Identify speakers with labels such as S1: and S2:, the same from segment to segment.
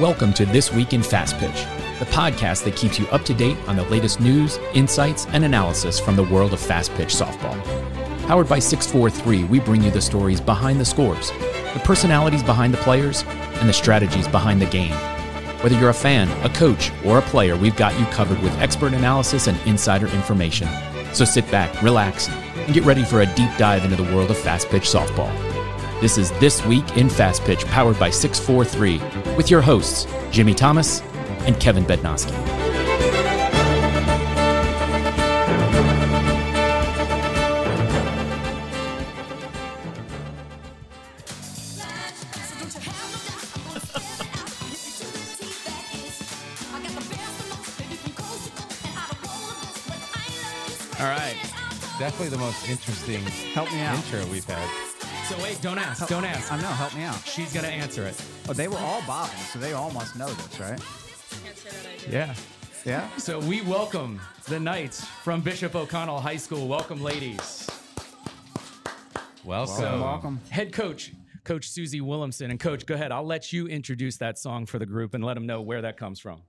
S1: Welcome to This Week in Fast Pitch, the podcast that keeps you up to date on the latest news, insights, and analysis from the world of fast pitch softball. Powered by 643, we bring you the stories behind the scores, the personalities behind the players, and the strategies behind the game. Whether you're a fan, a coach, or a player, we've got you covered with expert analysis and insider information. So sit back, relax, and get ready for a deep dive into the world of fast pitch softball. This is This Week in Fast Pitch, powered by 643, with your hosts, Jimmy Thomas and Kevin Bednoski.
S2: All right.
S3: Definitely the most interesting
S2: Help me out.
S3: intro we've had.
S4: So wait, don't ask. Don't ask.
S2: I know. Help me out.
S4: She's gonna answer it.
S2: Oh, they were all bobbing, so they all must know this, right?
S4: Yeah.
S2: Yeah.
S4: So we welcome the Knights from Bishop O'Connell High School. Welcome, ladies.
S3: Welcome.
S2: So welcome.
S4: Head coach, Coach Susie Williamson, and Coach, go ahead. I'll let you introduce that song for the group and let them know where that comes from.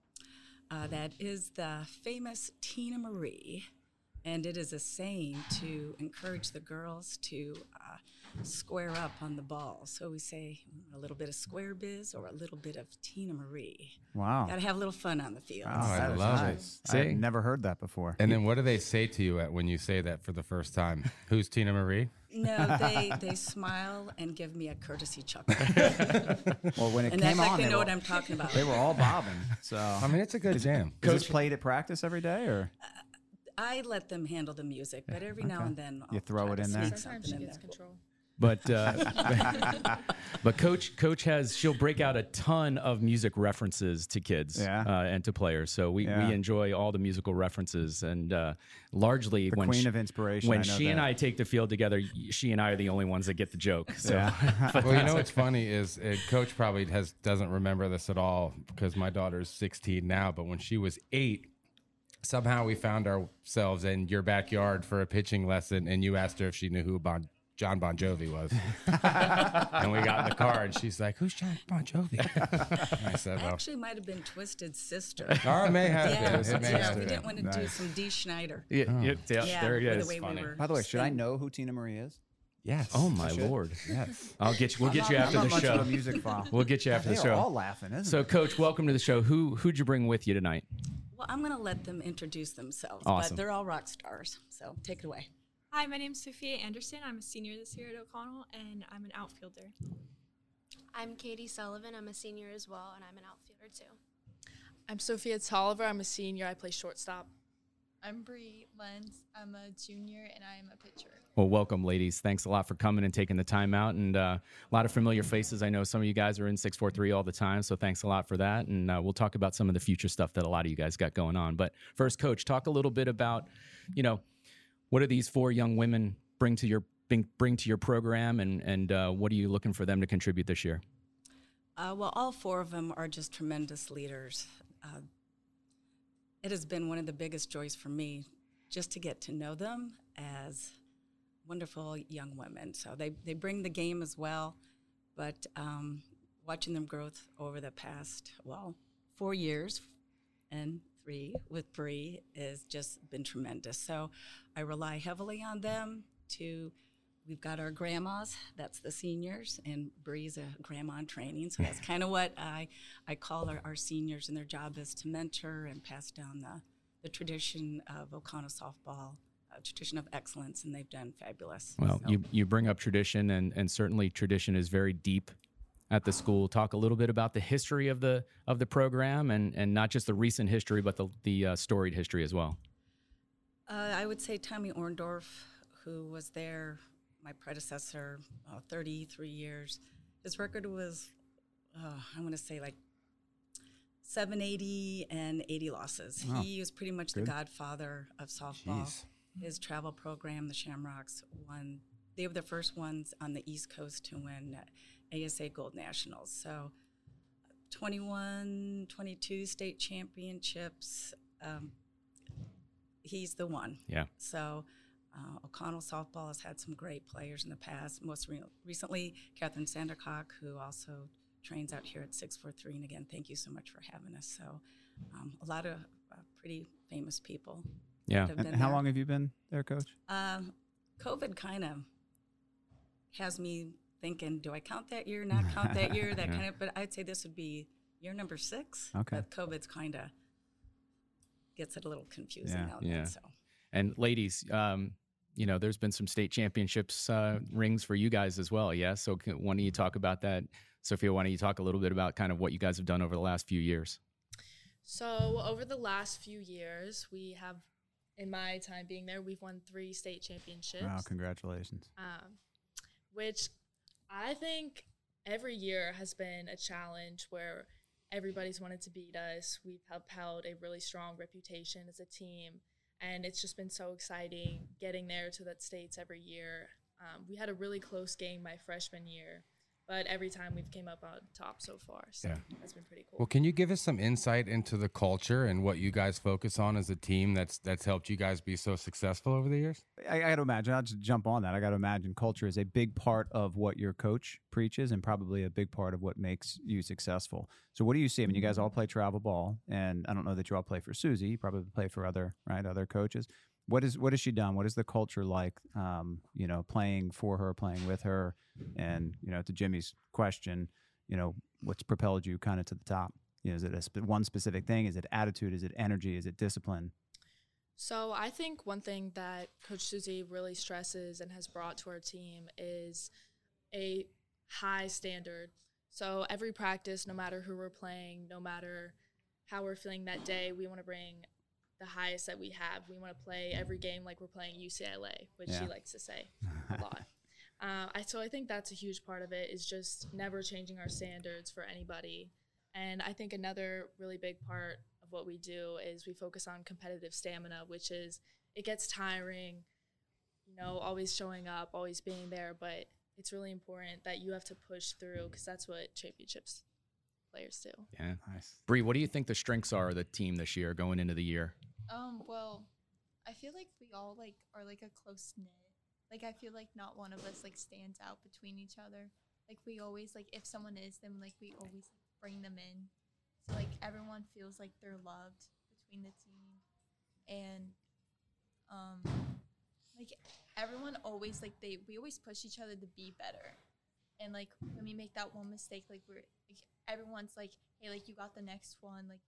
S5: Uh, that is the famous Tina Marie, and it is a saying to encourage the girls to uh, square up on the ball. So we say "Mm, a little bit of square biz or a little bit of Tina Marie.
S2: Wow.
S5: Gotta have a little fun on the field.
S2: Oh,
S3: I
S2: that is
S3: love
S2: nice.
S4: it. See?
S2: I've never heard that before.
S3: And then what do they say to you at, when you say that for the first time? Who's Tina Marie?
S5: No, they they smile and give me a courtesy chuckle,
S2: well, when it
S5: and
S2: came
S5: that's like
S2: on,
S5: they
S2: they,
S5: know
S2: were,
S5: what I'm talking about.
S2: they were all bobbing. So
S3: I mean, it's a good jam.
S2: is this played at practice every day, or
S5: I let them handle the music, but every now and then I'll
S2: You throw
S5: try
S2: it
S5: to
S2: in there?
S5: sneak
S6: Sometimes
S5: something
S6: she
S5: in
S6: gets
S5: there.
S6: control.
S4: But uh, but coach coach has she'll break out a ton of music references to kids
S2: Yeah.
S4: uh, and to players. So we,
S2: Yeah.
S4: we enjoy all the musical references and uh, largely when
S2: queen
S4: she,
S2: of inspiration?
S4: when
S2: I know
S4: she and
S2: that.
S4: I take the field together, y- she and I are the only ones that get the joke. So
S2: Yeah.
S3: Well, you know what's funny is uh, Coach probably has doesn't remember this at all because my daughter's 16 now, but when she was eight, somehow we found ourselves in your backyard for a pitching lesson, and you asked her if she knew who bon, John Bon Jovi was, and we got in the car, and she's like, "Who's John Bon Jovi?" And I said,
S5: I
S3: "Well,
S5: actually might have been Twisted Sister.
S3: or it may have
S5: Yeah,
S3: been. It may
S5: yeah,
S3: have
S5: we
S3: been.
S5: didn't want to do some D. Schneider.
S4: Yeah, yeah, yeah,
S5: Yeah,
S4: there it
S5: with the
S4: is.
S5: way we
S4: Funny.
S5: were-
S2: By the way, should I know who Tina Marie is?
S3: Yes.
S4: Oh my lord!
S3: Yes.
S4: I'll get you. We'll get you after
S2: I'm
S4: the
S2: not much
S4: show.
S2: of a music fan.
S4: We'll get you after
S2: they
S4: the
S2: are all
S4: show.
S2: laughing, isn't
S4: So,
S2: it?
S4: Coach, welcome to the show. Who who'd you bring with you tonight?
S5: Well, I'm going to let them introduce themselves,
S4: Awesome.
S5: but they're all rock stars. So take it away.
S6: Hi, my name's Sophia Anderson. I'm a senior this year at O'Connell, and I'm an outfielder.
S7: I'm Katie Sullivan. I'm a senior as well, and I'm an outfielder too.
S8: I'm Sophia Tolliver. I'm a senior. I play shortstop.
S9: I'm Bree Lenz. I'm a junior and I am a pitcher.
S4: Well, welcome, ladies. Thanks a lot for coming and taking the time out, and uh, a lot of familiar faces. I know some of you guys are in six four three all the time, so thanks a lot for that. And uh, we'll talk about some of the future stuff that a lot of you guys got going on. But first, Coach, talk a little bit about, you know, what do these four young women bring to your bring, bring to your program, and and uh, what are you looking for them to contribute this year?
S5: Uh, well, all four of them are just tremendous leaders. Uh, it has been one of the biggest joys for me just to get to know them as wonderful young women. So they, they bring the game as well, but um, watching them grow th- over the past, well, four years and three with Bree has just been tremendous. So I rely heavily on them to. We've got our grandmas, that's the seniors, and Bree's a grandma in training. So that's kind of what I, I call our, our seniors, and their job is to mentor and pass down the, the tradition of O'Connell softball, a tradition of excellence, and they've done fabulous.
S4: Well,
S5: So-
S4: you, you bring up tradition, and, and certainly tradition is very deep at the school. Talk a little bit about the history of the of the program, and, and not just the recent history, but the the uh, storied history as well.
S5: Uh, I would say Tommy Orndorff, who was there, my predecessor, uh, 33 years. His record was, uh, I want to say like 780 and 80 losses.
S2: Wow.
S5: He was pretty much
S2: Good.
S5: the godfather of softball.
S3: Jeez.
S5: His travel program, the Shamrocks, won. They were the first ones on the East Coast to win ASA Gold Nationals. So 21, 22 state championships. Um, he's the one.
S4: Yeah.
S5: So uh, O'Connell softball has had some great players in the past. Most re- recently, Catherine Sandercock, who also trains out here at 643. And again, thank you so much for having us. So, um, a lot of uh, pretty famous people.
S4: Yeah.
S5: that have
S2: And
S5: been
S2: how
S5: there.
S2: long have you been there, coach?
S5: Um, COVID kind of has me thinking, do I count that year, not count that year, that kind of, but I'd say this would be year number six.
S2: Okay.
S5: But COVID's kind of gets it a little confusing
S2: Yeah.
S5: now. and then,
S4: Yeah.
S5: So
S4: And ladies, um, you know, there's been some state championships uh, rings for you guys as well. Yeah. So can, why don't you talk about that, Sophia? Why don't you talk a little bit about kind of what you guys have done over the last few years?
S8: So over the last few years, we have, in my time being there, we've won three state championships.
S2: Wow, congratulations.
S8: um, which I think every year has been a challenge where everybody's wanted to beat us. We've upheld a really strong reputation as a team, and it's just been so exciting getting there to that states every year. Um, we had a really close game my freshman year, but every time we've came up on top so far, so
S3: Yeah.
S8: that's been pretty cool.
S3: Well, can you give us some insight into the culture and what you guys focus on as a team that's that's helped you guys be so successful over the years?
S2: I, I got to imagine. I'll just jump on that. I got to imagine culture is a big part of what your coach preaches, and probably a big part of what makes you successful. So, what do you see? I mean, you guys all play travel ball, and I don't know that you all play for Susie. You probably play for other right other coaches. What is what has she done? What is the culture like? Um, you know, playing for her, playing with her, and you know, to Jimmy's question, you know, what's propelled you kind of to the top? You know, is it a sp- one specific thing? Is it attitude? Is it energy? Is it discipline?
S8: So I think one thing that Coach Susie really stresses and has brought to our team is a high standard. So every practice, no matter who we're playing, no matter how we're feeling that day, we want to bring the highest that we have. We want to play every game like we're playing UCLA, which she
S2: Yeah.
S8: likes to say a lot. Uh, I, so I think that's a huge part of it is just never changing our standards for anybody. And I think another really big part of what we do is we focus on competitive stamina, which is it gets tiring, you know, always showing up, always being there, but it's really important that you have to push through because that's what championships players do.
S4: Yeah.
S2: Nice.
S4: Bree, what do you think the strengths are of the team this year going into the year?
S10: Um, well, I feel like we all like are like a close knit. Like I feel like not one of us like stands out between each other. Like we always like if someone is then like we always like, bring them in. So like everyone feels like they're loved between the team. And um like everyone always like they we always push each other to be better. And like when we make that one mistake, like we're like, everyone's like, hey, like you got the next one, like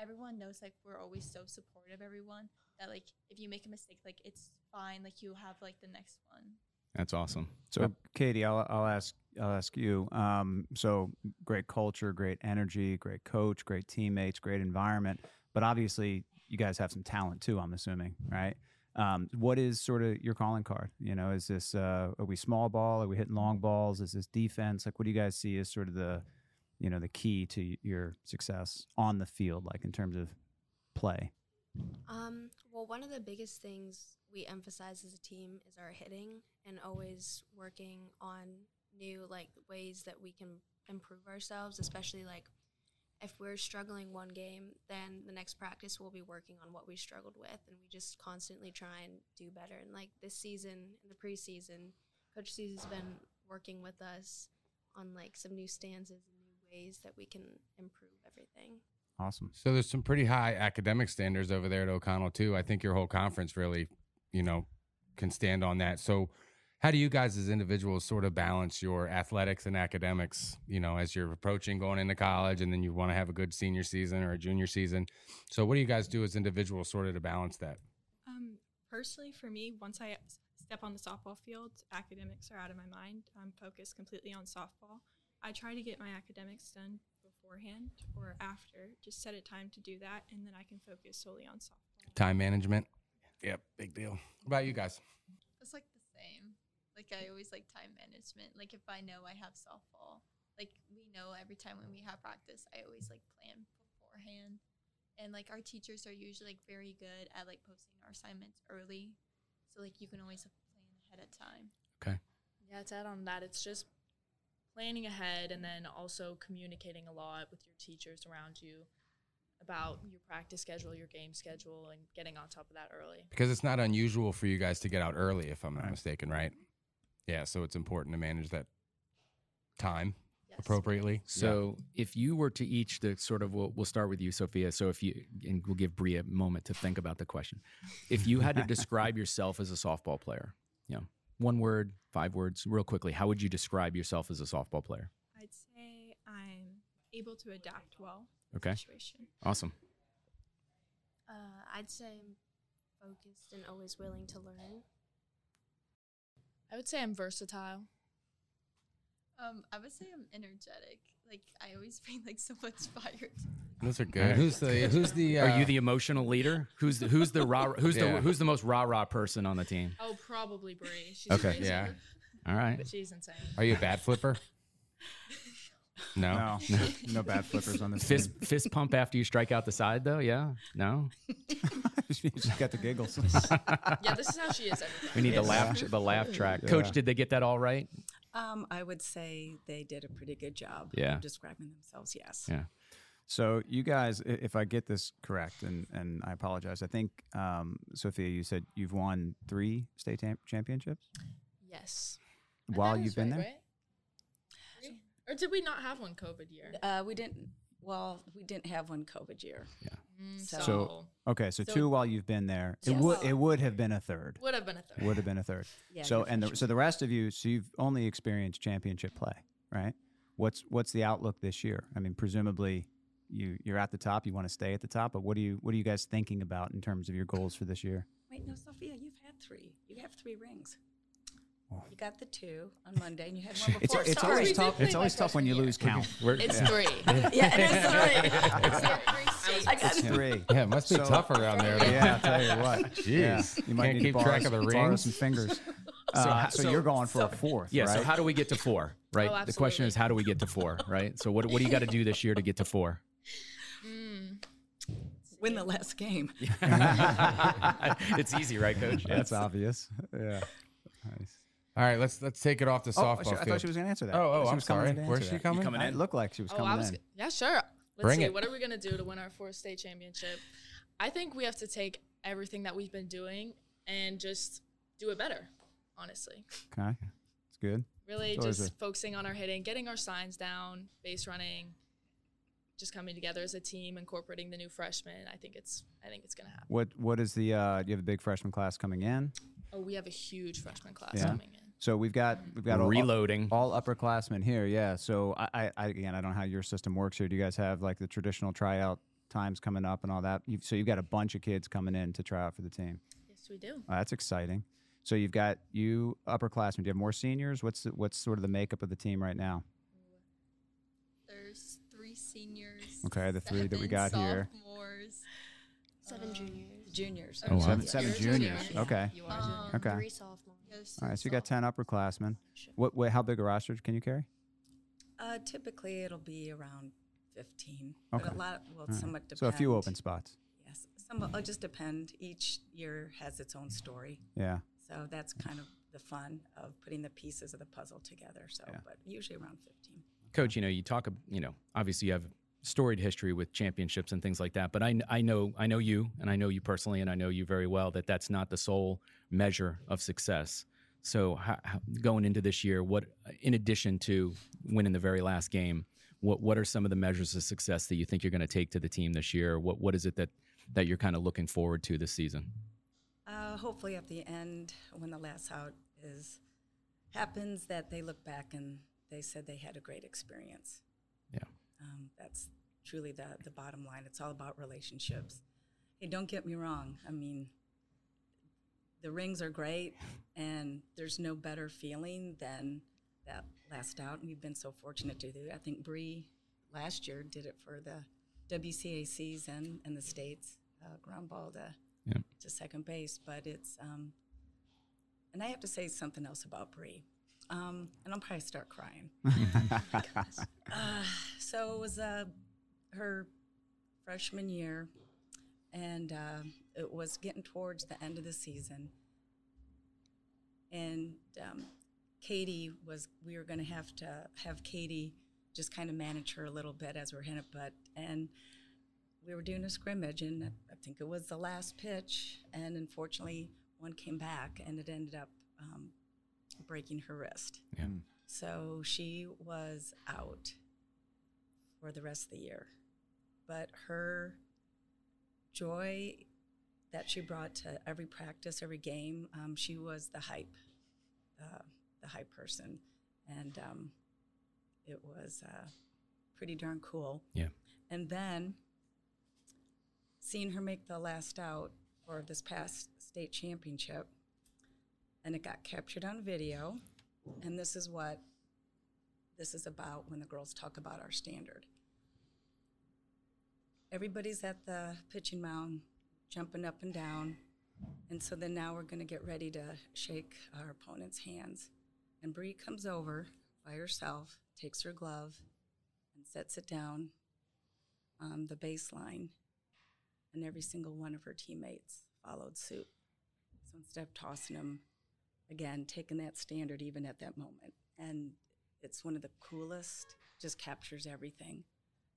S10: everyone knows like we're always so supportive of everyone that like if you make a mistake like it's fine like you have like the next one
S4: That's awesome.
S2: So, Katie, I'll, I'll ask I'll ask you. Um, so, great culture, great energy, great coach, great teammates, great environment. But obviously, you guys have some talent too. I'm assuming, right? Um, what is sort of your calling card? You know, is this uh, are we small ball? Are we hitting long balls? Is this defense? Like, what do you guys see as sort of the you know the key to y- your success on the field, like in terms of play?
S11: Um, well, one of the biggest things we emphasize as a team is our hitting and always working on new like ways that we can improve ourselves, especially like if we're struggling one game, then the next practice we'll be working on what we struggled with and we just constantly try and do better. And like this season, in the preseason, Coach Susie's been working with us on like some new stanzas and new ways that we can improve everything.
S2: Awesome.
S3: So there's some pretty high academic standards over there at O'Connell too. I think your whole conference really, you know, can stand on that. So how do you guys as individuals sort of balance your athletics and academics, you know, as you're approaching going into college and then you want to have a good senior season or a junior season? So what do you guys do as individuals sort of to balance that?
S6: Um, personally, for me, once I s- step on the softball field, academics are out of my mind. I'm focused completely on softball. I try to get my academics done beforehand or after, just set a time to do that, and then I can focus solely on softball.
S3: Time management? Yep, big deal. What about you guys?
S10: it's like the same like i always like time management like if i know i have softball like we know every time when we have practice i always like plan beforehand and like our teachers are usually like very good at like posting our assignments early so like you can always plan ahead of time
S8: Yeah, to add on that, it's just planning ahead and then also communicating a lot with your teachers around you about your practice schedule, your game schedule, and getting on top of that early.
S3: Because it's not unusual for you guys to get out early, if I'm not
S2: Right.
S3: mistaken, right? Yeah, so it's important to manage that time
S8: Yes.
S3: appropriately.
S4: So if you were to each the sort of, we'll, we'll start with you, Sophia. So if you, and we'll give Bria a moment to think about the question. If you had to describe yourself as a softball player, you know, one word, five words, real quickly, how would you describe yourself as a softball player?
S6: I'd say I'm able to adapt well to the
S4: Okay.
S6: situation.
S4: Awesome.
S7: Uh, I'd say I'm focused and always willing to learn.
S8: I would say I'm versatile.
S9: Um, I would say I'm energetic. Like I always bring like so much fire.
S3: those are
S4: All
S3: good.
S4: right.
S3: Who's the Who's the? Uh,
S4: Are you the emotional leader? Who's the, who's the rah, who's
S3: Yeah.
S4: the, who's the most rah rah person on the team?
S8: Oh, probably Bree. She's
S4: Okay.
S8: crazy.
S3: Yeah.
S4: All right.
S8: She's insane.
S3: Are you a bad flipper? No.
S2: No, no bad flippers on this.
S4: Fist,
S2: team.
S4: fist pump after you strike out the side though. Yeah. No,
S2: she just got the giggles.
S8: Yeah, this is how she is every day.
S4: we need the
S2: Yeah.
S4: laugh, the laugh track. Coach,
S2: Yeah.
S4: did they get that all right?
S5: Um, I would say they did a pretty good job
S4: Yeah.
S5: of describing themselves, yes.
S4: Yeah.
S2: So you guys, i- if I get this correct, and and I apologize, I think um, Sophia, you said you've won three state tam- championships
S8: Yes. I
S2: while
S8: thought it
S2: you've
S8: was
S2: been
S8: right,
S2: there.
S8: right? Three? Or did we not have one COVID year?
S5: Uh, we didn't, well, we didn't have one COVID year.
S8: Mm,
S5: So-
S8: so,
S2: Okay, so,
S8: So-
S2: two while you've been there. It
S5: Yes.
S2: would it would have been a third.
S8: would have been a third.
S2: Would have been a third.
S5: Yeah,
S2: so
S5: you're
S2: and the,
S5: fresh.
S2: so the rest of you, so you've only experienced championship play, right? What's what's the outlook this year? I mean, presumably you you're at the top, you want to stay at the top, but what do you what are you guys thinking about in terms of your goals for this year?
S5: Wait, no, Sophia, you've had three. You have three rings. You got the two on Monday, and you had one
S2: Oh. It's,
S5: before.
S2: it's
S5: Sorry.
S2: always
S8: we did
S2: tough.
S8: play
S2: It's
S8: my
S2: always tough when you
S8: freshman year.
S2: lose count.
S4: We're,
S8: It's
S4: yeah.
S8: three.
S5: yeah, it is three.
S8: I
S5: got
S2: It's three.
S3: Yeah, it must be
S2: So-
S3: tough around there.
S2: Yeah, I tell you what.
S3: Jeez.
S2: you might
S3: Can't
S2: need
S3: keep
S2: to borrow,
S3: track of the
S2: some- borrow
S3: rings.
S2: some fingers. Uh, so,
S4: so-
S2: you're going for a fourth,
S4: Yeah.
S2: right?
S4: So how do we get to four? Right.
S8: Oh,
S4: the
S8: absolutely.
S4: question is how do we get to four? Right. So what what do you got to do this year to get to four?
S8: Mm,
S5: Win the last game.
S4: it's easy, right, Coach?
S2: That's obvious. Yeah. Nice.
S3: All right, let's let's take it off the
S2: Oh,
S3: softball
S2: I, sh- I
S3: field.
S2: thought she was going to answer that.
S3: Oh, oh,
S2: She
S3: I'm
S2: was coming
S3: sorry.
S2: in to
S3: Where's
S2: answer
S3: she
S2: that.
S3: coming?
S4: coming
S2: It looked like she was
S8: oh,
S2: coming
S8: I was.
S2: in.
S8: Yeah, sure. Let's
S3: Bring
S8: see.
S3: it.
S8: What are we gonna do to win our fourth state championship? I think we have to take everything that we've been doing and just do it better. Honestly,
S2: Okay. It's good.
S8: really
S2: It's always
S8: just
S2: a-
S8: focusing on our hitting, getting our signs down, base running, just coming together as a team, incorporating the new freshmen. I think it's. I think it's gonna happen.
S2: What What is the? Uh, you have a big freshman class coming in.
S8: Oh, we have a huge freshman
S5: Uh,
S8: class
S2: Yeah.
S8: coming in.
S2: So we've got we've got all-
S4: Reloading.
S2: all, upperclassmen here. Yeah. So I, I, I again I don't know how your system works here. Do you guys have like the traditional tryout times coming up and all that? You've, so you've got a bunch of kids coming in to try out for the team.
S8: Yes, we do.
S2: Oh, that's exciting. So you've got you upperclassmen. Do you have more seniors? What's the, what's sort of the makeup of the team right now?
S9: There's three seniors.
S2: Okay, the three that we
S9: seven
S2: got here.
S9: Sophomores.
S7: Seven
S9: Uh,
S7: juniors.
S5: Juniors.
S8: Oh, wow.
S2: Seven,
S8: Yeah.
S2: seven
S8: You're a
S2: juniors.
S8: junior.
S2: Okay.
S8: You
S9: are a
S8: are.
S9: junior.
S12: Um,
S2: Okay.
S7: Three sophomores.
S9: Yeah, there's
S2: All right. So
S9: three
S2: you got ten
S9: sophomores.
S2: upperclassmen. What? Wait, how big a roster can you carry?
S5: Uh, typically, it'll be around 15. But
S2: Okay.
S5: a lot, well,
S2: All right.
S5: somewhat depends.
S2: So a few open spots.
S5: Yes, some it'll just depend. Each year has its own story.
S2: Yeah.
S5: So that's kind of the fun of putting the pieces of the puzzle together. So, but usually around 15.
S4: coach you know you talk ab- you know obviously you have storied history with championships and things like that but I, kn- I know i know you and i know you personally and i know you very well that that's not the sole measure of success so how, how, going into this year what in addition to winning the very last game what what are some of the measures of success that you think you're going to take to the team this year what what is it that that you're kind of looking forward to this season
S5: Uh, hopefully, at the end, when the last out is happens, that they look back and they said they had a great experience.
S4: yeah
S5: Um, that's truly the, the bottom line. It's all about relationships. Hey, don't get me wrong. I mean, the rings are great, and there's no better feeling than that last out. And we've been so fortunate to do that. I think Bree last year did it for the WCACs and, and the states uh, ground ball to,
S4: Yeah.
S5: to second base. But it's, um, and I have to say something else about Bree. Um, and I'll probably start crying.
S8: Oh
S5: Uh, so it was uh, her freshman year, and uh, it was getting towards the end of the season. And um, Katie was, we were going to have to have Katie just kind of manage her a little bit as we're hitting it, but, and we were doing a scrimmage, and I think it was the last pitch, and unfortunately, one came back, and it ended up um, breaking her wrist.
S4: Yeah.
S5: So she was out for the rest of the year. But her joy that she brought to every practice, every game, um, she was the hype, uh, the hype person. And um, it was uh, pretty darn cool.
S4: Yeah.
S5: And then seeing her make the last out for this past state championship, and it got captured on video. And this is what this is about when the girls talk about our standard. Everybody's at the pitching mound, jumping up and down. And so then now we're going to get ready to shake our opponent's hands. And Bree comes over by herself, takes her glove, and sets it down on the baseline. And every single one of her teammates followed suit. So instead of tossing them, again, taking that standard even at that moment. And it's one of the coolest, just captures everything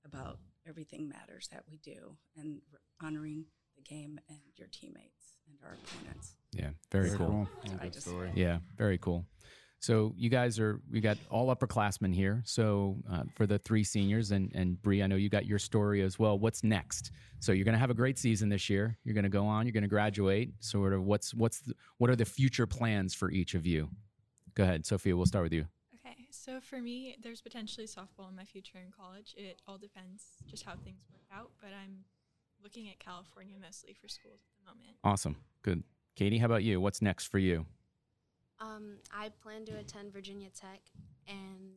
S5: about everything matters that we do and honoring the game and your teammates and our opponents.
S4: Yeah, very cool.
S5: So I just,
S4: Yeah, very cool. So you guys are we got all upperclassmen here. So uh, for the three seniors and and Bree, I know you got your story as well. What's next? So you're going to have a great season this year. You're going to go on. You're going to graduate. Sort of what's what's the, what are the future plans for each of you? Go ahead, Sophia. We'll start with you.
S6: Okay, so for me, there's potentially softball in my future in college. It all depends just how things work out, but I'm looking at California mostly for schools at the moment.
S4: Awesome. Good. Katie, how about you? What's next for you?
S7: Um, I plan to attend Virginia Tech, and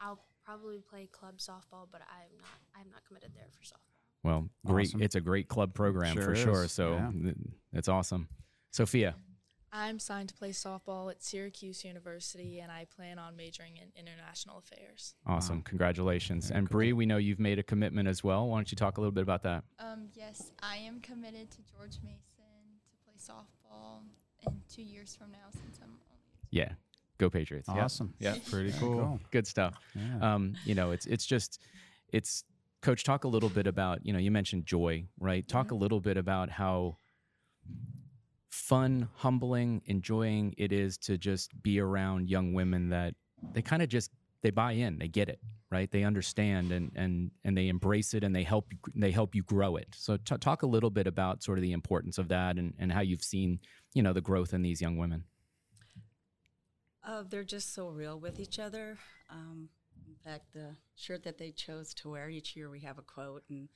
S7: I'll probably play club softball, but I'm not. I'm not committed there for softball.
S4: Well, great.
S2: Awesome.
S4: It's a great club program
S2: Sure
S4: for
S2: is.
S4: sure. So
S2: Yeah.
S4: th- that's awesome. Sophia.
S8: I'm signed to play softball at Syracuse University, and I plan on majoring in international affairs.
S4: Awesome. Congratulations. and Bree, we know you've made a commitment as well. Why don't you talk a little bit about that?
S9: Um, yes, I am committed to George Mason to play softball in two years from now since I'm only.
S4: Yeah. Go Patriots. Yeah.
S2: Awesome.
S3: Yeah, pretty
S2: Very
S3: cool.
S4: Good stuff.
S2: Yeah.
S4: Um, you know, it's it's just it's coach talk a little bit about, you know, you mentioned joy, right? Talk a little bit about how fun, humbling, enjoying it is to just be around young women that they kind of just they buy in, they get it, right? They understand and and and they embrace it and they help they help you grow it. So t- talk a little bit about sort of the importance of that and and how you've seen, you know, the growth in these young women.
S5: uh, they're just so real with each other. Um, in fact, the shirt that they chose to wear each year, we have a quote, and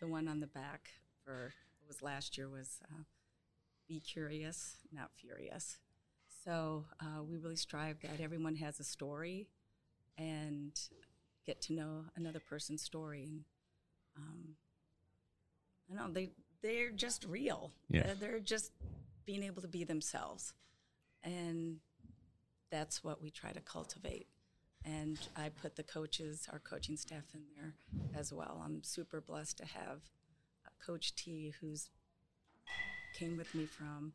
S5: the one on the back for it was last year was uh, "Be curious, not furious." So uh, we really strive that everyone has a story, and get to know another person's story. And um, I don't know they they're just real.
S4: Yeah.
S5: They're- they're just being able to be themselves, and that's what we try to cultivate. And I put the coaches, our coaching staff, in there as well. I'm super blessed to have uh, Coach T, who's came with me from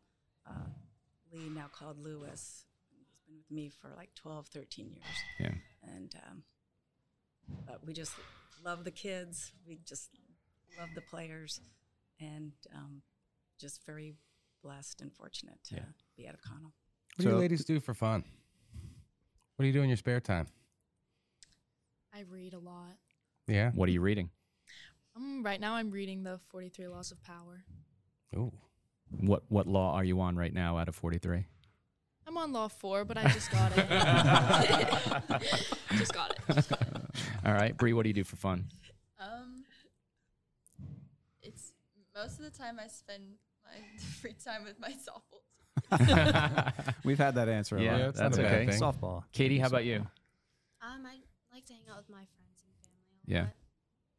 S5: uh, Lee, now called Lewis. He's been with me for like 12, 13 years
S4: Yeah.
S5: and um, but we just love the kids. We just love the players, and um, just very blessed and fortunate to
S4: Yeah.
S5: be at O'Connell.
S3: What do you
S2: So-
S3: ladies do for fun? What do you do in your spare time?
S8: I read a lot.
S3: Yeah.
S4: What are you reading?
S8: Um, right now, I'm reading the 43 Laws of Power.
S3: Ooh.
S4: What what law are you on right now out of 43?
S8: I'm on Law 4, but I just got it. just got it.
S4: All right, Bree, what do you do for fun?
S9: Um, it's most of the time I spend my free time with my softball.
S2: We've had that answer. a
S4: Yeah,
S2: lot.
S4: Yeah, that's that's not a bad okay.
S3: thing.
S2: Softball.
S4: Katie, how about you?
S7: Um, I like to hang out with my friends and family. A
S4: Yeah.
S7: Lot.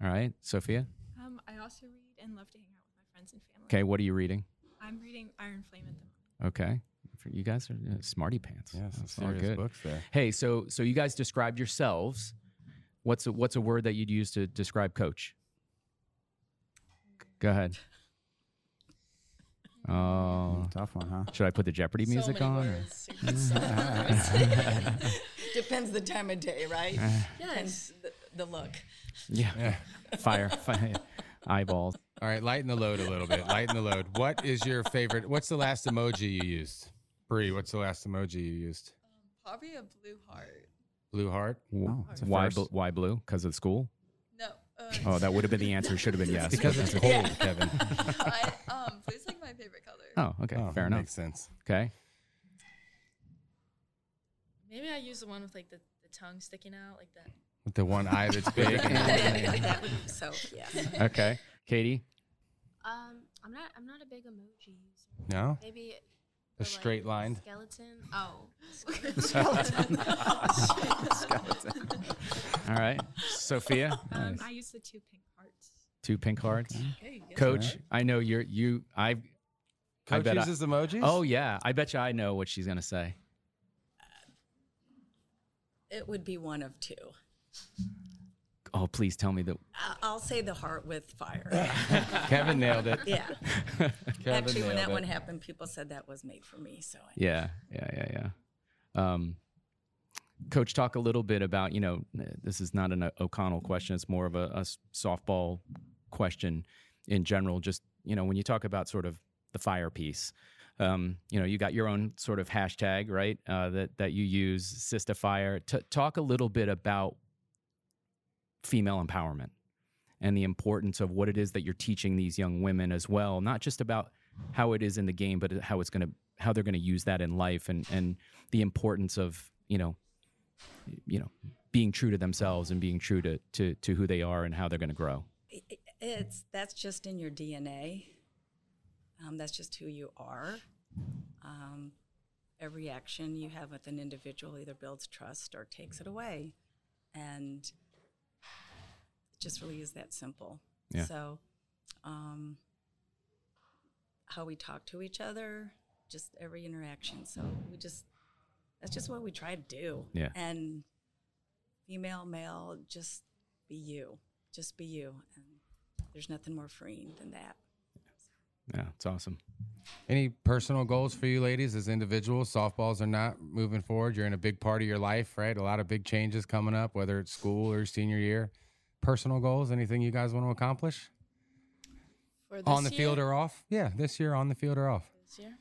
S4: All right, Sophia.
S6: Um, I also read and love to hang out with my friends and family.
S4: Okay, what are you reading?
S6: I'm reading Iron Flame at the moment.
S4: Okay, For- you guys are uh, smarty pants.
S3: Yeah, some
S4: That's all
S3: serious books there.
S4: Hey, so so you guys described yourselves. What's a, what's a word that you'd use to describe Coach? Go ahead.
S9: Hmm,
S4: Oh,
S2: Tough one, huh?
S4: should I put the Jeopardy music
S8: so many
S4: on? or-
S8: Words. You can so many words.
S5: Depends the time of day, right?
S3: Uh.
S5: Depends the, the look.
S4: Yeah,
S3: Yeah.
S4: fire, fire, eyeballs.
S3: All right, lighten the load a little bit. Lighten the load. What is your favorite? What's the last emoji you used? Bree, what's the last emoji you used?
S9: Um, probably a blue heart.
S3: Blue Heart.
S2: Oh, it's a
S4: why,
S2: first.
S4: bl- why blue? Because of school?
S9: No. Uh,
S4: Oh, that would have been the answer. Should have been yes.
S3: Because it's cold, Kevin.
S9: I, um, blue's like my favorite color.
S4: Oh, okay.
S3: Oh,
S4: Fair
S3: that
S4: enough.
S3: Makes sense.
S4: Okay.
S8: Maybe I use the one with like the, the tongue sticking out like that.
S3: With the one eye that's big. and-
S5: that would be so, yeah.
S4: Okay. Katie?
S7: Um, I'm not. I'm not a big emoji user.
S3: no.
S7: Maybe
S3: The
S7: for, like,
S3: straight line.
S7: skeleton. Oh,
S4: All right. Sophia?
S6: Um, I use the two pink hearts.
S4: Two pink hearts.
S8: Okay, you go.
S4: Coach, I know you're, you, I've, I
S3: Coach
S4: bet I-
S3: uses emojis.
S4: oh, yeah. I bet you I know what she's going to say.
S5: It would be one of two.
S4: Oh, please tell me that.
S5: I- I'll say the heart with fire.
S3: Kevin nailed it.
S5: Yeah.
S3: Kevin
S5: Actually, when
S3: nailed
S5: that
S3: it.
S5: one happened, people said that was made for me. So I-
S4: Yeah. Yeah. Yeah. Yeah. Um, Coach, talk a little bit about, you know, this is not an O'Connell question. It's more of a, a s- softball question in general. Just, you know, when you talk about sort of the fire piece, um, you know, you got your own sort of hashtag, right? Uh, that, that you use, Sista Fire. T- talk a little bit about female empowerment and the importance of what it is that you're teaching these young women as well, not just about how it is in the game, but how it's going to, how they're going to use that in life and, and the importance of, you know, you know being true to themselves and being true to to, to who they are and how they're going to grow
S5: i- i- it's that's just in your DNA. Um, that's just who you are. Um, every action you have with an individual either builds trust or takes it away, and it just really is that simple.
S4: Yeah.
S5: So, um, how we talk to each other, just every interaction. So we just that's just what we try to do.
S4: Yeah.
S5: And female, male, just be you. Just be you. And there's nothing more freeing than that.
S4: yeah it's awesome
S3: Any personal goals for you ladies as individuals? Softballs are not moving forward. You're in a big part of your life, right? A lot of big changes coming up, whether it's school or senior year. Personal goals, anything you guys want to accomplish?
S8: For this
S3: on the
S8: year-
S3: field or off? Yeah, this year on the field or off.
S8: this year.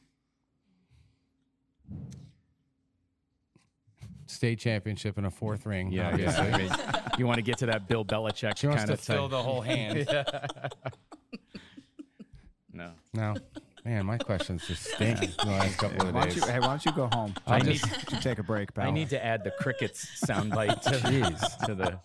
S3: State championship and a fourth ring.
S4: yeah,
S3: obviously.
S4: you want to get to that bill belichick
S3: She wants
S4: kind
S3: to
S4: of
S3: fill the whole hand.
S4: no
S3: No. Man, my questions just stink the last couple of
S2: Why don't
S3: days.
S2: you, hey, why don't you go home?
S4: I
S2: I'll
S4: need-
S2: just you take a break, pal.
S4: i need to add the crickets soundbite to, Jeez. to the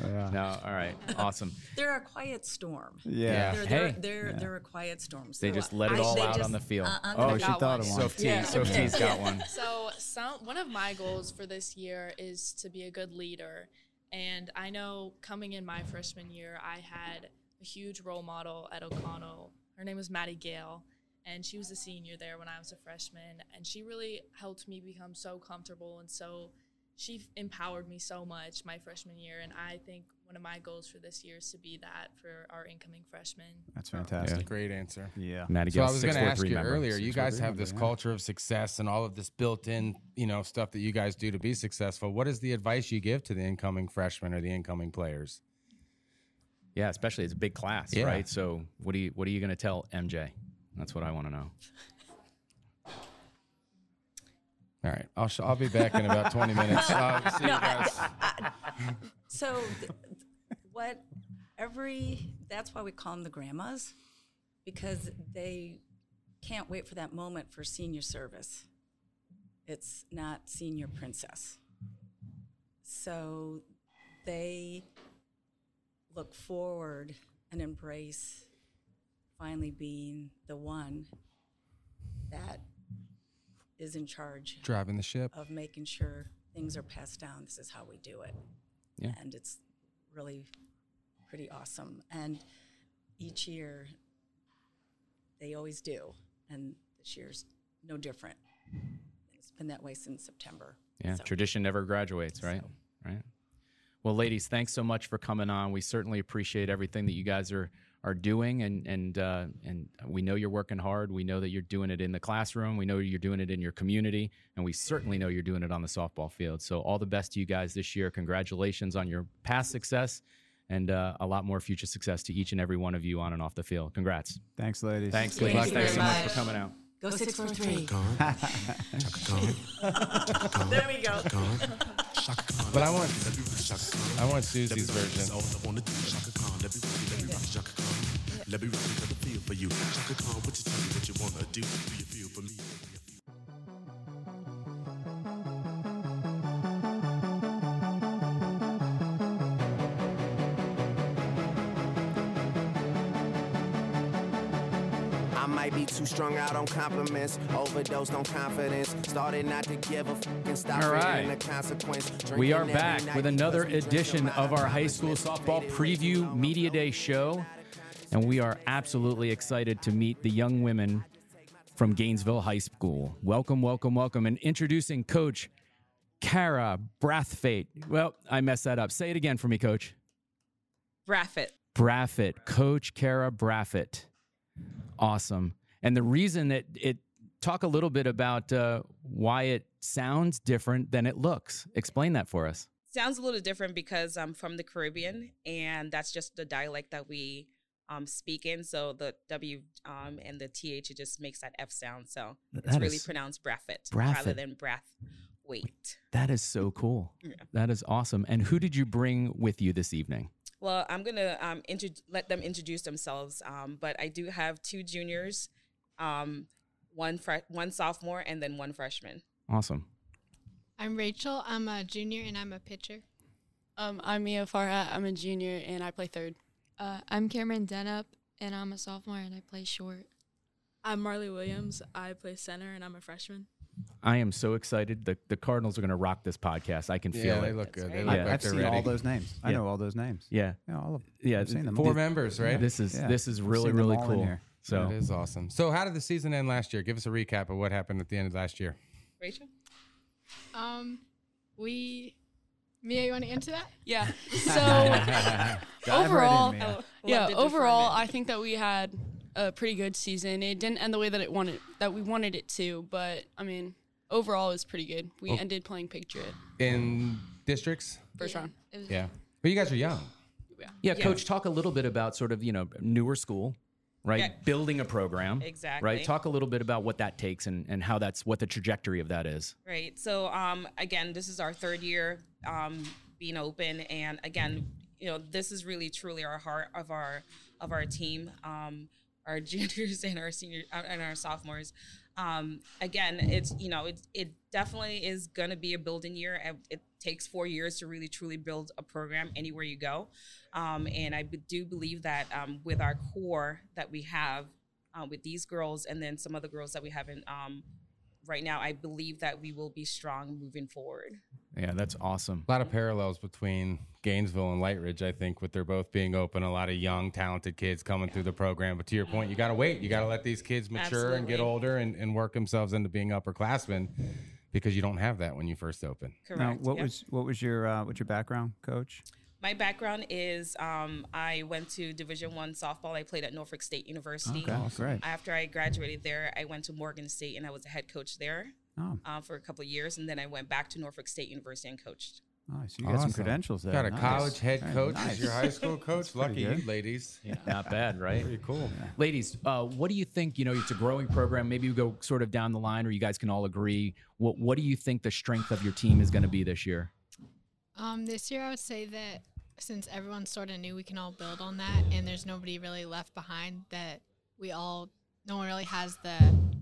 S2: Yeah.
S4: no all right awesome
S5: They're a quiet storm.
S2: Yeah.
S5: They're, they're,
S4: Hey.
S5: they're, they're a quiet storm.
S4: They
S5: So
S4: just let it
S5: I-
S4: all
S5: they
S4: out
S5: just-
S4: on the field.
S5: uh, on the
S2: Oh,
S8: I
S2: she
S8: got
S2: thought of
S8: one.
S2: one.
S4: sophie
S8: Yeah.
S4: sophie's got one
S8: So, some one of my goals for this year is to be a good leader. And I know coming in my freshman year, I had a huge role model at O'Connell. Her name was Maddie Gale, and she was a senior there when I was a freshman. And she really helped me become so comfortable and so she f- empowered me so much my freshman year. And I think one of my goals for this year is to be that for our incoming freshmen.
S2: That's
S3: Oh,
S2: fantastic.
S3: Great answer.
S2: Yeah.
S4: Maddie
S3: So I
S4: Gale,
S3: was going to ask
S4: 643
S3: you
S4: member.
S3: earlier. You guys
S2: 643
S3: have this
S2: member, yeah.
S3: culture of success and all of this built-in, you know, stuff that you guys do to be successful. What is the advice you give to the incoming freshmen or the incoming players?
S4: yeah especially it's a big class
S3: Yeah.
S4: right so what do you what are you going to tell mj that's what i want to know
S3: All right, I'll sh- I'll be back in about twenty minutes. Uh, see you guys.
S5: So, th- what every that's why we call them the grandmas because they can't wait for that moment for senior service. It's not senior princess. So, they look forward and embrace finally being the one that is in charge
S3: Driving the ship.
S5: of making sure things are passed down. This is how we do it.
S4: Yeah.
S5: And it's really pretty awesome. And each year, they always do. And this year's no different. It's been that way since September.
S4: Yeah,
S5: So-
S4: tradition never graduates, right? Right. Well, ladies, thanks so much for coming on. We certainly appreciate everything that you guys are are doing, and and uh, and we know you're working hard. We know that you're doing it in the classroom. We know you're doing it in your community, and we certainly know you're doing it on the softball field. So, all the best to you guys this year. Congratulations on your past success, and uh, a lot more future success to each and every one of you on and off the field. Congrats.
S2: Thanks, ladies.
S4: Thanks,
S5: Thank
S4: ladies.
S5: you
S4: Thanks so
S5: very
S4: much
S5: much.
S4: for coming out.
S5: Go 643.
S13: There we go.
S3: But I want- I want Susie's version.
S13: Let me really get a feel for you. Shaka Khan, what you tell me what you wanna do? Do you feel for me?
S14: I might be too strung out on compliments, overdosed on confidence, started not to give a f- and stop
S4: All
S14: fearing
S4: right.
S14: the consequence.
S4: We
S14: Drinking
S4: are
S14: every
S4: back
S14: night
S4: with
S14: because
S4: another
S14: we drink
S4: edition
S14: a lot
S4: of our high school softball preview media day show. And we are absolutely excited to meet the young women from Gainesville High School. Welcome, welcome, welcome. And introducing Coach Kara Brathfate. Well, I messed that up. Say it again for me, Coach.
S13: Raffit.
S4: Braffitt, Coach Kara Braffitt. Awesome. And the reason that it, talk a little bit about uh, why it sounds different than it looks. Explain that for us.
S13: Sounds a little different because I'm from the Caribbean, and that's just the dialect that we um, speak in. So the W um, and the TH, it just makes that F sound. So
S4: Th-
S13: it's
S4: that
S13: really
S4: is-
S13: pronounced Braffit rather
S4: Braffit.
S13: than breath. Wait.
S4: That is so cool. That is awesome. And who did you bring with you this evening?
S13: Well, I'm gonna um, inter- let them introduce themselves, um, but I do have two juniors, um, one fre- one sophomore, and then one freshman.
S4: Awesome.
S15: I'm Rachel. I'm a junior and I'm a pitcher.
S16: Um, I'm Mia Farhat. I'm a junior and I play third.
S17: Uh, I'm Cameron Denup, and I'm a sophomore, and I play short.
S16: I'm Marley Williams. I play center and I'm a freshman.
S4: I am so excited. The the Cardinals are going to rock this podcast. I can feel
S3: Yeah,
S4: it.
S3: they look good. They
S2: look like I've they're seen all ready. those names. I know all those names.
S4: Yeah.
S2: Yeah, all of-
S4: Yeah,
S2: I've seen them
S4: th-
S2: all.
S3: Four members, right?
S4: This is this is really really cool. So
S3: it is awesome. So how did the season end last year? Give us a recap of what happened at the end of last year.
S13: Rachel?
S15: Um, we, Mia, you want to answer that?
S16: Yeah.
S15: So
S16: So overall,
S15: Mia.
S16: oh,
S15: Loved
S16: yeah,
S15: it
S16: overall, I think that we had a pretty good season. It didn't end the way that it wanted that we wanted it to, but I mean, overall, it was pretty good. We
S3: Well-
S16: ended playing picture it
S3: In districts?
S16: first round.
S3: Yeah. But you guys are young.
S4: yeah, coach, talk a little bit about sort of you know newer school, right?
S13: Yeah.
S4: Building a program,
S13: Exactly.
S4: Right. Talk a little bit about what that takes and and how that's what the trajectory of that is.
S13: Right. So um, again, this is our third year um, being open, and again, you know, this is really truly our heart of our of our team, um, our juniors and our seniors uh, and our sophomores. Um, again, it's you know, it it definitely is going to be a building year. and It takes four years to really truly build a program anywhere you go, um, and I b- do believe that um, with our core that we have. Uh, with these girls, and then some other girls that we haven't um, right now, I believe that we will be strong moving forward.
S4: Yeah, that's awesome.
S3: A lot of parallels between Gainesville and Lightridge, I think, with their both being open, a lot of young, talented kids coming through the program. But to your point, you got to wait. You got to let these kids mature and get
S13: Absolutely.
S3: older and, and work themselves into being upperclassmen because you don't have that when you first open.
S2: Now,
S13: Correct.
S2: what
S13: yeah.
S2: was what was your uh, what's your background, coach?
S13: My background is um, I went to Division One softball. I played at Norfolk State University.
S2: Okay, Awesome. great.
S13: After I graduated there, I went to Morgan State and I was a head coach there
S2: Oh.
S13: uh, for a couple of years, and then I went back to Norfolk State University and coached.
S2: Nice. You got some
S3: Awesome.
S2: credentials there.
S3: Got a
S2: Nice.
S3: college head
S2: Very
S3: coach
S2: nice.
S3: as your high school coach.
S2: That's pretty
S3: Lucky you,
S2: good.
S3: ladies.
S4: Not bad, right?
S3: Pretty cool.
S4: Ladies, uh, what do you think? You know, it's a growing program. Maybe we go sort of down the line, or you guys can all agree. What What do you think the strength of your team is going to be this year?
S15: Um, this year I would say that since everyone sort of knew we can all build on that, and there's nobody really left behind that we all, no one really has the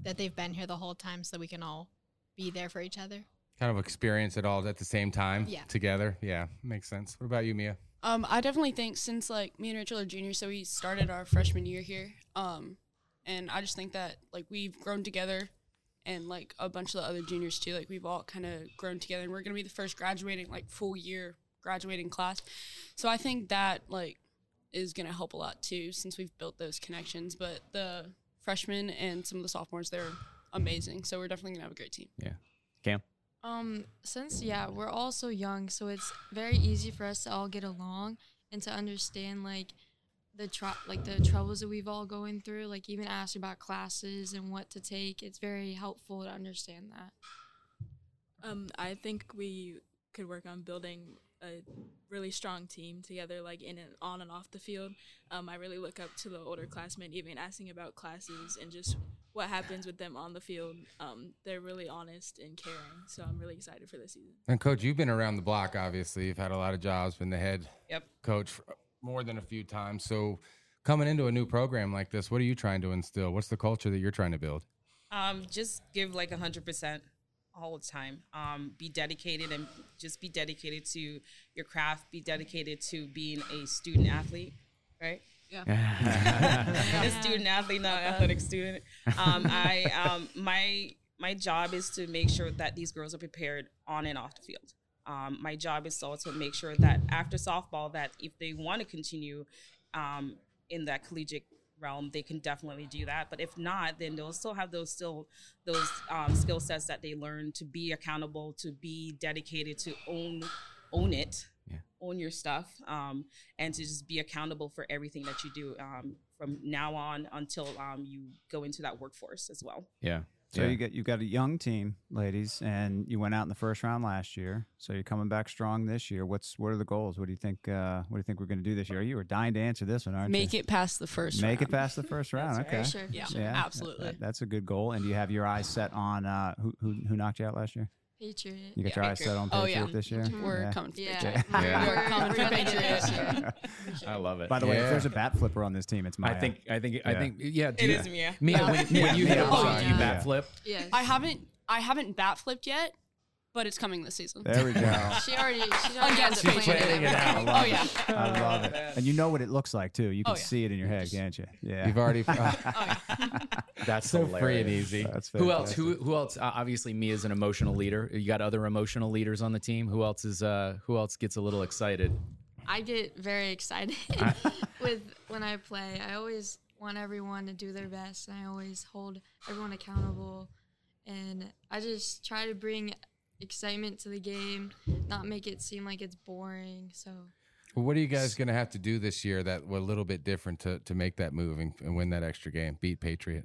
S15: that they've been here the whole time, so we can all be there for each other.
S3: Kind of experience it all at the same time
S16: Yeah.
S3: together. Yeah, makes sense. What about you, Mia?
S16: Um, I definitely think since like me and Rachel are juniors, so we started our freshman year here. Um, and I just think that like we've grown together, and like a bunch of the other juniors too. Like we've all kind of grown together, and we're gonna be the first graduating like full year graduating class. So I think that like is gonna help a lot too, since we've built those connections. But the freshmen and some of the sophomores, they're amazing. So we're definitely gonna have a great team.
S4: Yeah, Cam.
S17: Um, since yeah, we're all so young, so it's very easy for us to all get along and to understand like the tro- like the troubles that we've all going through. Like even asked about classes and what to take. It's very helpful to understand that.
S16: Um, I think we could work on building a really strong team together, like in and on and off the field. Um, I really look up to the older classmen, even asking about classes and just what happens with them on the field. Um, they're really honest and caring, so I'm really excited for this season.
S3: And coach, you've been around the block. Obviously, you've had a lot of jobs. Been the head
S13: Yep.
S3: coach for more than a few times. So, coming into a new program like this, what are you trying to instill? What's the culture that you're trying to build?
S13: Um, just give like hundred percent all the time. Um, be dedicated and just be dedicated to your craft. Be dedicated to being a student athlete, right?
S18: Yeah.
S13: a student athlete, not an athletic student. Um, I um, my my job is to make sure that these girls are prepared on and off the field. Um, my job is also to make sure that after softball, that if they want to continue um, in that collegiate realm, they can definitely do that. But if not, then they'll still have those still those um, skill sets that they learn to be accountable, to be dedicated, to own own it, own your stuff, um, and to just be accountable for everything that you do um, from now on until um, you go into that workforce as well.
S4: Yeah.
S2: So
S4: Yeah.
S2: you get you got a young team, ladies, and you went out in the first round last year. So you're coming back strong this year. What's what are the goals? What do you think? Uh, what do you think we're going to do this year? You were dying to answer this one, aren't you?
S18: Make it past the first
S2: Make it
S18: round.
S2: past the first round.
S18: That's
S2: okay.
S18: right. For sure, for sure. Absolutely.
S2: that- that's a good goal. And do you have your eyes set on uh, who, who who knocked you out last year?
S17: Patriot.
S2: You got your
S17: Yeah.
S2: eyes set on Patriot
S17: Oh, yeah.
S2: this year.
S17: We're coming for Yeah. Patriot.
S4: Yeah.
S17: We're coming for
S4: Patriot. I love it.
S2: By the way, if
S4: Yeah.
S2: there's a bat flipper on this team, it's Maya.
S4: I think. I think. I
S2: Yeah.
S4: think. Yeah.
S2: It
S4: do you-
S2: is Mia.
S4: Mia, when,
S2: Yeah.
S4: when you hit
S2: Mia,
S4: a
S2: oh,
S4: ball,
S2: yeah.
S4: you bat
S2: Yeah.
S4: flip.
S17: Yes.
S16: I haven't I haven't bat flipped yet, but it's coming this season.
S2: There we go.
S17: She already. She's
S16: already
S17: already
S16: has it planned and everything. Oh yeah.
S2: I love it. And you know what it looks like too. You can
S16: Oh, yeah.
S2: see it in your head, can't you? Yeah.
S3: You've already-
S2: uh,
S4: That's
S3: So free and
S4: hilarious.
S3: easy.
S2: That's
S4: who else? Who who else? Uh, obviously, me is an emotional leader. You got other emotional leaders on the team. Who else is? Uh, who else gets a little excited?
S17: I get very excited with when I play. I always want everyone to do their best, and I always hold everyone accountable. And I just try to bring excitement to the game, not make it seem like it's boring. So
S3: Well, what are you guys going to have to do this year that were a little bit different to to make that move and, and win that extra game, beat Patriot?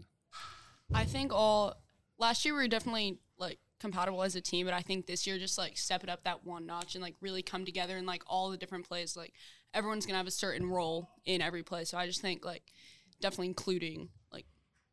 S16: I think all last year we were definitely like compatible as a team, but I think this year just like step it up that one notch and like really come together and like all the different plays. Like everyone's gonna have a certain role in every play, so I just think like definitely including like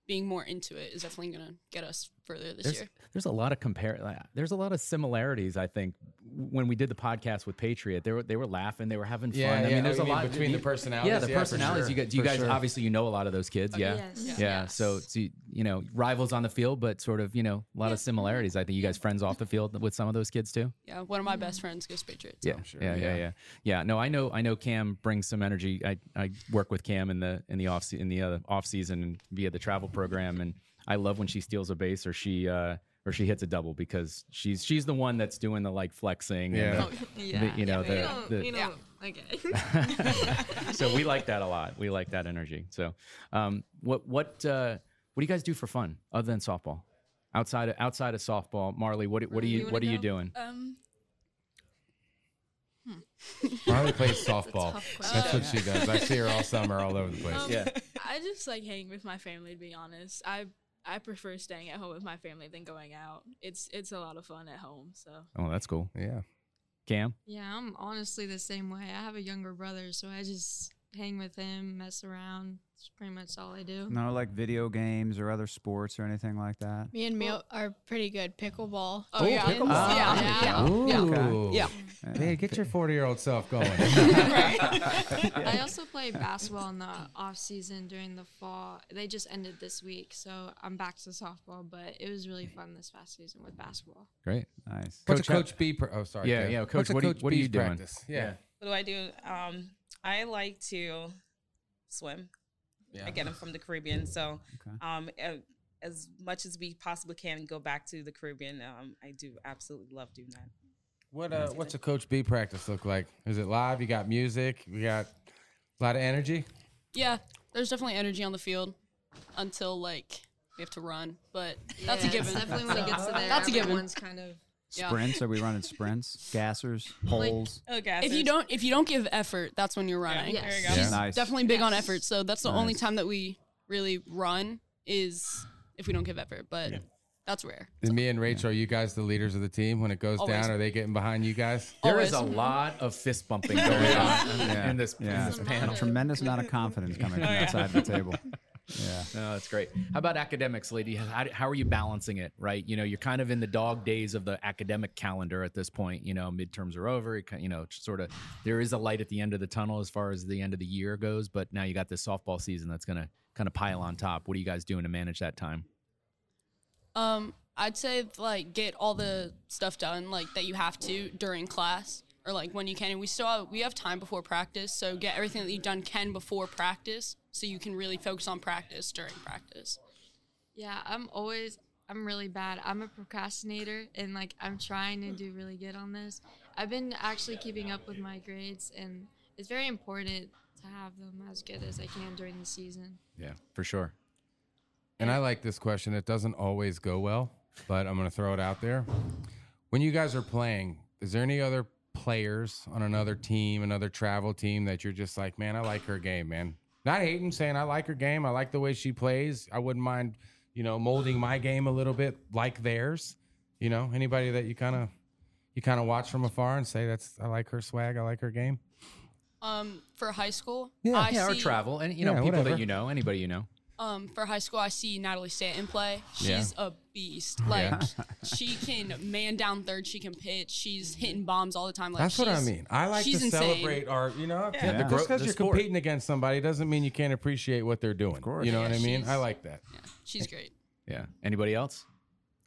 S16: being more into it is definitely gonna get us further this
S4: there's,
S16: year.
S4: There's a lot of compare. like, There's a lot of similarities. I think when we did the podcast with Patriot, they were they were laughing, they were having fun.
S3: Yeah,
S4: I
S3: yeah,
S4: mean, there's
S3: you
S4: a
S3: mean
S4: lot
S3: between the
S4: Yeah,
S3: personalities,
S4: the
S3: yeah, for
S4: personalities. You
S3: sure,
S4: got you
S3: for
S4: guys
S3: sure.
S4: obviously you know a lot of those kids. Yeah,
S18: yes.
S4: yeah.
S18: Yeah.
S4: So, so you you know rivals on the field, but sort of you know a lot of similarities. I think you guys friends off the field with some of those kids too.
S16: Yeah, one of my best friends goes Patriots. so
S4: Yeah, yeah, yeah, yeah, yeah. No, I know, I know. Cam brings some energy. I, I work with Cam in the in the off se- in the uh, off season and via the travel program, and I love when she steals a base or she uh, or she hits a double because she's she's the one that's doing the like flexing.
S3: Yeah.
S4: and the, the- you know the, the- so we like that a lot. We like that energy. So, um, what what uh, what do you guys do for fun other than softball? Outside of, outside of softball, Marley, what do- what are you what are you doing?
S18: Um,
S16: hmm.
S3: Marley plays softball.
S18: tough question.
S3: That's what she does. I see her all summer, all over the place.
S16: Um, I just like hanging with my family. To be honest, I I prefer staying at home with my family than going out. It's it's a lot of fun at home. So
S4: Oh, that's cool.
S3: Yeah,
S4: Cam.
S17: yeah, I'm honestly the same way. I have a younger brother, so I just hang with him, mess around. That's pretty much all I do.
S2: No, like video games or other sports or anything like that.
S15: Me and Mio are pretty good pickleball.
S2: Oh, yeah.
S15: champions.
S2: pickleball.
S15: Yeah.
S2: Yeah.
S3: Ooh.
S2: Okay. Yeah.
S3: Man, get your 40 year old self going.
S17: I also play basketball in the off season during the fall. They just ended this week, so I'm back to softball. But it was really fun this past season with basketball.
S4: Great.
S2: Nice.
S3: What's
S4: Coach,
S3: a
S4: how-
S3: Coach B? Pro- oh, sorry.
S4: Yeah,
S3: Kate.
S4: yeah,
S3: What's
S4: Coach,
S3: a
S4: what do you- what are
S3: B's
S4: you doing?
S3: practice? Yeah.
S4: Yeah.
S13: What do I do? Um, I like to swim.
S3: Yeah.
S13: Again, I'm from the Caribbean, so
S3: Okay.
S13: um, a- as much as we possibly can go back to the Caribbean, um, I do absolutely love doing that.
S3: What uh, what's a Coach B practice look like? Is it live? You got music. We got a lot of energy.
S16: yeah, there's definitely energy on the field until like we have to run, but that's a
S17: Yeah, it's
S16: given.
S17: definitely when it
S16: So,
S17: gets to there,
S16: That's a given.
S17: everyone's kind of-
S16: Yeah.
S2: Sprints? Are we running sprints? Gassers? Poles?
S16: If you don't, if you don't give effort, that's when you're running.
S13: Yeah, there you
S2: go.
S16: She's
S2: Yeah. Nice.
S16: definitely big on effort. So that's the only
S2: Nice.
S16: time that we really run is if we don't give effort, but that's rare.
S3: Then me and Rachel, are you guys the leaders of the team when it goes
S16: Always.
S3: down? Are they getting behind you guys?
S4: There is Oh, a lot of fist bumping going on in this, in this panel.
S2: Tremendous amount of confidence coming from
S4: Oh, yeah.
S2: that side of the table. Yeah.
S4: No, that's great. How about academics, lady? How, how are you balancing it, right? You know, you're kind of in the dog days of the academic calendar at this point. You know, midterms are over. It, ki- you know, sort of there is a light at the end of the tunnel as far as the end of the year goes, but now you got this softball season that's going to kind of pile on top. What are you guys doing to manage that time?
S16: Um, I'd say like get all the stuff done like that you have to during class or like when you can. And we still have, we have time before practice, so get everything that you've done can before practice, so you can really focus on practice during practice.
S17: Yeah, I'm always I'm really bad. I'm a procrastinator and like I'm trying to do really good on this. I've been actually keeping up with my grades and it's very important to have them as good as I can during the season.
S4: Yeah, for sure.
S3: And I like this question. It doesn't always go well, but I'm going to throw it out there. When you guys are playing, is there any other players on another team, another travel team that you're just like, man, I like her game, man? Not hating, saying I like her game. I like the way she plays. I wouldn't mind, you know, molding my game a little bit like theirs. You know, anybody that you kind of you kind of watch from afar and say that's I like her swag, I like her game.
S16: Um, for high school,
S3: Yeah.
S16: I
S3: Yeah,
S4: Or
S16: see-
S4: travel, and you know,
S3: Yeah,
S4: people
S3: whatever.
S4: that you know, anybody you know.
S16: Um, for high school, I see Natalie Stanton play.
S4: Yeah.
S16: She's a beast. Like
S3: Yeah.
S16: she can man down third. She can pitch. She's hitting bombs all the time. Like
S3: That's what I
S16: she's-
S3: mean. I like to
S16: she's insane.
S3: celebrate our, you know,
S16: Yeah.
S3: yeah.
S16: The
S3: just
S16: gro-
S3: because
S16: the
S3: you're
S16: sport.
S3: competing against somebody doesn't mean you can't appreciate what they're doing. Of course. You know
S4: Yeah,
S3: what I mean?
S4: she's-
S3: I like that.
S16: She's great.
S4: Yeah. Anybody else?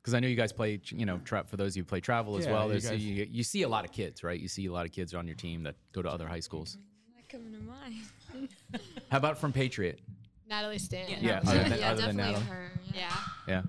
S4: Because I know you guys play, you know, trap for those you play travel as
S3: Yeah,
S4: well.
S3: you
S4: There's, you,
S3: guys-
S4: you, see a lot of kids, right? You see a lot of kids on your team that go to other high schools.
S17: Not coming to mind.
S4: How about from Patriot?
S15: Natalie Stanton.
S4: Yeah, Yeah, other than- yeah, other than definitely Natalie.
S15: her. Yeah.
S4: Yeah.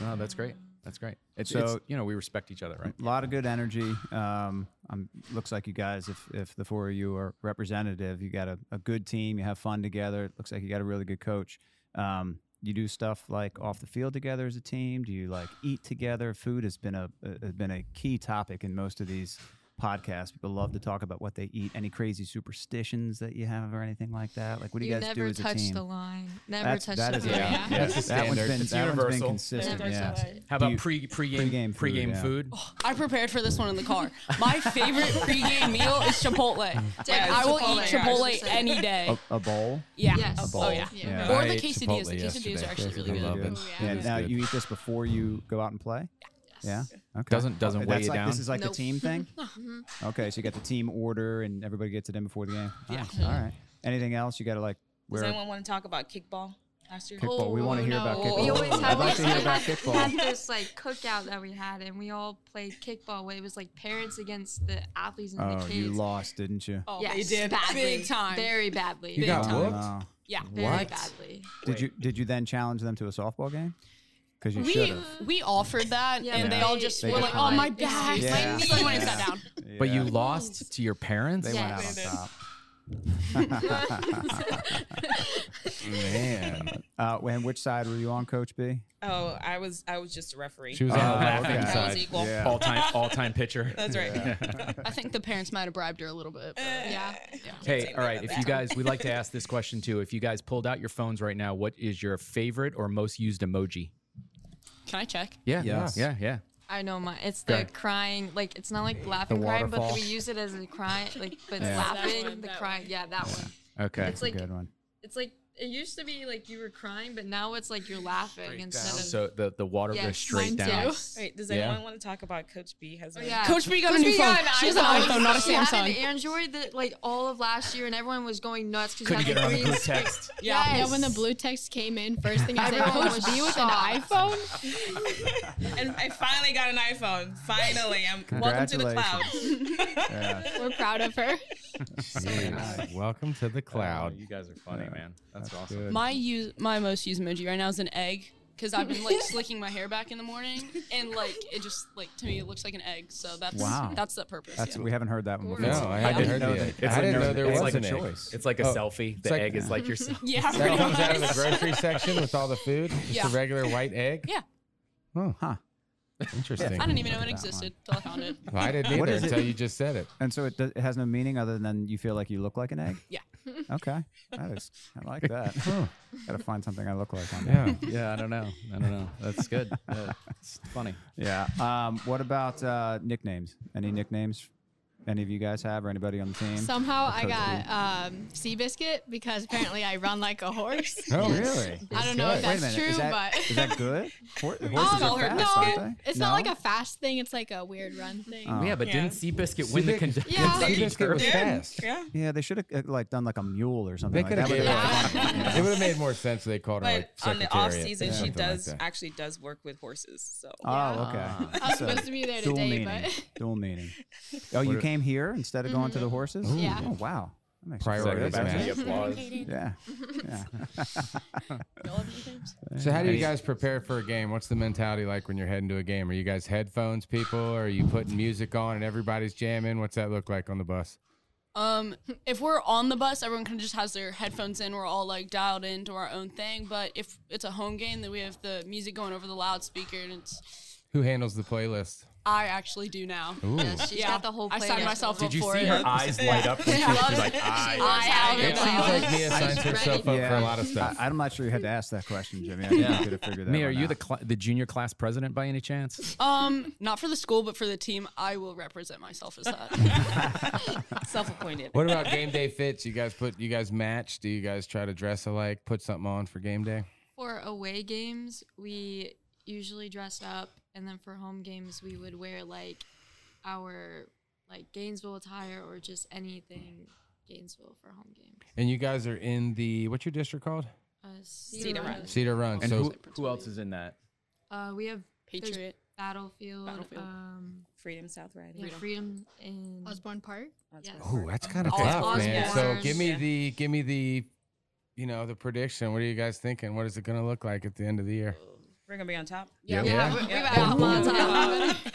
S4: No, that's great. That's great. It's,
S2: So-
S4: it's- you know, we respect each other, right?
S2: A lot of good energy. Um, um, looks like you guys, if, if the four of you are representative, you got a, a good team. You have fun together. It looks like you got a really good coach. Um, you do stuff like off the field together as a team. Do you like eat together? Food has been a has been a key topic in most of these podcasts. People love to talk about what they eat. Any crazy superstitions that you have or anything like that? Like what do you, guys
S17: never
S2: do as a team?
S17: touch the line. Never
S2: That's-
S17: touch
S2: that
S17: the
S2: is a-
S17: line.
S2: yeah, Yeah. that's a That one's standard. been- It's that one's been universal. consistent, Never yeah. touch the line.
S4: How
S2: Do
S4: about
S2: you-
S4: pre pregame
S2: pregame
S4: pregame
S2: food,
S4: food?
S2: yeah.
S16: I prepared for this one in the car. My favorite pregame meal is Chipotle. Like,
S17: Yeah,
S16: I will
S17: Chipotle,
S16: eat Chipotle
S17: 100%.
S16: any day.
S2: A, a bowl?
S16: Yeah.
S17: Yes.
S2: A
S17: Oh,
S2: bowl.
S16: yeah. Yeah. Or the I ate quesadillas. Chipotle The quesadillas yesterday. are actually Those really are good. really good. Oh, yeah.
S2: And
S16: Yeah.
S2: now
S16: Good.
S2: you eat this before you go out and play? Yeah. Okay.
S4: Doesn't- doesn't
S2: Okay,
S4: weigh
S2: that's
S4: you
S2: like-
S4: down?
S2: This is like the
S4: Nope.
S2: team thing?
S4: No.
S16: Uh-huh.
S2: Okay, so you got the team order and everybody gets it in before the game?
S13: Yeah.
S2: Nice. All right. Anything else you got to like
S13: Does
S2: wear?
S13: anyone want to talk about kickball? Last year?
S2: Kickball. We want to hear about kickball.
S17: Oh, We always
S2: I'd
S17: had
S2: like
S17: this,
S2: to hear about
S17: we had
S2: kickball.
S17: this like cookout that we had, and we all played kickball. Where it was like parents against the athletes and the
S2: Oh,
S17: kids.
S2: you lost, didn't you?
S17: Oh,
S16: they did.
S17: badly,
S16: Big time.
S17: very badly.
S2: You got Wow. whooped?
S16: Yeah,
S17: very
S2: What?
S17: badly.
S2: Did you did you then challenge them to a softball game? Because you should
S16: We
S2: have.
S16: we offered that,
S17: Yeah,
S16: and
S2: but
S16: they all
S2: they-
S16: just
S2: They
S16: were
S2: just
S16: like, "Oh
S2: went-
S16: my back,
S2: Yeah.
S16: my knee." Like when I
S2: Yeah.
S16: sat down.
S4: But you lost to your parents.
S2: They went out on top. Man. Uh, and which side were you on, Coach B?
S13: Oh, I was I was just a referee.
S2: She was on the Oh, laughing okay.
S13: That was
S2: side.
S13: equal.
S2: Yeah.
S4: All time, all time pitcher.
S13: That's right.
S16: I think the parents might have bribed her a little bit. But Uh, yeah.
S4: Hey, all right. If you guys, we like to ask this question too. If you guys pulled out your phones right now, what is your favorite or most used emoji?
S16: Can I check?
S4: Yeah, yeah, yeah, yeah.
S17: I know my. It's the
S4: Okay.
S17: crying. Like it's not like laughing crying, but
S4: waterfall.
S17: we use it as a crying. Like but
S4: Yeah.
S17: laughing,
S16: That one,
S17: the
S16: that
S17: crying. Yeah, that one.
S4: Okay.
S17: It's like
S2: one.
S17: it's like it used to be like you were crying, but now it's like you're laughing instead of.
S4: So the the water goes
S17: Yes,
S4: straight
S17: mine
S4: down.
S17: too.
S13: Wait, does
S4: Yeah.
S13: anyone want to talk about Coach B?
S17: Oh,
S13: Has any-
S16: Coach B got a new phone. She has an iPhone, not a
S17: She had an
S16: Samsung.
S17: Android that like all of last year, and everyone was going nuts because
S4: Couldn't
S17: had
S4: get her on
S17: the
S4: the
S17: green
S4: group
S17: screen.
S4: text.
S15: Yeah.
S17: Yes.
S15: when the blue text came in, first thing I said,
S17: Everyone
S15: Coach
S17: was
S15: B with an
S17: shocked.
S15: iPhone.
S13: and I finally got an iPhone. Finally, I'm welcome to the cloud.
S15: We're proud of her.
S3: Yes. Welcome to the cloud.
S4: you guys are funny, man. That's, awesome.
S16: My use my most used emoji right now is an egg because I've been like slicking my hair back in the morning and like it just like to me it looks like an egg. So that's
S2: Wow.
S16: that's the purpose.
S2: That's
S16: yeah.
S2: we haven't heard that one before.
S3: No, I haven't heard the egg. I didn't know there was
S2: it's like
S3: an
S2: a
S3: egg.
S2: choice. Oh.
S4: It's like a selfie. The egg is like your. se-
S16: Yeah,
S3: That
S16: pretty
S3: comes out of the
S16: much.
S3: grocery section with all the food. Just
S16: Yeah.
S3: a regular white egg.
S16: Yeah.
S2: Oh, huh.
S3: Interesting.
S16: I didn't even know it existed till I found it.
S3: Well, I didn't
S2: What
S3: either
S2: is it?
S3: until you just said it.
S2: And so it, does, it has no meaning other than you feel like you look like an egg.
S16: Yeah.
S2: Okay, that is. I like that. Gotta find something I look like on
S4: Yeah,
S2: that.
S4: yeah. I don't know. I don't know. That's good. That's funny.
S2: Yeah. Um, what about uh, nicknames? Any nicknames? Any of you guys have, or anybody on the team?
S15: Somehow
S2: Or
S15: I
S2: Coach Lee?
S15: got um, Seabiscuit because apparently I run like a horse.
S2: Oh, really?
S15: I don't know if
S2: Wait a
S15: that's
S2: minute,
S15: true,
S2: is that,
S15: but.
S2: is that good? Hor-
S15: Um,
S2: horses are fast, aren't
S15: no,
S2: they?
S15: it's not like
S2: No?
S15: a fast thing. It's like a weird run thing.
S2: Oh.
S4: Yeah, but didn't Seabiscuit win the
S2: Seabiscuit-
S4: Kentucky?
S15: Yeah.
S4: Kentucky
S2: Seabiscuit was
S4: Derby?
S2: fast.
S13: Yeah.
S2: Yeah, they should have uh, like done like a mule or
S3: They
S2: something.
S3: could
S2: like
S3: have gave
S2: that. would've
S3: her.
S2: been-
S3: It would have made more sense if they called her
S13: But
S3: like
S13: on the off
S3: Secretariat,
S13: season, she
S3: something like
S13: does
S3: that. Ah.
S13: actually does work with horses. So
S2: Oh, okay.
S15: I was
S2: So,
S15: supposed to be there
S2: dual
S15: today,
S2: meaning.
S15: but-
S2: dual meaning. Oh,
S3: What
S2: you
S3: are-
S2: came here instead of going to the horses?
S15: Ooh. Mm-hmm. Yeah.
S2: Oh, wow. That makes
S3: Priorities,
S2: sense.
S3: man.
S2: That's it?
S3: Applause.
S2: Yeah. yeah.
S3: So how do you
S2: Any-
S3: guys prepare for a game? What's the mentality like when you're heading to a game? Are you guys headphones people? are you putting music on and everybody's jamming? What's that look like on the bus?
S16: Um, if we're on the bus, everyone kind of just has their headphones in. We're all like dialed into our own thing. But if it's a home game, then we have the music going over the loudspeaker, and it's
S3: Who handles the playlist?
S16: I actually do now.
S3: Ooh. Yeah, she's
S16: got the whole. I signed
S17: playlist
S16: myself
S17: Did
S16: up
S17: you
S16: for
S17: see
S16: it.
S17: her eyes light up when she was- she's like, "I am
S3: It seems like Mia signs herself up for a lot of stuff.
S2: I, I'm not sure you had to ask that question, Jimmy. I think
S4: Yeah.
S2: you could have figured that
S4: Mia, are
S2: one
S4: you
S2: out.
S4: the cl- the junior class president by any chance?
S16: Um, not for the school, but for the team, I will represent myself as that.
S13: Self-appointed.
S3: What about game day fits? You guys put you guys match? Do you guys try to dress alike? Put something on for game day?
S17: For away games, we usually dress up, and then for home games, we would wear like our like Gainesville attire or just anything Gainesville for home game.
S3: And you guys are in the what's your district called?
S17: Uh, Cedar Run.
S3: Cedar Run.
S4: And
S3: so
S4: who, who else is in that?
S17: Uh, we have there's
S16: Patriot.
S17: Battlefield,
S16: Battlefield.
S17: Um,
S13: Freedom South Riding,
S17: yeah, Freedom, and
S15: Osborne Park.
S17: Yes.
S3: Ooh, that's kind of
S17: All
S3: tough,
S17: sports
S3: man. So
S17: bars.
S3: give me
S17: Yeah.
S3: the give me the you know the prediction. What are you guys thinking? What is it going to look like at the end of the year?
S13: we're gonna be on top.
S3: Yeah, we Yeah. are.
S17: We- we
S13: Yeah.
S17: got Alabama on top.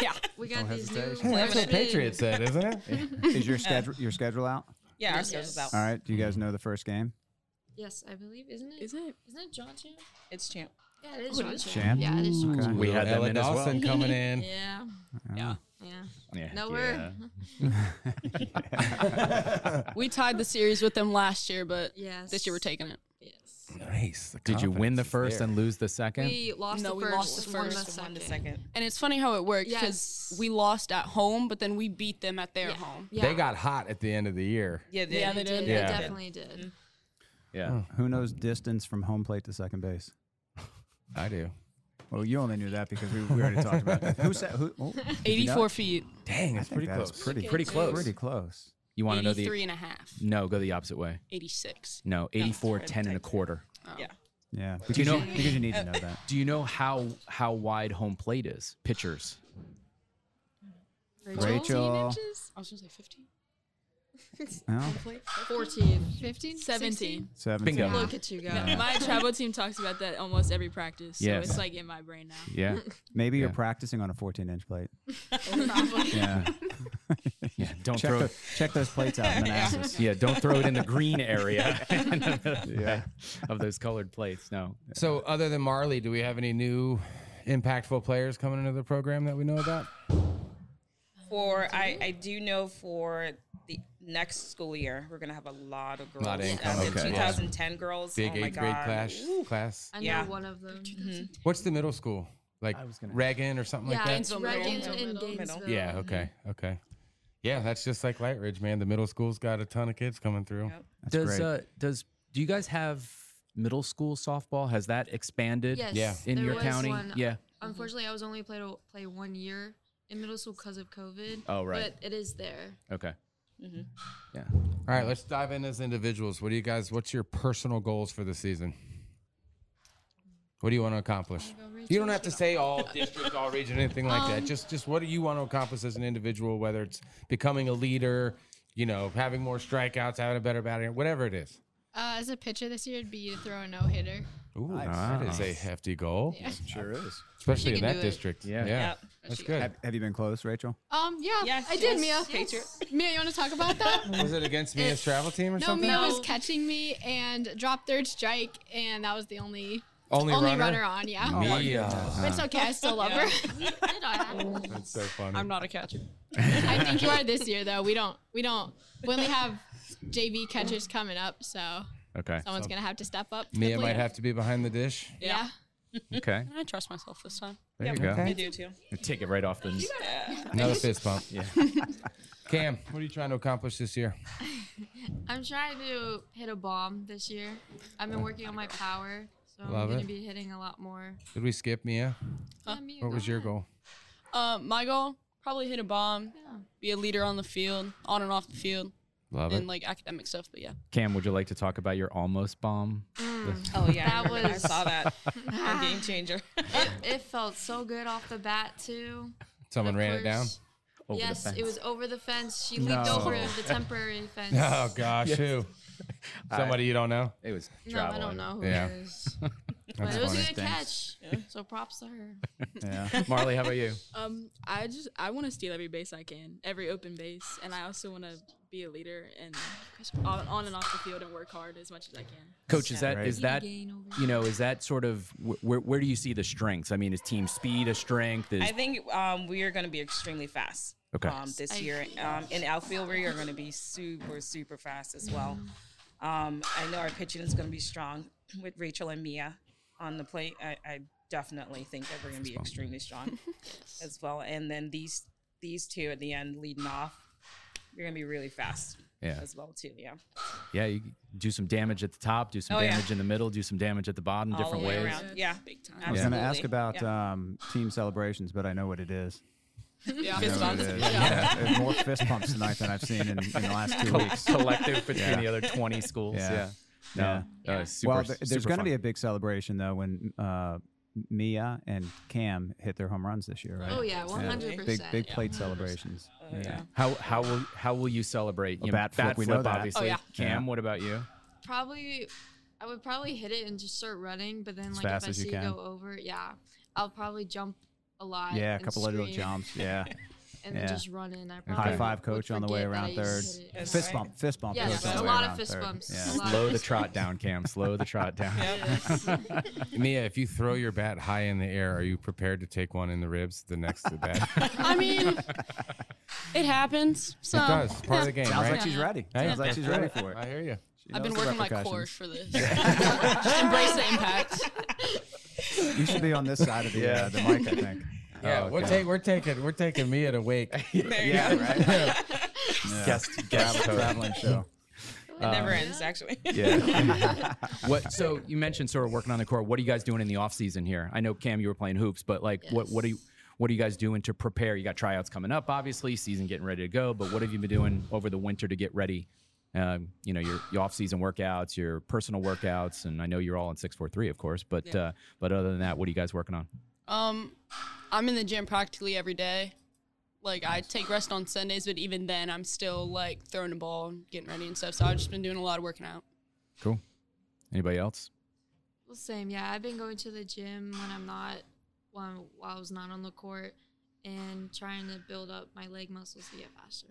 S13: Yeah.
S17: we got
S13: Don't
S17: these
S13: hesitate.
S17: new.
S3: That's what
S17: freshmen.
S3: Patriot said, isn't it?
S2: Is your schedule your schedule out?
S13: Yeah, our schedule's out.
S2: All right. Do you guys know the first game?
S17: Yes, I believe, isn't it?
S16: Isn't it?
S17: Isn't it John Champ?
S13: It's champ.
S17: Yeah, it is
S13: Oh,
S17: John
S13: it is
S17: Champ.
S2: Champ?
S17: Yeah, it is John
S2: Okay.
S17: Champ.
S3: We had
S2: Ella
S3: them in as well. Dawson coming in.
S17: Yeah.
S2: Yeah.
S17: Yeah.
S4: Yeah.
S17: No,
S4: Yeah.
S17: we're.
S16: we tied the series with them last year, but
S17: Yes.
S16: this year we're taking it.
S17: Yes.
S3: Nice.
S4: Did you win the
S3: confidence is
S4: first
S3: there.
S4: and lose the second?
S17: We lost
S16: No,
S17: the
S16: we
S17: first.
S16: lost the
S17: won
S16: first,
S17: the
S16: won the
S17: second.
S16: And it's funny how it worked because we lost at home, but then we beat them at their home.
S3: They got hot at the end of the year.
S13: Yeah,
S16: they, yeah, they did.
S3: Yeah.
S17: did.
S3: Oh.
S4: Yeah.
S2: Who knows distance from home plate to second base?
S3: I do.
S2: Well, you only knew that because we, we already talked about that. Who said who? oh, did you know?
S16: 84 feet.
S3: Dang,
S2: I
S3: it's
S2: think
S3: pretty
S2: that is
S3: close.
S2: Pretty,
S16: Pretty close.
S2: Pretty close.
S4: You want to know the
S16: 83 and a half.
S4: No, go the opposite way.
S16: 86.
S4: No,
S16: No,
S4: 84,
S16: it's
S4: 10 and a
S16: right.
S4: quarter.
S17: Oh.
S13: Yeah.
S2: Yeah.
S4: Do you
S2: because
S4: know?
S2: because you need to know that.
S4: Do you know how how wide home plate is? Pitchers.
S2: Rachel. Rachel.
S16: I was going to say 15.
S2: No?
S17: 14.
S15: 15?
S16: 17.
S2: 17.
S4: Bingo.
S16: Look at you go.
S4: Yeah.
S16: My travel team talks about that almost every practice, so
S2: Yes.
S16: it's like in my brain now.
S4: Yeah.
S2: Maybe you're practicing on a 14 inch plate.
S16: Probably.
S2: Yeah.
S4: yeah. Don't
S2: check
S4: throw-
S2: tho- check those plates out in Manassas.
S4: yeah, don't throw it in the green area
S2: Yeah.
S4: of those colored plates. No.
S3: So other than Marley, do we have any new impactful players coming into the program that we know about?
S13: For I, I do know for the next school year, we're gonna have a lot of girls.
S3: Lot of
S13: Um,
S3: incoming.
S13: the
S3: Okay.
S13: 2010 girls.
S3: Big
S13: oh my
S3: eighth grade
S13: God.
S3: class class.
S17: I know
S13: Yeah. Mm-hmm.
S17: one of them.
S3: What's the middle school? Like Reagan or something
S17: Yeah,
S3: like that?
S17: it's Reagan and Gainesville.
S3: Yeah. Okay. Okay. Yeah, that's just like Light Ridge, man. The middle school's got a ton of kids coming through.
S2: That's
S4: does
S2: great.
S4: uh does do you guys have middle school softball? Has that expanded?
S17: Yes.
S4: In
S17: there
S4: your
S17: was
S4: county?
S17: one. uh,
S4: Yeah.
S17: Unfortunately, I was only played to play one year in middle school because of COVID.
S4: Oh, right.
S17: But it is there.
S4: Okay.
S17: Mm-hmm.
S4: Yeah.
S3: All right, let's dive in as individuals. What do you guys? What's your personal goals for the season? What do you want to accomplish? You don't have to say all district, all region, anything like that.
S16: Um,
S3: Just, just what do you want to accomplish as an individual? Whether it's becoming a leader, you know, having more strikeouts, having a better batting, whatever it is.
S15: Uh, as a pitcher this year, it'd be you to throw a no hitter.
S3: Ooh,
S2: Nice.
S3: that is a hefty goal,
S15: Yeah.
S2: Sure is.
S3: especially
S15: She
S3: in
S15: can
S3: that
S15: do it.
S3: district. Yeah, yeah,
S13: Yep.
S3: that's good.
S2: Have, have you been close, Rachel?
S15: Um, yeah, I did,
S16: yes,
S15: Mia.
S16: yes.
S15: Mia, you want to talk about that?
S3: Was it against me as travel team or
S15: no,
S3: something?
S15: Mia was catching me and dropped third strike, and that was the only
S3: Only runner?
S15: on. Yeah,
S3: Oh my Mia. goodness.
S15: But it's okay. I still love her.
S3: That's so funny.
S16: I'm not a catcher.
S15: I think you are this year though. We don't. We don't. We only have JV catchers coming up, so
S4: Okay.
S15: someone's gonna have to step up.
S3: Mia
S15: quickly.
S3: might have to be behind the dish.
S15: Yeah.
S4: Okay.
S16: And I trust myself this time.
S4: There you go.
S13: I do too.
S4: Take it right off the.
S3: Another fist bump.
S4: Yeah.
S3: Cam, what are you trying to accomplish this year?
S17: I'm trying to hit a bomb this year. I've been working on my power, so
S3: Love
S17: I'm going
S3: it.
S17: to be hitting a lot more.
S3: Did we skip Mia?
S15: Uh,
S16: Huh? Yeah, Mia,
S3: what
S16: go
S3: was your goal?
S16: Um, my goal probably hit a bomb, be a leader on the field, on and off the field,
S4: Love
S16: and
S4: it.
S16: like academic stuff. But yeah,
S4: Cam, would you like to talk about your almost bomb?
S16: Oh, yeah,
S17: Mm. That was.
S13: I saw that. A game changer.
S17: it, it felt so good off the bat, too.
S3: Someone ran it down.
S17: yes, it was over the fence. She leaped
S3: No.
S17: over the temporary fence.
S3: Oh gosh,
S4: Yes.
S3: who? Somebody you don't know?
S4: It was
S17: No, I don't know who
S3: yeah.
S17: it is. but
S3: That's
S17: it was
S3: funny.
S17: a good catch. So props to her.
S3: Yeah. Marley, how about you?
S18: Um, I just I want to steal every base I can, every open base, and I also want to be a leader and on, on and off the field and work hard as much as I can.
S4: Coach, is
S18: Yeah.
S4: that is that you know is that sort of wh- where where do you see the strengths? I mean, is team speed a strength? Is
S13: I think um, we are going to be extremely fast.
S4: Okay.
S13: Um,
S17: I-
S13: this year um, in outfield, we are going to be super, super fast as well. Um, I know our pitching is going to be strong with Rachel and Mia on the plate. I, I definitely think that we're going to be extremely strong as well. And then these these two at the end leading off, you're going to be really fast
S4: Yeah.
S13: as well too. Yeah.
S4: yeah, you do some damage at the top, do some
S13: Oh, yeah.
S4: damage in the middle, do some damage at the bottom,
S13: All
S4: different
S13: the way
S4: ways.
S13: around. Yeah. Big time.
S2: I was going to ask
S13: Absolutely.
S2: about
S3: uh,
S13: Yeah.
S2: um, team celebrations, but I know what it is.
S16: Yeah.
S2: I
S16: Fist
S2: know what
S16: bumps.
S2: it is.
S16: Yeah.
S2: Yeah, there's more fist pumps tonight than I've seen in, in the last two
S4: Co-
S2: weeks.
S4: collective between the other 20 schools, yeah. No, uh, super-
S2: well, th- there's
S4: super
S2: going to
S4: fun.
S2: be a big celebration though when uh, Mia and Cam hit their home runs this year, right?
S17: Oh, yeah, 100%,
S2: Big big
S17: yeah. Oh,
S2: plate celebrations.
S17: yeah.
S4: How how will how will you celebrate?
S2: A
S4: You know,
S2: bat flip, we know that.
S4: obviously.
S17: Oh, yeah.
S4: Cam,
S2: Yeah.
S4: what about you?
S17: Probably, I would probably hit it and just start running, but then
S4: As
S17: like
S4: fast
S17: if I
S4: as you
S17: see it
S4: can.
S17: go over, yeah, I'll probably jump a lot.
S2: Yeah, a
S17: and
S2: couple of little
S17: scream.
S2: jumps. Yeah.
S17: and
S2: Yeah.
S17: then just run in. I
S2: And
S17: probably
S2: High five coach on the way
S17: forget that I
S2: around third.
S17: used to hit it.
S2: Fist bump, fist bump.
S17: Yes,
S2: coach on
S17: a
S2: the way
S17: lot of
S2: around
S17: fist
S2: third.
S17: bumps,
S2: Yeah.
S17: a lot of
S4: Slow the
S17: fist
S4: trot
S17: bumps.
S4: down, Cam. Slow the trot down.
S3: Mia, if you throw your bat high in the air, are you prepared to take one in the ribs the next to that?
S16: I mean, it happens. So
S3: it does. It's part of the game,
S2: Sounds
S3: right?
S2: like she's ready.
S3: Hey,
S2: Sounds like she's ready for it.
S3: I hear you.
S16: I've been
S2: knows the
S16: working my core
S2: repercussions.
S16: for this. Just embrace the impact.
S2: You should be on this side of the, uh, the mic, I think.
S3: Yeah,
S2: Oh,
S3: we're,
S2: okay.
S3: take, we're taking we're taking Mia to wake.
S13: Yeah, right.
S2: Yeah.
S4: Guest guest
S2: Travel-
S4: coach.
S2: traveling show.
S13: It never ends actually.
S4: um, Yeah. what? So you mentioned sort of working on the core. What are you guys doing in the off season here? I know Cam, you were playing hoops, but like, what what are you what are you guys doing to prepare? You got tryouts coming up, obviously, season getting ready to go. But what have you been doing over the winter to get ready? Um, you know your, your off season workouts, your personal workouts, and I know you're all in six four three, of course. But
S16: Yeah.
S4: uh, but other than that, what are you guys working on?
S16: Um, I'm in the gym practically every day. Like I take rest on Sundays, but even then, I'm still like throwing the ball and getting ready and stuff. So I've just been doing a lot of working out.
S4: Cool. Anybody else?
S17: Well, same. Yeah, I've been going to the gym when I'm not, while, I'm- while I was not on the court, and trying to build up my leg muscles to get faster.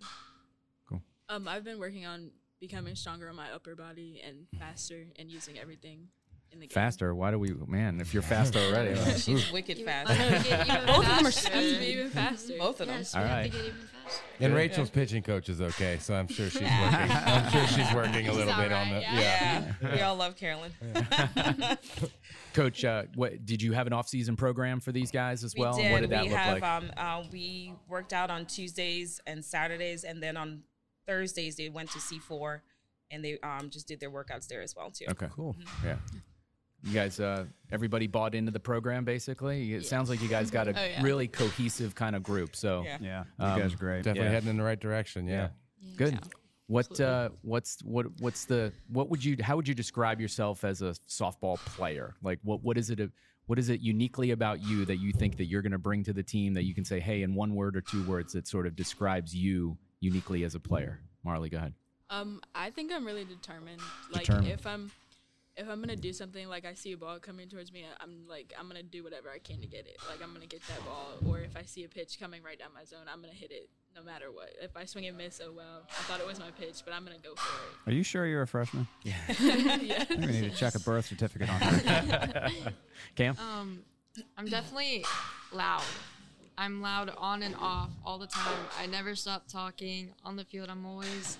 S18: Um, I've been working on becoming stronger on my upper body and faster and using everything in the game.
S4: Faster? Why do we? Man, if you're faster already, like, oof.
S13: wicked
S18: fast. Both of them are supposed to be even faster.
S13: Both of them.
S17: Yes,
S3: All
S17: we have
S3: right.
S17: to get even faster.
S3: And
S13: Yeah.
S3: Rachel's pitching coach is okay, so I'm sure she's working. I'm sure she's working a
S13: She's
S3: little
S13: all
S3: bit on
S13: right,
S3: the
S13: yeah.
S3: yeah.
S13: Yeah. We all love Carolyn.
S4: Coach, uh, what did you have an off season program for these guys as well?
S13: We
S4: And
S13: did.
S4: what did that
S13: we
S4: look
S13: have
S4: like?
S13: um, uh, we worked out on Tuesdays and Saturdays, and then on Thursdays they went to C four, and they um, just did their workouts there as well too. Mm-hmm.
S4: Okay. Cool. Yeah. You guys, uh, everybody bought into the program basically. It sounds like you guys got a
S13: Oh, yeah.
S4: really cohesive kind of group. So um,
S13: Yeah. Yeah.
S2: You guys are great.
S3: Definitely heading in the right direction. Yeah.
S4: Good. What uh, what's what what's the what would you how would you describe yourself as a softball player? Like what what is it a- what is it uniquely about you that you think that you're going to bring to the team that you can say hey in one word or two words that sort of describes you uniquely as a player? Marley, go ahead.
S18: Um, I think I'm really determined. Like
S4: Determined.
S18: if I'm if I'm gonna do something, like I see a ball coming towards me, I'm like I'm gonna do whatever I can to get it. Like I'm gonna get that ball, or if I see a pitch coming right down my zone, I'm gonna hit it no matter what. If I swing and miss, oh well, I thought it was my pitch, but I'm gonna go for it.
S2: Are you sure you're a freshman? Yeah. I think we need to check a birth certificate on her.
S4: Cam?
S17: Um, I'm definitely loud. I'm loud on and off all the time. I never stop talking on the field. I'm always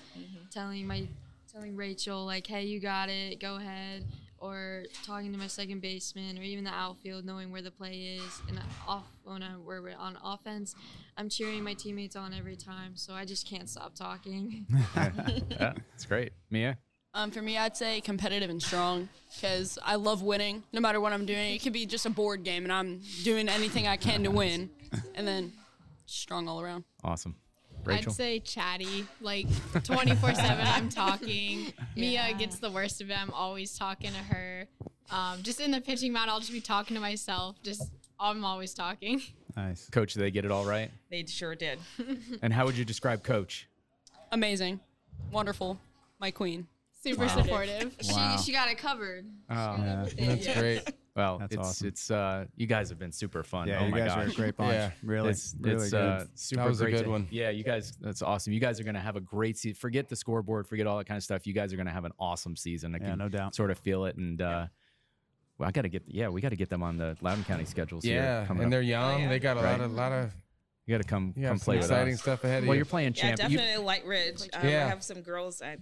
S17: telling my telling Rachel like, "Hey, you got it. Go ahead." or talking to my second baseman or even the outfield, knowing where the play is. And off when I, where we're on offense, I'm cheering my teammates on every time. So I just can't stop talking.
S4: yeah, it's great. Mia?
S16: Um, for me, I'd say competitive and strong because I love winning no matter what I'm doing. It could be just a board game and I'm doing anything I can to win. And then strong all around.
S4: Awesome. Rachel?
S15: I'd say chatty, like 24 7, I'm talking. Mia gets the worst of it. I'm always talking to her. Um, just in the pitching mound, I'll just be talking to myself. Just, I'm always talking.
S2: Nice.
S4: Coach, they get it all right.
S13: They sure did.
S4: And how would you describe Coach?
S16: Amazing. Wonderful. My queen.
S15: Super Wow. supportive.
S4: Wow.
S17: She, she got it covered.
S4: Oh, yeah.
S17: That's Yeah. great.
S4: Well,
S2: That's
S4: it's
S2: awesome.
S4: it's uh, you guys have been super fun.
S2: Yeah,
S4: oh
S2: you
S4: my
S2: guys
S4: gosh.
S2: are a great bunch. Really,
S4: it's,
S2: really
S4: it's,
S2: good.
S4: Uh,
S2: That
S4: super
S2: was a
S4: great
S2: good
S4: to-
S2: one.
S4: Yeah, you guys, that's awesome. You guys are gonna have a great season. Forget the scoreboard, forget all that kind of stuff. You guys are gonna have an awesome season. I
S2: Yeah,
S4: can
S2: no doubt.
S4: Sort of feel it, and uh, well, I gotta get. Yeah, we gotta get them on the Loudon County schedules. here
S3: Oh, Yeah,
S4: coming
S3: and
S4: up.
S3: they're
S13: Oh,
S3: young. They got a lot
S4: Right?
S3: of lot of
S4: You gotta come
S3: you have
S4: come
S3: some
S4: play with
S3: exciting
S4: us.
S3: stuff ahead of
S4: Well,
S3: you.
S4: you're playing
S13: Yeah,
S4: champ. you-
S13: definitely Light Ridge. Um,
S3: Yeah.
S13: I have some girls at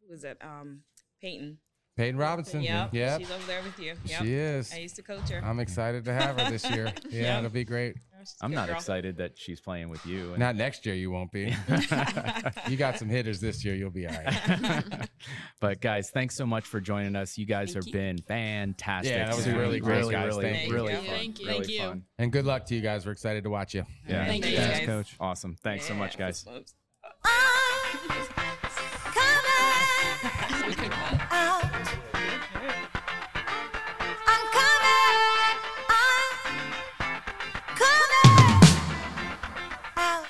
S13: who is it? Um, Peyton.
S3: Peyton Robinson.
S13: Yeah,
S3: Yep.
S13: she's over there with you. Yep.
S3: She is.
S13: I used to coach her.
S3: I'm excited to have her this year. Yeah,
S13: Yep.
S3: it'll be great.
S13: She's a
S4: I'm
S13: good
S4: not
S13: girl.
S4: excited that she's playing with you. and-
S3: Not next year, you won't be. you got some hitters this year. You'll be all right.
S4: But guys, thanks so much for joining us. You guys have been fantastic.
S3: Yeah, that was
S4: Super-
S3: really great,
S4: really,
S3: guys.
S4: Really,
S3: Thank you.
S4: really
S3: Thank you.
S4: fun.
S3: Thank you.
S4: Really
S3: Thank you.
S4: fun.
S3: And good luck to you guys. We're excited to watch you.
S4: Yeah.
S3: Thank you. Thanks,
S4: Coach. Awesome. Thanks so much, guys.
S19: out. I'm coming. I'm coming out.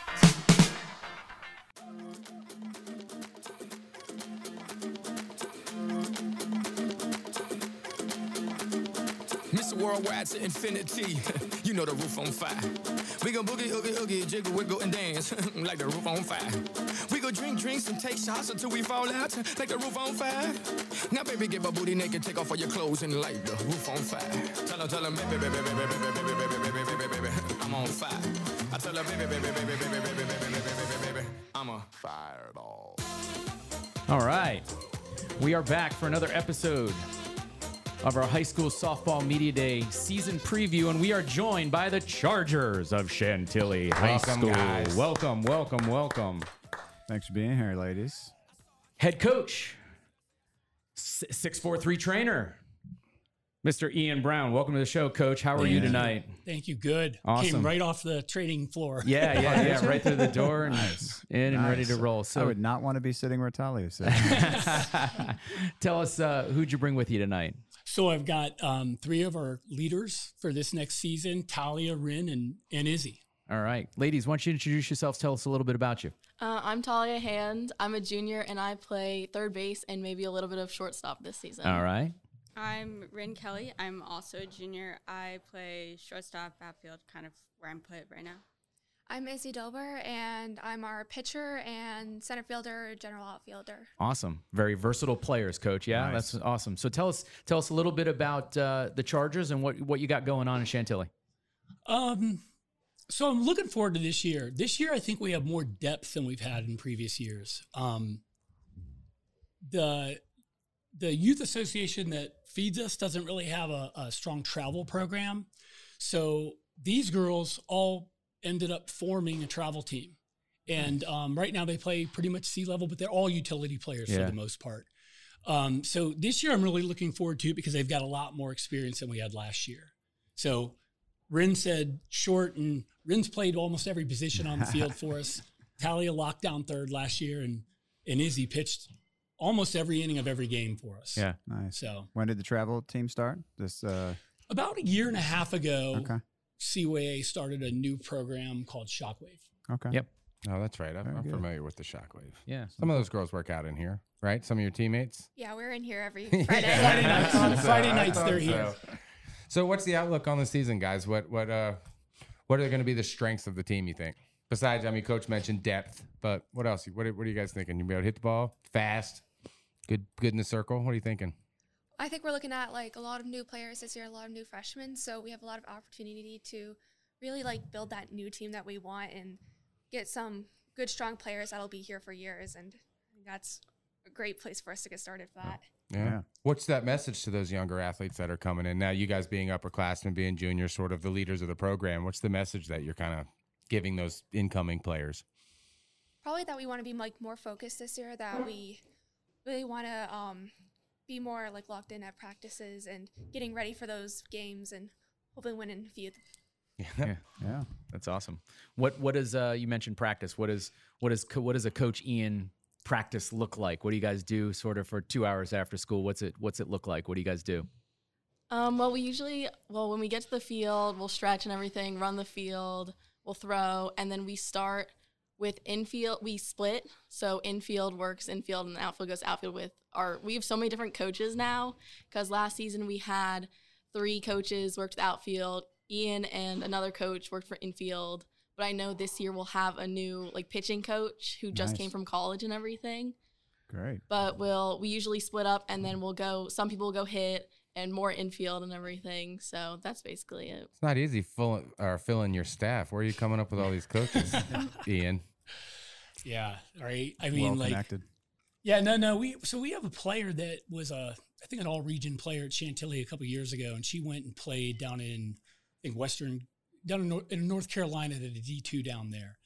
S20: Mr. Worldwide to infinity. you know the roof on fire. We gon' boogie, oogie, oogie, jiggle, wiggle, and dance like the roof on fire. We gon' drink drinks and take shots until we fall out like the roof on fire. Now, baby, get my booty naked, take off all your clothes and light the roof on fire. Tell her, tell her, baby, baby, baby, baby, baby, baby, baby, baby, baby, baby, I'm on fire. I tell her, baby, baby, baby, baby, baby, baby, baby, baby, baby, baby, I'm a fireball.
S4: All right. We are back for another episode of our high school softball media day season preview, and we are joined by the Chargers of Chantilly High
S2: Welcome,
S4: School.
S2: guys.
S4: Welcome, welcome, welcome.
S2: Thanks for being here, ladies.
S4: Head coach, s- 643 trainer, Mr. Ian Brown. Welcome to the show, coach. How are you
S21: Thank
S4: tonight?
S21: Thank you. Good.
S4: Awesome.
S21: Came right off the training floor.
S4: Yeah, yeah, yeah. Right through the door and
S2: Nice.
S4: in and ready to
S2: Nice.
S4: roll.
S2: I
S4: So
S2: would not want to be sitting where Talia sits.
S4: tell us uh, who'd you bring with you tonight?
S21: So I've got um, three of our leaders for this next season: Talia, Rin, and and Izzy.
S4: All right. Ladies, why don't you introduce yourselves? Tell us a little bit about you.
S22: Uh, I'm Talia Hand. I'm a junior and I play third base and maybe a little bit of shortstop this season.
S4: All right.
S23: I'm Rin Kelly. I'm also a junior. I play shortstop, outfield, kind of where I'm put right now.
S24: I'm Izzy Dober, and I'm our pitcher and center fielder, general outfielder.
S4: Awesome. Very versatile players, coach. Yeah,
S2: Nice.
S4: that's awesome. So tell us tell us a little bit about uh, the Chargers and what what you got going on in Chantilly.
S21: Um, so I'm looking forward to this year. This year, I think we have more depth than we've had in previous years. Um, the the youth association that feeds us doesn't really have a, a strong travel program, so these girls all ended up forming a travel team, and um, right now they play pretty much sea level, but they're all utility players for
S25: Yeah.
S21: the most part. Um, so this year, I'm really looking forward to it because they've got a lot more experience than we had last year. So Rin said short, and Rin's played almost every position on the field for us. Talia locked down third last year, and and Izzy pitched almost every inning of every game for us.
S2: Nice.
S21: So
S2: when did the travel team start? This uh
S21: About a year and a half ago,
S2: Okay.
S21: CYA started a new program called Shockwave.
S2: Okay.
S4: Yep.
S3: Oh, that's right. I'm,
S2: Very
S3: I'm
S2: good.
S3: familiar with the shockwave.
S4: Yeah.
S3: Some of those girls work out in here, right? Some of your teammates.
S24: Yeah, we're in here every
S3: Yeah.
S24: Friday.
S21: Friday nights. On
S3: So,
S21: Friday
S3: I
S21: nights,
S3: thought
S21: they're here.
S3: so. So, what's the outlook on the season, guys? What what uh what are going to be the strengths of the team? You think? Besides, I mean, coach mentioned depth, but what else? What are, what are you guys thinking? You be able to hit the ball fast, good good in the circle. What are you thinking?
S24: I think we're looking at like a lot of new players this year, a lot of new freshmen. So we have a lot of opportunity to really like build that new team that we want and get some good, strong players that'll be here for years. And I think that's a great place for us to get started for that.
S3: Yeah.
S2: Yeah.
S3: What's that message to those younger athletes that are coming in now? You guys being upperclassmen, being juniors, sort of the leaders of the program. What's the message that you're kind of giving those incoming players?
S24: probably that we want to be like more focused this year that we really want to um, be more like locked in at practices and getting ready for those games and hopefully winning a few
S4: yeah,
S2: yeah,
S4: that's awesome. What what is uh, you mentioned practice? What is what is co- what does a coach Ian practice look like? What do you guys do sort of for two hours after school? What's it what's it look like? What do you guys do?
S22: Um, well, we usually, well, when we get to the field, we'll stretch and everything, run the field, we'll throw, and then we start with infield. We split, so infield works infield, and outfield goes outfield with our. We have so many different coaches now because last season we had three coaches worked with outfield. Ian and another coach worked for infield, but I know this year we'll have a new like pitching coach who just
S2: Nice.
S22: came from college and everything
S2: Great.
S22: but we'll we usually split up and then we'll go some people will go hit and more infield and everything so that's basically it
S3: It's not easy full, or filling your staff. Where are you coming up with all these coaches, Ian?
S21: Yeah, right. I mean, like,
S2: connected.
S21: yeah, no, no. We so we have a player that was a, I think, an all-region player at Chantilly a couple years ago, and she went and played down in, I think, Western, down in, Nor- in North Carolina at a D two down there,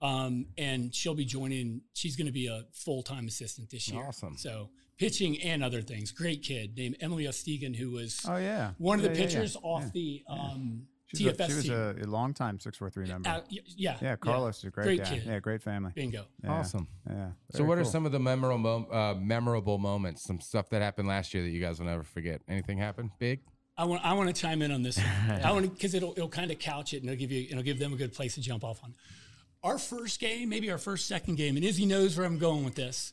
S21: um, and she'll be joining. She's going to be a full-time assistant this year.
S3: Awesome.
S21: So pitching and other things. Great kid named Emily Ostegan, who was
S2: Oh, yeah.
S21: one of
S2: Yeah,
S21: the
S2: yeah, yeah.
S21: pitchers off
S2: Yeah,
S21: the um,
S2: She was,
S21: TFS
S2: a, she was
S21: team.
S2: a, a long time six four three member.
S21: Uh, y- yeah,
S2: Yeah.
S21: yeah.
S2: Carlos is a great,
S21: Great
S2: guy.
S21: kid.
S2: Yeah. Great family.
S21: Bingo.
S2: Yeah,
S3: Awesome.
S2: Yeah.
S3: So,
S2: very
S3: what are
S2: cool.
S3: some of the memorable mom- uh, memorable moments? Some stuff that happened last year that you guys will never forget. Anything happen big?
S21: I want I want to chime in on this. One. I want to because it'll it'll kind of couch it and it'll give you it'll give them a good place to jump off on. Our first game, maybe our first second game, and Izzy knows where I'm going with this.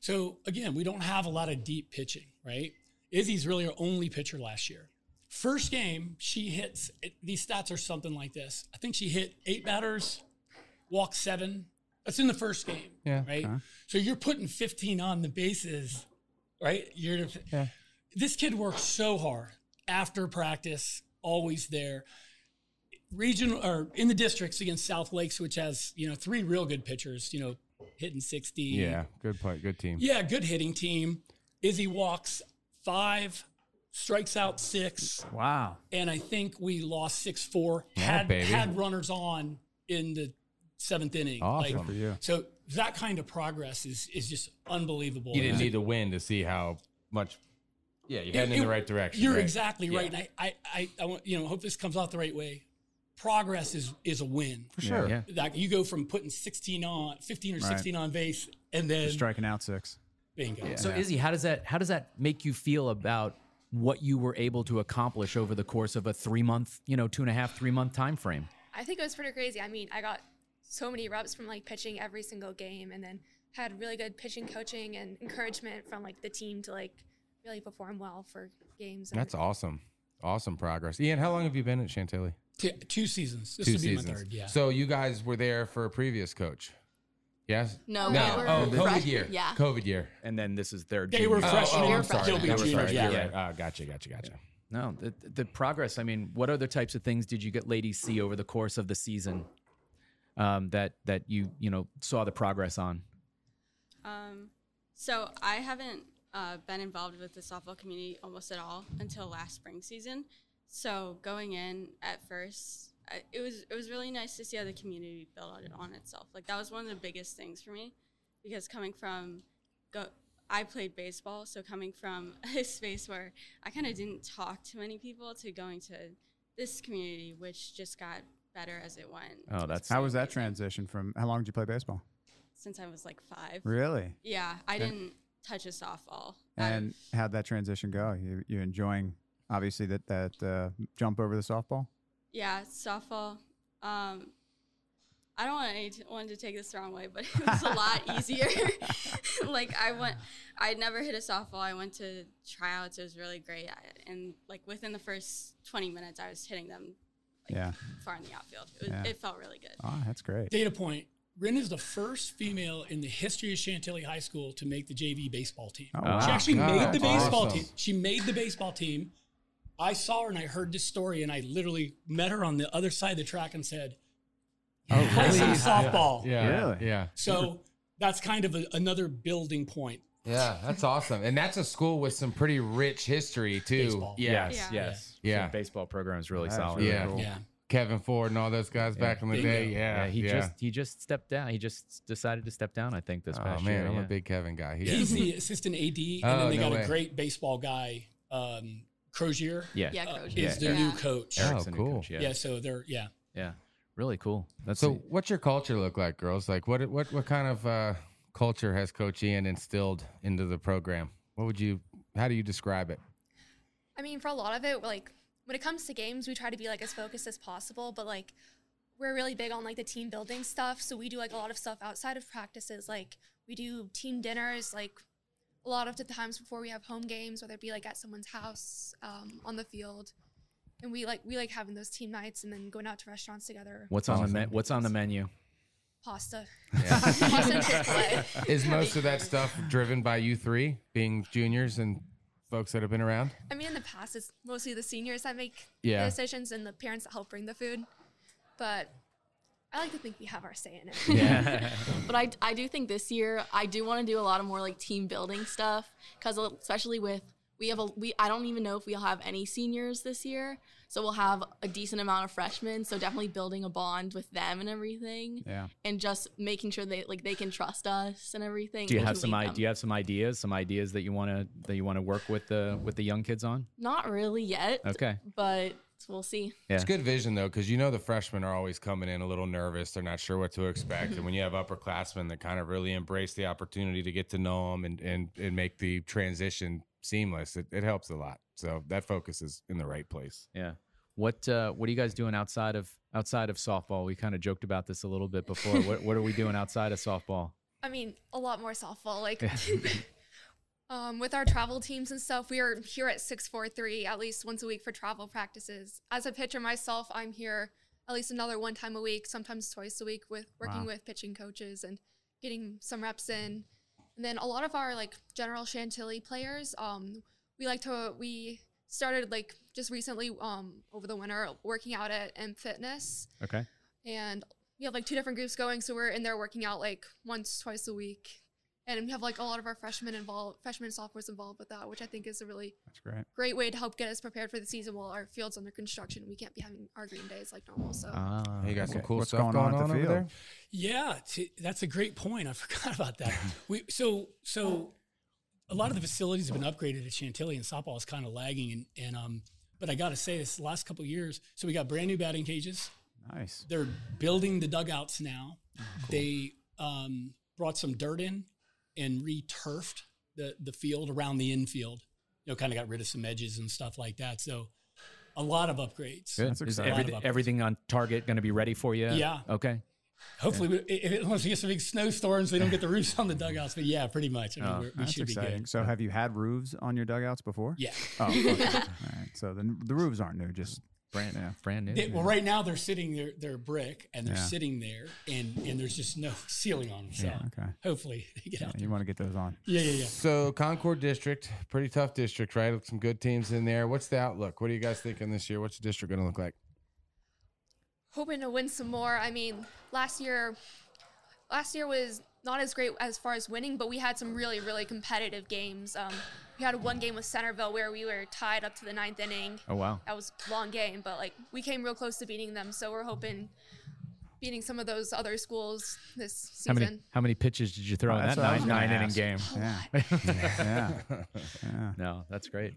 S21: So again, we don't have a lot of deep pitching, right? Izzy's really our only pitcher last year. First game, she hits it, these stats are something like this. I think she hit eight batters, walked seven. That's in the first game,
S3: Yeah,
S21: right?
S3: okay.
S21: So you're putting 15 on the bases, right? You're this kid works so hard after practice, always there. Regional or in the districts against South Lakes, which has you know three real good pitchers, you know, hitting sixty.
S3: Yeah, good point. Good team.
S21: yeah, good hitting team. Izzy walks five, strikes out six,
S2: Wow.
S21: and I think we lost six four.
S2: Yeah,
S21: had
S2: baby.
S21: had runners on in the seventh inning.
S3: Awesome. Good for
S2: you.
S21: So that kind of progress is is just unbelievable.
S3: You
S21: And
S3: didn't
S21: I-
S3: need to win to see how much. Yeah, you're heading
S21: it-
S3: in
S21: it-
S3: the right direction.
S21: You're
S3: right?
S21: exactly
S3: Yeah.
S21: right. And I, I, I, I want, you know, hope this comes out the right way. Progress is is a win
S2: For sure. Yeah.
S21: Like you go from putting 16 on, 15 or
S2: Right.
S21: 16 on base, and then
S2: striking out six.
S21: bingo.
S4: So Izzy, how does that how does that make you feel about what you were able to accomplish over the course of a three month, you know, two and a half, three month time frame?
S24: I think it was pretty crazy. I mean, I got so many reps from like pitching every single game and then had really good pitching coaching and encouragement from like the team to like really perform well for games. and
S3: That's awesome. Awesome progress. Ian, how long have you been at Chantilly?
S21: Two, two seasons. This
S3: Two
S21: would be
S3: seasons.
S21: my third. Yeah.
S3: So you guys were there for a previous coach. Yes.
S21: No,
S3: No.
S21: we were
S3: oh, COVID
S21: fresh-
S3: year.
S21: yeah.
S3: COVID year.
S4: And then this is their
S21: They were junior year. freshmen.
S3: Oh, oh,
S21: They
S3: I'm
S21: were
S3: sorry.
S21: freshmen.
S3: They were
S21: They'll be
S3: sorry.
S21: juniors,
S3: You're
S21: yeah.
S3: right. Oh, gotcha, gotcha, gotcha.
S4: No, the, the progress. I mean, what other types of things did you get ladies see over the course of the season um, that that you you know saw the progress on?
S16: Um, so I haven't uh, been involved with the softball community almost at all until last spring season. So going in at first, I, it was it was really nice to see how the community built on, on itself. Like that was one of the biggest things for me, because coming from, go, I played baseball, so coming from a space where I kind of didn't talk to many people to going to this community, which just got better as it went.
S2: Oh, that's how was that transition from? How long did you play baseball?
S16: Since I was like five.
S2: Really?
S16: Yeah, I
S2: Okay.
S16: didn't touch a softball.
S21: Uh,
S2: And how'd that transition go? You you enjoying obviously that that uh, jump over the softball?
S16: Yeah, softball. Um, I don't want anyone to take this the wrong way, but it was a lot easier. like I went, I never hit a softball. I went to tryouts. It was really great, I, and like within the first twenty minutes, I was hitting them
S2: Yeah.
S16: far in the outfield. It, was,
S2: Yeah.
S16: it felt really good.
S2: Oh, that's great.
S21: Data point. Rin is the first female in the history of Chantilly High School to make the JV baseball team.
S2: Oh, wow.
S21: She actually
S2: Wow.
S21: made the
S2: That's
S21: baseball
S2: awesome.
S21: team. She made the baseball team. I saw her and I heard this story and I literally met her on the other side of the track and said,
S3: Oh,
S21: play some
S3: really?
S21: softball.
S3: Yeah. Yeah. Really? Yeah.
S21: So that's kind of a, another building point.
S3: Yeah, that's awesome. And that's a school with some pretty rich history too.
S4: Baseball. Yes, Yeah. yes.
S3: Yeah.
S4: So baseball program is really
S3: That's
S4: solid.
S3: really Yeah. cool. Yeah. Kevin Ford and all those guys back in the day. Yeah,
S4: He
S3: yeah.
S4: just he just stepped down. He just s- decided to step down, I think, this
S3: Oh,
S4: past
S3: man,
S4: year.
S3: I'm a
S4: yeah.
S3: big Kevin guy. He-
S21: He's the assistant AD, and
S3: Oh,
S21: then they
S3: no
S21: got
S3: way.
S21: a great baseball guy, um, Crozier.
S4: Yeah. Yeah,
S21: uh,
S4: Crozier.
S21: is
S4: Yeah,
S21: the
S4: Eric-
S21: new coach.
S3: Eric's the new Oh, cool. coach, yeah.
S21: yeah. so they're yeah.
S4: Yeah. Really cool. That's
S3: so. What's your culture look like, girls? Like, what what what kind of uh, culture has Coach Ian instilled into the program? What would you? How do you describe it?
S24: I mean, for a lot of it, like when it comes to games, we try to be like as focused as possible, but like we're really big on like the team building stuff. So we do like a lot of stuff outside of practices. Like we do team dinners, like a lot of the times before we have home games, whether it be like at someone's house, um, on the field. And we like we like having those team nights and then going out to restaurants together.
S4: What's on the me- what's on the menu?
S24: pasta?
S3: Yeah.
S24: Pasta and Chick-fil-A.
S3: Is most of that stuff driven by you three being juniors and folks that have been around?
S24: I mean, in the past, it's mostly the seniors that make
S3: Yeah.
S24: the decisions and the parents that help bring the food. But I like to think we have our say in it.
S3: Yeah.
S15: but I, I do think this year I do want to do a lot of more like team building stuff
S22: because especially with we have a we I don't even know if we'll have any seniors this year, so we'll have a decent amount of freshmen. So definitely building a bond with them and everything,
S4: Yeah.
S22: and just making sure they like they can trust us and everything.
S4: Do you
S22: and
S4: have
S22: we
S4: some
S22: lead
S4: i-
S22: them.
S4: do you have some ideas, some ideas that you wanna that you wanna work with the with the young kids on?
S22: Not really yet.
S4: Okay.
S22: but we'll see.
S3: It's good vision though, because you know the freshmen are always coming in a little nervous. They're not sure what to expect, and when you have upperclassmen that kind of really embrace the opportunity to get to know them and and, and make the transition seamless, it, it helps a lot. So that focus is in the right place.
S4: Yeah. What uh, what are you guys doing outside of outside of softball? We kind of joked about this a little bit before. what what are we doing outside of softball?
S24: I mean, a lot more softball. Like,
S4: Yeah.
S24: um, with our travel teams and stuff, we are here at 643 at least once a week for travel practices. As a pitcher myself, I'm here at least another one time a week, sometimes twice a week, with working
S15: Wow.
S24: with pitching coaches and getting some reps in. And then a lot of our like general Chantilly players, um, we like to we started like just recently um, over the winter working out at M Fitness
S4: Okay.
S24: and we have like two different groups going so we're in there working out like once twice a week and we have like a lot of our freshmen involved freshmen and sophomores involved with that which i think is a really
S2: That's great.
S24: great way to help get us prepared for the season while our field's under construction we can't be having our green days like normal so
S4: Ah,
S3: you got some
S2: Uh, okay.
S3: cool
S2: What's
S3: stuff
S2: going
S3: going,
S2: on at the
S3: on over
S2: field?
S3: there.
S21: Yeah, t- that's a great point. I forgot about that. we so so a lot of the facilities have been upgraded at Chantilly, and softball is kind of lagging. And, and um, but I got to say, this last couple of years, so we got brand new batting cages.
S2: Nice. Oh,
S21: They're building the dugouts now. They um, brought some dirt in and returfed the the field around the infield. You know, kind of got rid of some edges and stuff like that. So a lot of upgrades.
S4: Good. Is everyth-
S21: A lot of
S4: everything on target going to be ready for you?
S21: Yeah.
S4: Okay.
S21: Hopefully, we, if it, unless we get some big snowstorms, we don't get the roofs on the dugouts. But yeah, pretty much. I mean,
S2: Oh,
S21: we're, we
S2: that's
S21: should
S2: exciting.
S21: be good.
S2: So, have you had roofs on your dugouts before?
S21: Yeah.
S2: Oh, okay. All right. So the, the roofs aren't new, just brand new.
S4: Brand new.
S21: They- well, right now they're sitting there, they're brick, and they're
S2: Yeah.
S21: sitting there, and and there's just no ceiling on them. So
S2: Yeah, okay.
S21: hopefully they get out.
S2: You want to get those on.
S21: Yeah, yeah, yeah.
S3: So Concord District, pretty tough district, right? Some good teams in there. What's the outlook? What are you guys thinking this year? What's the district going to look like?
S24: hoping to win some more i mean last year last year was not as great as far as winning but we had some really really competitive games um, we had one game with centerville where we were tied up to the ninth inning
S4: Oh, wow.
S24: that was a long game, but like we came real close to beating them, so we're hoping beating some of those other schools this
S4: How
S24: season.
S4: many how many pitches did you throw in that nine, nine inning game?
S2: Yeah.
S4: yeah. No, that's great.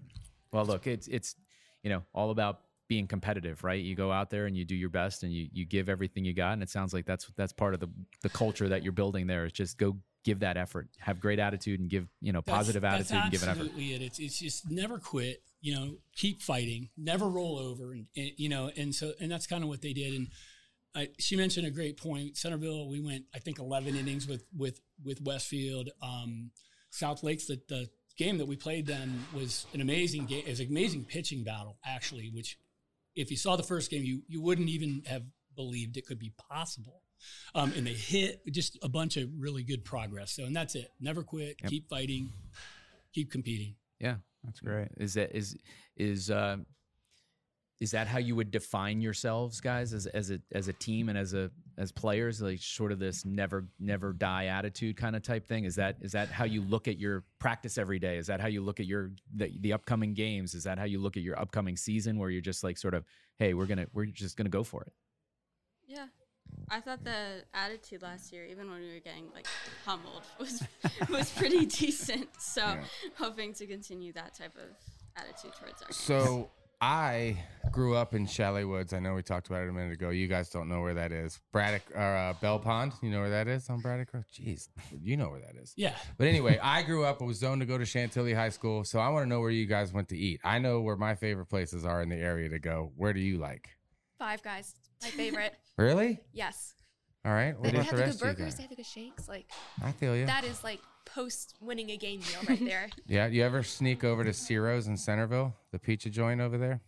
S4: Well, look, it's it's you know all about being competitive, right? You go out there and you do your best and you you give everything you got, and it sounds like that's that's part of the the culture that you're building there. Is just go give that effort, have great attitude, and give you know
S21: That's-
S4: positive
S21: that's
S4: attitude and give an effort.
S21: absolutely it. It's it's just never quit. You know, keep fighting, never roll over, and, and you know, and so and that's kind of what they did. And I, she mentioned a great point. Centerville, we went I think eleven innings with with with Westfield. Um, South Lakes, that the game that we played them was an amazing game. It was an amazing pitching battle actually, which if you saw the first game, you you wouldn't even have believed it could be possible. Um, and they hit just a bunch of really good progress. So, and that's it. Never quit.
S4: Yep.
S21: Keep fighting. Keep competing.
S4: Yeah,
S2: that's great.
S4: Is that is is uh, is that how you would define yourselves, guys, as as a as a team and as a as players, like sort of this never never die attitude kind of type thing? Is that is that how you look at your practice every day? Is that how you look at your the, the upcoming games? Is that how you look at your upcoming season, where you're just like sort of, hey, we're gonna we're just gonna go for it?
S16: Yeah. I thought the attitude last year, even when we were getting like humbled, was was pretty decent. So
S3: Yeah.
S16: hoping to continue that type of attitude towards our
S3: So I grew up in Chalet Woods. I know we talked about it a minute ago. You guys don't know where that is. Braddock or uh, Bell Pond. You know where that is on Braddock Road? Jeez, you know where that is.
S21: Yeah.
S3: But anyway, I grew up. I was zoned to go to Chantilly High School. So I want to know where you guys went to eat. I know where my favorite places are in the area to go. Where do you like?
S24: Five Guys, my favorite.
S3: Really?
S24: yes.
S3: All right. What
S24: Like, they
S3: about
S24: have
S3: the
S24: the good
S3: rest of you
S24: burgers.
S3: guys?
S24: They have the good shakes. Like
S3: I feel you.
S24: That is like post winning a game meal right there.
S3: Yeah. You ever sneak over to Ciro's in Centerville, the pizza joint over there?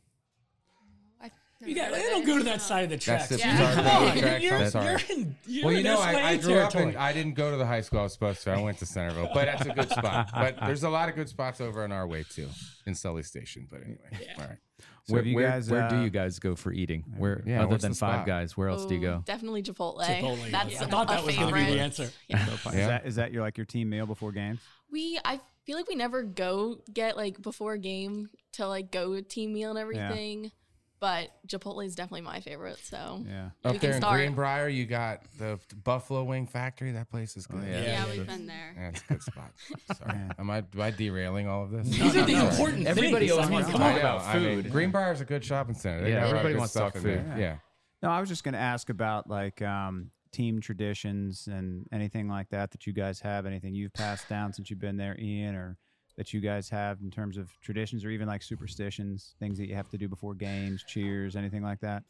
S21: You got, they don't go to that side of the tracks.
S3: That's the
S21: man.
S3: sorry,
S21: Come
S3: that's
S21: on,
S3: the tracks.
S21: you're,
S3: I'm sorry.
S21: you're in, you're
S3: well, you
S21: in
S3: know,
S21: SYA
S3: I, I grew up
S21: territory.
S3: in. I didn't go to the high school I was supposed to. I went to Centerville, but that's a good spot. But there's a lot of good spots over on our way too, in Sully Station. But anyway, all right. So
S4: where where, where do
S3: uh,
S4: you guys go for eating? Where
S3: Yeah,
S4: other
S3: what's
S4: than
S3: the
S4: Five
S3: spot?
S4: Guys, where else do you
S15: Ooh,
S4: go?
S15: Definitely Chipotle.
S21: Chipotle,
S15: That's
S21: yeah. I thought
S15: a
S21: that was gonna be the
S15: favorite.
S21: answer.
S15: Yeah.
S2: So fun.
S3: Yeah.
S2: Is that is that your like your team meal before games?
S15: We I feel like we never go get like before a game to like go to team meal and everything. But Chipotle is definitely my favorite. So
S3: Yeah.
S15: we
S3: Up
S15: can
S3: there in
S15: start.
S3: Greenbrier, you got the Buffalo Wing Factory. That place is good.
S21: yeah. Yeah, Yeah, we've that's- been there.
S3: That's a good spot. Sorry. am, I, am I derailing all of this?
S21: These are the
S3: Sorry.
S21: important Everybody things. always wants to
S3: I
S21: talk
S3: know,
S21: about
S3: I mean,
S21: food.
S3: Greenbrier's a good shopping center. They got a lot of good stuff in there. Yeah.
S2: No, I was just going to ask about like um, team traditions and anything like that that you guys have. Anything you've passed down since you've been there, Ian, or that you guys have in terms of traditions or even like superstitions, things that you have to do before games, cheers, anything like that.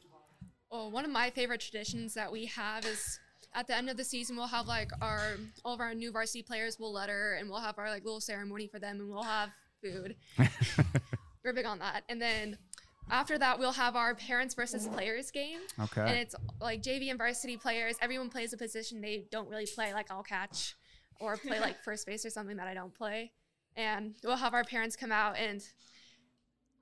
S24: Well, one of my favorite traditions that we have is at the end of the season we'll have like our all of our new varsity players will letter and we'll have our like little ceremony for them and we'll have food. We're big on that. And then after that we'll have our parents versus players game.
S2: Okay.
S24: And it's like JV and varsity players. Everyone plays a position they don't really play. Like I'll catch or play like first base or something that I don't play. And we'll have our parents come out and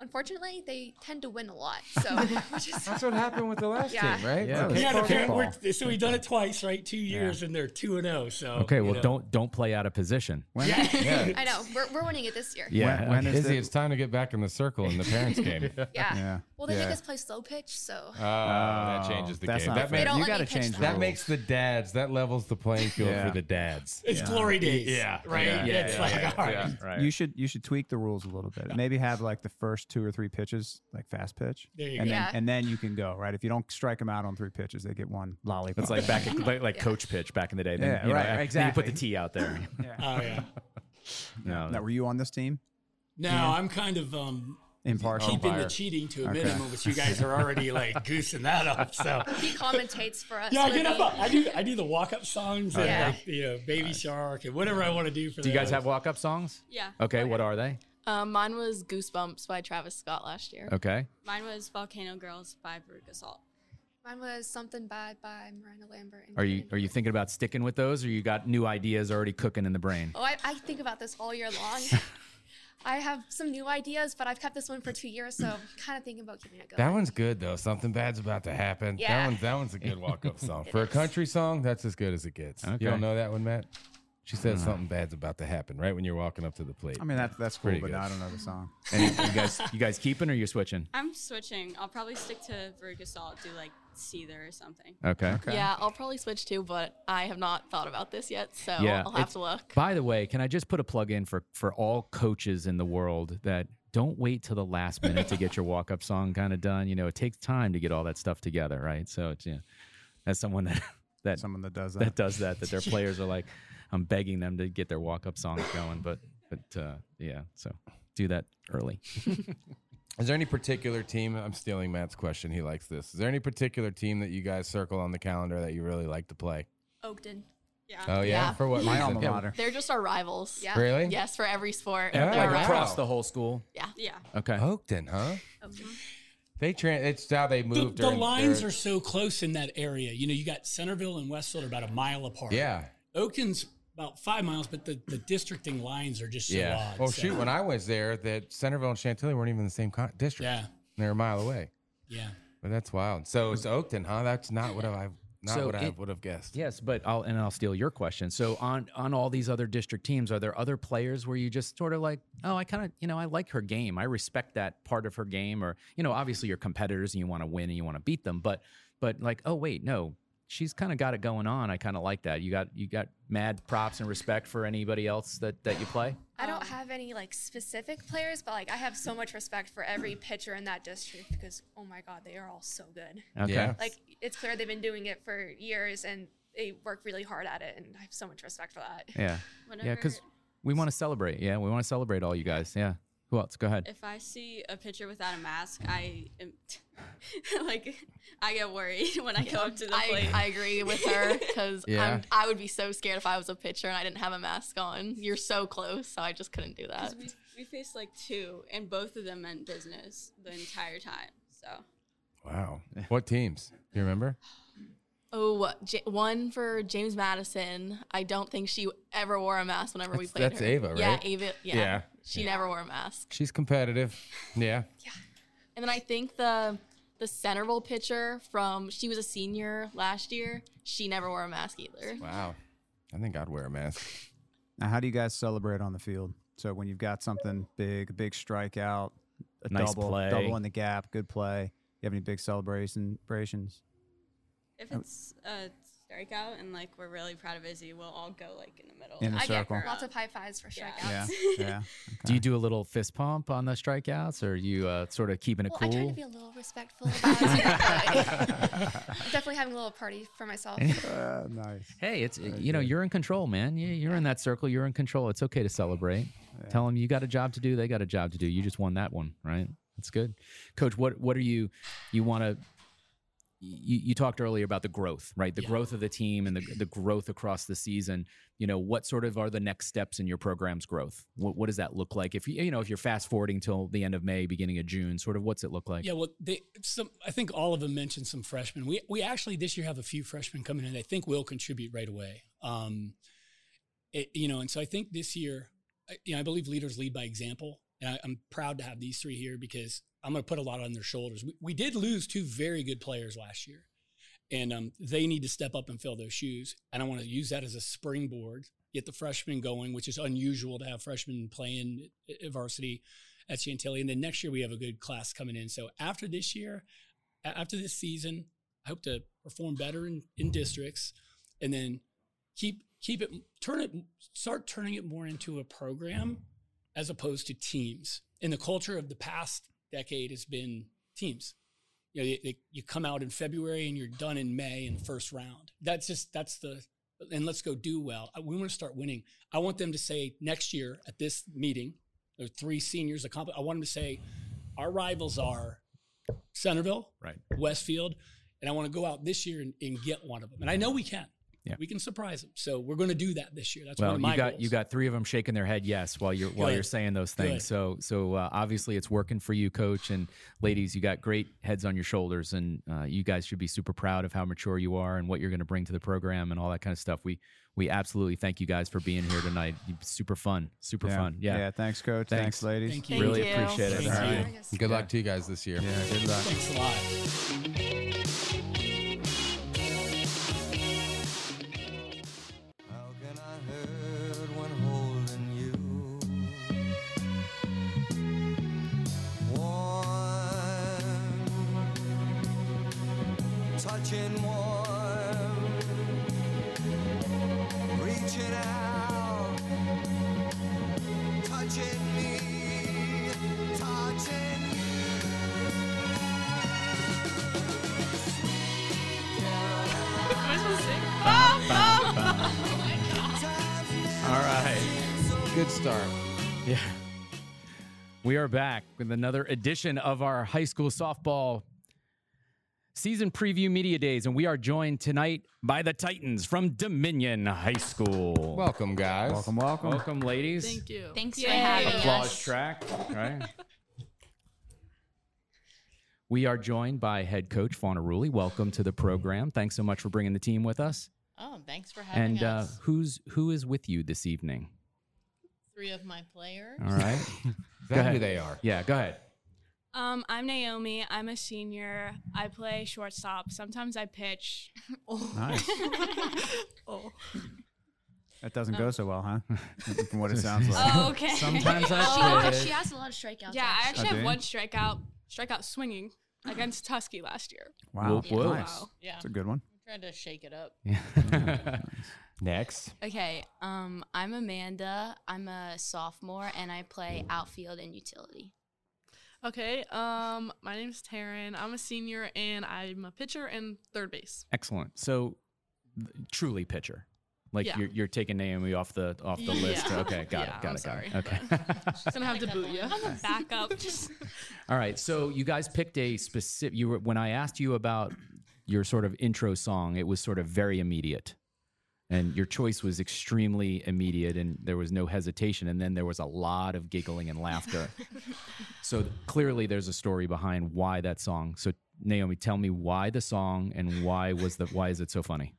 S24: unfortunately they tend to win a lot. So which is
S3: That's what happened with the last
S24: Yeah.
S3: team, right?
S21: Yeah,
S3: Like
S21: the parent,
S3: kickball.
S21: we're, so we've done it twice, right? Two years, and they're two and zero. So
S4: Okay,
S21: you
S4: well
S21: know.
S4: don't don't play out of position.
S3: Yeah.
S24: I know. We're, we're winning it this year.
S4: Yeah.
S3: When, when is
S4: Izzy,
S3: it's time to get back in the circle in the parents' game. yeah.
S24: Yeah. Well, they make us play slow pitch, so.
S3: Oh, that changes the
S2: that's
S3: game.
S2: not
S3: That
S2: fair. They
S3: makes,
S2: don't You let me gotta pitch change them. the
S3: That
S2: rules.
S3: makes the dads. That levels the playing field
S2: Yeah.
S3: for the dads.
S21: It's glory days,
S3: Yeah,
S21: right?
S3: Yeah, yeah,
S21: It's like,
S3: yeah,
S21: all right.
S3: yeah, right.
S2: You should you should tweak the rules a little bit. Maybe have like the first two or three pitches like fast pitch.
S21: There you
S2: and
S21: go.
S2: Then,
S21: Yeah.
S2: And then you can go right. If you don't strike them out on three pitches, they get one lollipop.
S4: It's like back like, like coach pitch back in the day. Then,
S2: Yeah,
S4: you know,
S2: right,
S4: then
S2: exactly.
S4: you put the T out there.
S21: Oh yeah.
S4: No.
S2: Now, were you on this team?
S21: No,
S2: Yeah.
S21: I'm kind of um
S2: Impartial.
S21: keeping
S2: Umpire.
S21: the cheating to a
S2: Okay.
S21: minimum, which you guys are already like goosing that up. So
S24: He commentates for us.
S21: yeah, I
S24: when
S21: get up.
S24: we-
S21: I do. I do the walk up songs and
S4: Yeah.
S21: like you know, Baby Shark and whatever I want to do for.
S4: Do you guys
S21: those.
S4: have walk up songs?
S21: Yeah.
S4: Okay, what are they?
S15: Um, mine was Goosebumps by Travis Scott last year.
S4: Okay.
S16: Mine was Volcano Girls by Brooke Assault.
S24: Mine was Something Bad by Miranda Lambert. and
S4: Are you
S24: Brandon.
S4: are you thinking about sticking with those or you got new ideas already cooking in the brain?
S24: Oh, I, I think about this all year long. I have some new ideas, but I've kept this one for two years, so I'm kind of thinking about giving it a go.
S3: That one's good though. Something bad's about to happen. That
S24: Yeah.
S3: one's that one's a good walk up song.
S24: It
S3: For a
S24: is.
S3: country song, that's as good as it gets.
S4: Okay.
S3: You don't know that one, Matt? She said
S4: Uh.
S3: something bad's about to happen right when you're walking up to the plate.
S2: I mean, that's- that's cool,
S3: Pretty
S2: but
S3: good.
S2: I don't know the song.
S4: And you guys you guys keeping or you're switching?
S6: I'm switching. I'll probably stick to Brooke Assault, do like Seether or something.
S4: Okay. Okay.
S15: Yeah, I'll probably switch too, but I have not thought about this yet, so I'll have
S4: it's-
S15: to look.
S4: By the way, can I just put a plug in for for all coaches in the world that don't wait till the last minute to get your walk up song kind of done. You know, it takes time to get all that stuff together, right? So it's, yeah, as someone that that
S2: someone that does
S4: that
S2: that.
S4: does that, that their players are like, I'm begging them to get their walk up songs going, but but uh, yeah, so do that early.
S3: Is there any particular team? I'm stealing Matt's question. He likes this. Is there any particular team that you guys circle on the calendar that you really like to play?
S15: Oakton. Yeah.
S3: Oh, yeah? For what My reason? alma Yeah. mater.
S15: They're just our rivals.
S3: Yeah. Really?
S15: Yes, for every
S2: Oh,
S15: sport.
S3: Yeah,
S15: They're
S3: like
S15: our rivals.
S3: across the
S4: whole school.
S15: Yeah.
S6: Yeah.
S4: Okay.
S3: Oakton, huh? They tran it's how they
S21: The,
S3: moved.
S21: the
S3: during-
S21: lines
S3: during-
S21: are so close in that area. You know, you got Centerville and Westfield are about a mile apart.
S3: Yeah.
S21: Oakton's about five miles, but the, the districting lines are just so
S3: yeah. Oh,
S21: odd.
S3: Well,
S21: so-
S3: shoot, when I was there, that Centerville and Chantilly weren't even in the same con- district.
S21: Yeah.
S3: They're a mile away.
S21: Yeah.
S3: But that's wild. So it's Oakton, huh? That's not what I not
S4: So
S3: what I
S4: it-
S3: would have guessed.
S4: Yes, but I'll and I'll steal your question. So on on all these other district teams, are there other players where you just sort of like, oh, I kind of you know I like her game, I respect that part of her game, or you know obviously you're competitors and you want to win and you want to beat them, but but like oh wait no, she's kind of got it going on. I kind of like that. You got you got mad props and respect for anybody else that that you play.
S24: I don't have any like specific players, but like I have so much respect for every pitcher in that district because oh my god, they are all so good.
S4: Okay. Yeah.
S24: Like it's clear they've been doing it for years and they work really hard at it, and I have so much respect for that.
S4: Yeah, yeah, because we want to celebrate. Yeah, we want to celebrate all you guys. Yeah, who else? Go ahead.
S23: If I see a pitcher without a mask, I am like I get worried when I go up to the
S22: I,
S23: plate.
S22: I agree with her because
S23: Yeah.
S22: I would be so scared if I was a pitcher and I didn't have a mask on. You're so close, so I just couldn't do that.
S23: 'Cause we, we faced like two, and both of them meant business the entire time. So
S3: Wow. What teams? Do you remember?
S22: Oh, J- one for James Madison. I don't think she ever wore a mask whenever we
S3: That's-
S22: played
S3: that's
S22: her.
S3: Ava,
S22: Yeah,
S3: right?
S22: Ava. Yeah.
S3: Yeah.
S22: She never wore a mask.
S3: She's competitive. Yeah.
S22: And then I think the the Centerville pitcher from she was a senior last year. She never wore a mask either.
S3: Wow. I think I'd wear a mask.
S2: Now, how do you guys celebrate on the field? So when you've got something big, a big strikeout, a
S4: Nice
S2: double,
S4: play.
S2: double in the gap, good play. You have any big celebration- celebrations?
S4: Oh.
S2: Uh,
S23: if it's a strikeout and like we're really proud of Izzy, we'll all go like in the middle.
S4: In the I get circle.
S24: lots of high fives for
S4: Yeah.
S24: strikeouts.
S4: Yeah. Do you do a little fist pump on the strikeouts, or are you uh, sort of keeping it
S24: Well, I
S4: cool?
S24: try to be a little respectful about it. but definitely having a little party for myself.
S2: nice.
S4: Hey, it's you know you're in control, man. You, you're in that circle. You're in control. It's okay to celebrate. Tell 'em Tell them you got a job to do. They got a job to do. You just won that one, right? That's good, Coach. What what are you you want to? You, you talked earlier about the growth, right? The growth of the team and the, the growth across the season. You know, what sort of are the next steps in your program's growth? What, what does that look like? If you you know if you're fast forwarding till the end of May, beginning of June, sort of what's it look like?
S21: Yeah, well, they some. I think all of them mentioned some freshmen. We we actually this year have a few freshmen coming in. that I think will contribute right away. Um, it, you know, and so I think this year, I, you know, I believe leaders lead by example, and I, I'm proud to have these three here because I'm going to put a lot on their shoulders. We, we did lose two very good players last year, and um, they need to step up and fill those shoes. And I want to use that as a springboard, get the freshmen going, which is unusual to have freshmen playing at- at varsity at Chantilly. And then next year we have a good class coming in. So after this year, a- after this season, I hope to perform better in, in districts, and then keep keep it turn it start turning it more into a program as opposed to teams. And the culture of the past decade has been teams. You know, you, you- you come out in February and you're done in May in the first round. That's just that's the and let's go do well. I- We want to start winning. I want them to say next year at this meeting, there are three seniors. accompli- I want them to say our rivals are Centerville,
S4: right,
S21: Westfield, and I want to go out this year and, and get one of them. And I know we can.
S4: Yeah.
S21: We can surprise them. So we're going to do that this year. That's one
S4: well,
S21: of my
S4: you got
S21: goals.
S4: you got three of them shaking their head yes while you're while you're
S21: Good.
S4: saying those things.
S21: Good.
S4: So so uh, obviously it's working for you, coach and ladies. You got great heads on your shoulders, and uh, you guys should be super proud of how mature you are and what you're going to bring to the program and all that kind of stuff. We we absolutely thank you guys for being here tonight. Super fun, super
S2: Yeah.
S4: fun. Yeah.
S2: Yeah, thanks, Coach. Thanks, ladies. Thank you.
S4: Really
S2: Thank you.
S4: appreciate it.
S2: Thank
S4: All
S2: you.
S4: right.
S3: Good luck to you guys this year.
S2: Yeah, good luck.
S21: Thanks a lot.
S19: How can I hurt when holding you? Warm, touching warm, reaching out, touching me, touching you. Sweet Caroline.
S3: All right. Good start.
S4: Yeah. We are back with another edition of our high school softball season preview media days, and we are joined tonight by the Titans from Dominion High School.
S3: Welcome, guys.
S4: Welcome, welcome, welcome, ladies.
S18: you.
S1: Thanks for having
S4: Applause
S1: us.
S4: track. Right. we are joined by head coach Fauna Ruley. Welcome to the program. Thanks so much for bringing the team with us.
S1: Oh, thanks for having
S4: and
S1: us.
S4: Uh, who's who is with you this evening?
S1: Three of my players.
S4: All right.
S3: Is that who they are?
S4: Yeah, go ahead.
S6: Um, I'm Naomi. I'm a senior. I play shortstop. Sometimes I pitch. oh.
S2: Nice.
S6: oh.
S2: That doesn't go so well, huh? From what it sounds like.
S6: Oh, okay.
S2: Sometimes I
S24: she,
S2: should.
S24: she has a lot of strikeouts.
S6: Yeah, I actually
S2: Oh, do
S6: have
S2: you?
S6: one strikeout, strikeout swinging against Tusky last year.
S2: Wow.
S4: Whoop, whoop.
S2: Nice.
S1: Yeah.
S2: It's a good one.
S1: I'm trying to shake it up.
S4: Next.
S9: Okay, um, I'm Amanda. I'm a sophomore and I play outfield and utility.
S25: Okay, um, my name's Taryn. I'm a senior and I'm a pitcher and third base.
S4: Excellent. So, th- truly pitcher. Like
S25: Yeah.
S4: you're, you're taking Naomi off the off the
S25: Yeah.
S4: list. Okay, got
S25: Yeah,
S4: it,
S25: I'm
S4: got it, got it.
S25: sorry,
S4: Okay.
S25: She's gonna have to boot you.
S6: I'm a backup. Just
S4: All right. So you guys picked a specific. You were when I asked you about your sort of intro song, it was sort of very immediate, and your choice was extremely immediate, and there was no hesitation. And then there was a lot of giggling and laughter. so clearly, there's a story behind why that song. So Naomi, tell me why the song and why was the why is it so funny?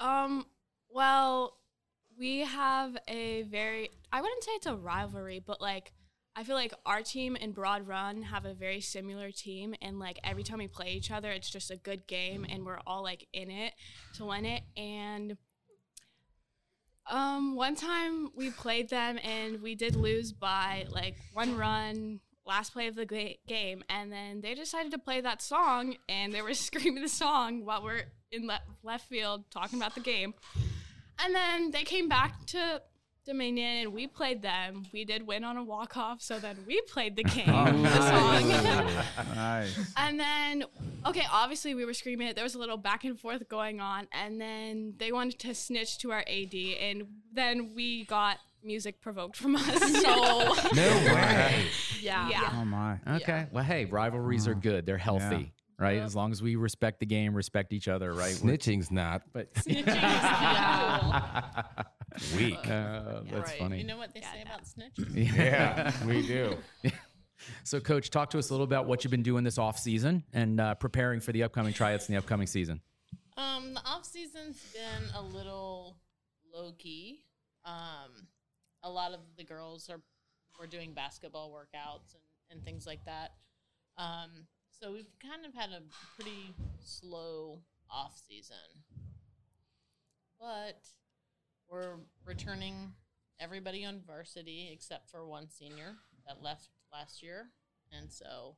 S25: Um, well, we have a very I wouldn't say it's a rivalry, but like I feel like our team and Broad Run have a very similar team and like every time we play each other, it's just a good game and we're all like in it to win it and um one time we played them and we did lose by like one run last play of the ga- game and then they decided to play that song and they were screaming the song while we're in le- left field talking about the game and then they came back to Dominion and we played them. We did win on a walk off, so then we played the game, the song.
S2: nice.
S25: and then, okay, obviously we were screaming it. There was a little back and forth going on, and then they wanted to snitch to our AD, and then we got music provoked from us. So
S4: No way.
S25: yeah,
S4: Oh my. Okay. Well, hey, rivalries are good. They're healthy, right? As long as we respect the game, respect each other, right?
S3: Snitching's not,
S4: but
S3: Weak.
S4: Uh, that's
S1: You
S4: funny.
S1: know what they say about snitches?
S3: we do.
S4: So, Coach, talk to us a little about what you've been doing this off season and uh, preparing for the upcoming tryouts in the upcoming season.
S1: Um, the off season's been a little low key. Um, a lot of the girls are we're doing basketball workouts and, and things like that. Um, so we've kind of had a pretty slow off season, but we're returning everybody on varsity except for one senior that left last year, and so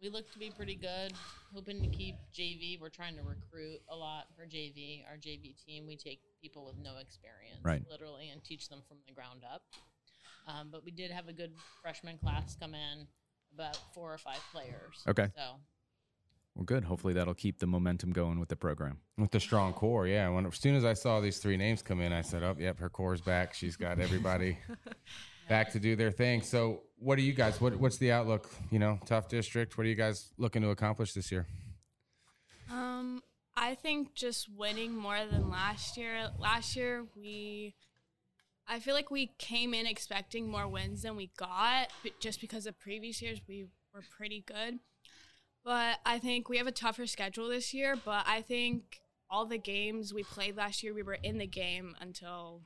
S1: we look to be pretty good. Hoping to keep JV. We're trying to recruit a lot for JV. Our JV team, we take people with no experience,
S4: Right.
S1: literally, and teach them from the ground up. Um, but we did have a good freshman class come in, about four or five players.
S4: Okay.
S1: So
S4: Well, good. Hopefully, that'll keep the momentum going with the program.
S3: With the strong core, yeah. When as soon as I saw these three names come in, I said, "Oh, yep, her core's back. She's got everybody back to do their thing." So, what do you guys? What What's the outlook? You know, tough district. What are you guys looking to accomplish this year?
S25: Um, I think just winning more than last year. Last year we, I feel like we came in expecting more wins than we got, but just because of previous years we were pretty good. But I think we have a tougher schedule this year. But I think all the games we played last year, we were in the game until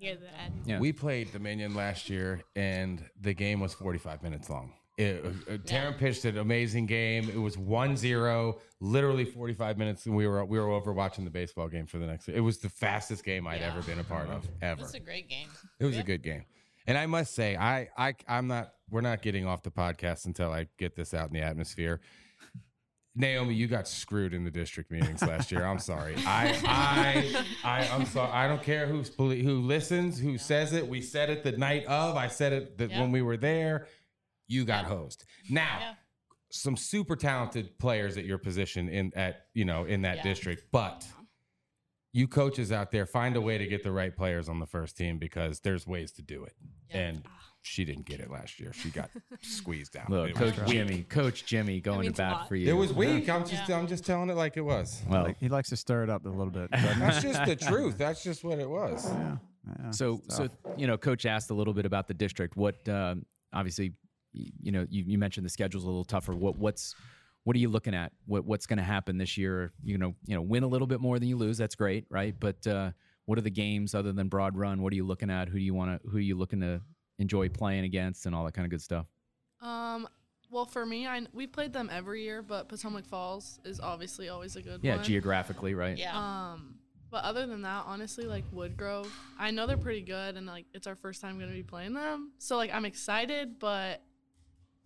S25: near the end.
S3: We played Dominion last year, and the game was 45 minutes long. It, uh, uh, Taryn pitched an amazing game. It was 1-0, literally 45 minutes, and we were we were over watching the baseball game for the next. It was the fastest game I'd ever been a part of ever.
S1: it was a great game.
S3: It was a good game. And I must say, I, I I'm not we're not getting off the podcast until I get this out in the atmosphere. Naomi, you got screwed in the district meetings last year. I'm sorry. I I I I'm sorry. I don't care who's poli- who listens, who says it. We said it the night of. I said it that when we were there. You got hosed. Now, some super talented players at your position in at you know in that
S12: Yeah.
S3: district, but you coaches out there find a way to get the right players on the first team because there's ways to do it. And she didn't get it last year. She got squeezed out.
S4: Look,
S3: Oh, It was
S4: Coach
S3: weak.
S4: Jimmy, Coach Jimmy going to bat for you.
S3: It was weak. I'm just I'm just telling it like it was.
S4: Well-
S2: Like, he likes to stir it up a little bit. doesn't he?
S3: That's just the truth. That's just what it was.
S4: so so you know coach asked a little bit about the district what um, obviously y- you know you, you mentioned the schedule's a little tougher what what's what are you looking at what what's going to happen this year you know you know win a little bit more than you lose that's great right but uh, what are the games other than broad run what are you looking at who do you want to who are you looking to enjoy playing against and all that kind of good stuff
S7: Um, well, for me, I we played them every year, but Potomac Falls is obviously always a good
S4: Yeah,
S7: one.
S4: geographically, right? Yeah.
S7: Um, but other than that, honestly, like Wood Grove, I know they're pretty good, and like it's our first time going to be playing them, so like I'm excited, but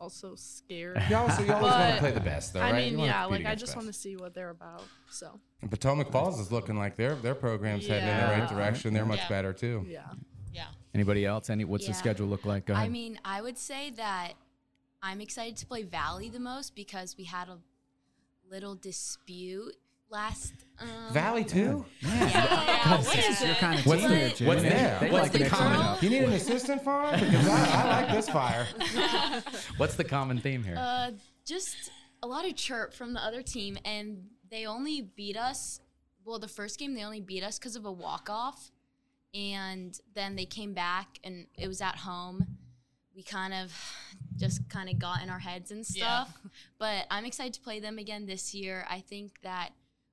S7: also scared.
S3: Y'all- so y'all always wanna
S7: But,
S3: play the best, though,
S7: I
S3: right? You
S7: mean,
S3: wanna
S7: yeah,
S3: compete
S7: like I
S3: against
S7: just
S3: best.
S7: want to see what they're about. So
S3: And Potomac Falls is looking like their their program's heading in the right
S9: Yeah.
S3: direction. They're much
S9: Yeah.
S3: better too.
S7: yeah,
S9: yeah.
S4: Anybody else? Any? What's the
S9: Yeah.
S4: schedule look like? Go ahead.
S9: I mean, I would say that I'm excited to play Valley the most because we had a little dispute last. Um,
S3: Valley too. Yeah.
S9: God, what is it?
S3: What's
S9: What-
S3: there? What's there?
S4: They like the common.
S3: You need an assistant for him because I, I like this fire.
S4: What's the common theme here?
S9: Uh, just a lot of chirp from the other team, and they only beat us. Well, the first game they only beat us because of a walk off, and then they came back, and it was at home. We kind of just kind of got in our heads and
S8: Yeah.
S9: stuff. But I'm excited to play them again this year. I think that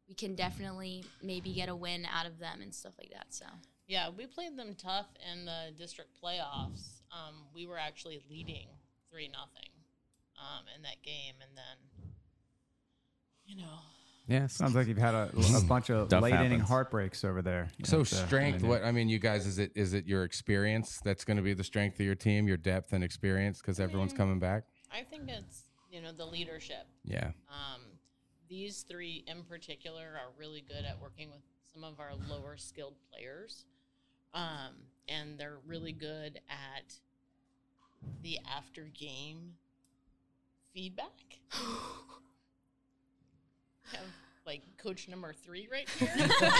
S9: we can definitely maybe get a win out of them and stuff like that. So
S1: Yeah, we played them tough in the district playoffs. Um, we were actually leading three nothing um, in that game, and then you know
S4: Yeah,
S2: sounds like you've had a, a bunch of
S4: Mm. Stuff
S2: late inning
S4: happens.
S2: heartbreaks over there.
S3: So
S2: That's, uh,
S3: strength.
S2: yeah.
S3: What I mean, you guys, is it is it your experience that's going to be the strength of your team, your depth and experience, because everyone's coming back.
S1: I think it's you know the leadership.
S3: Yeah.
S1: Um, these three in particular are really good at working with some of our lower skilled players, um, and they're really good at the after game feedback. Have, like coach number three right here. um, well, I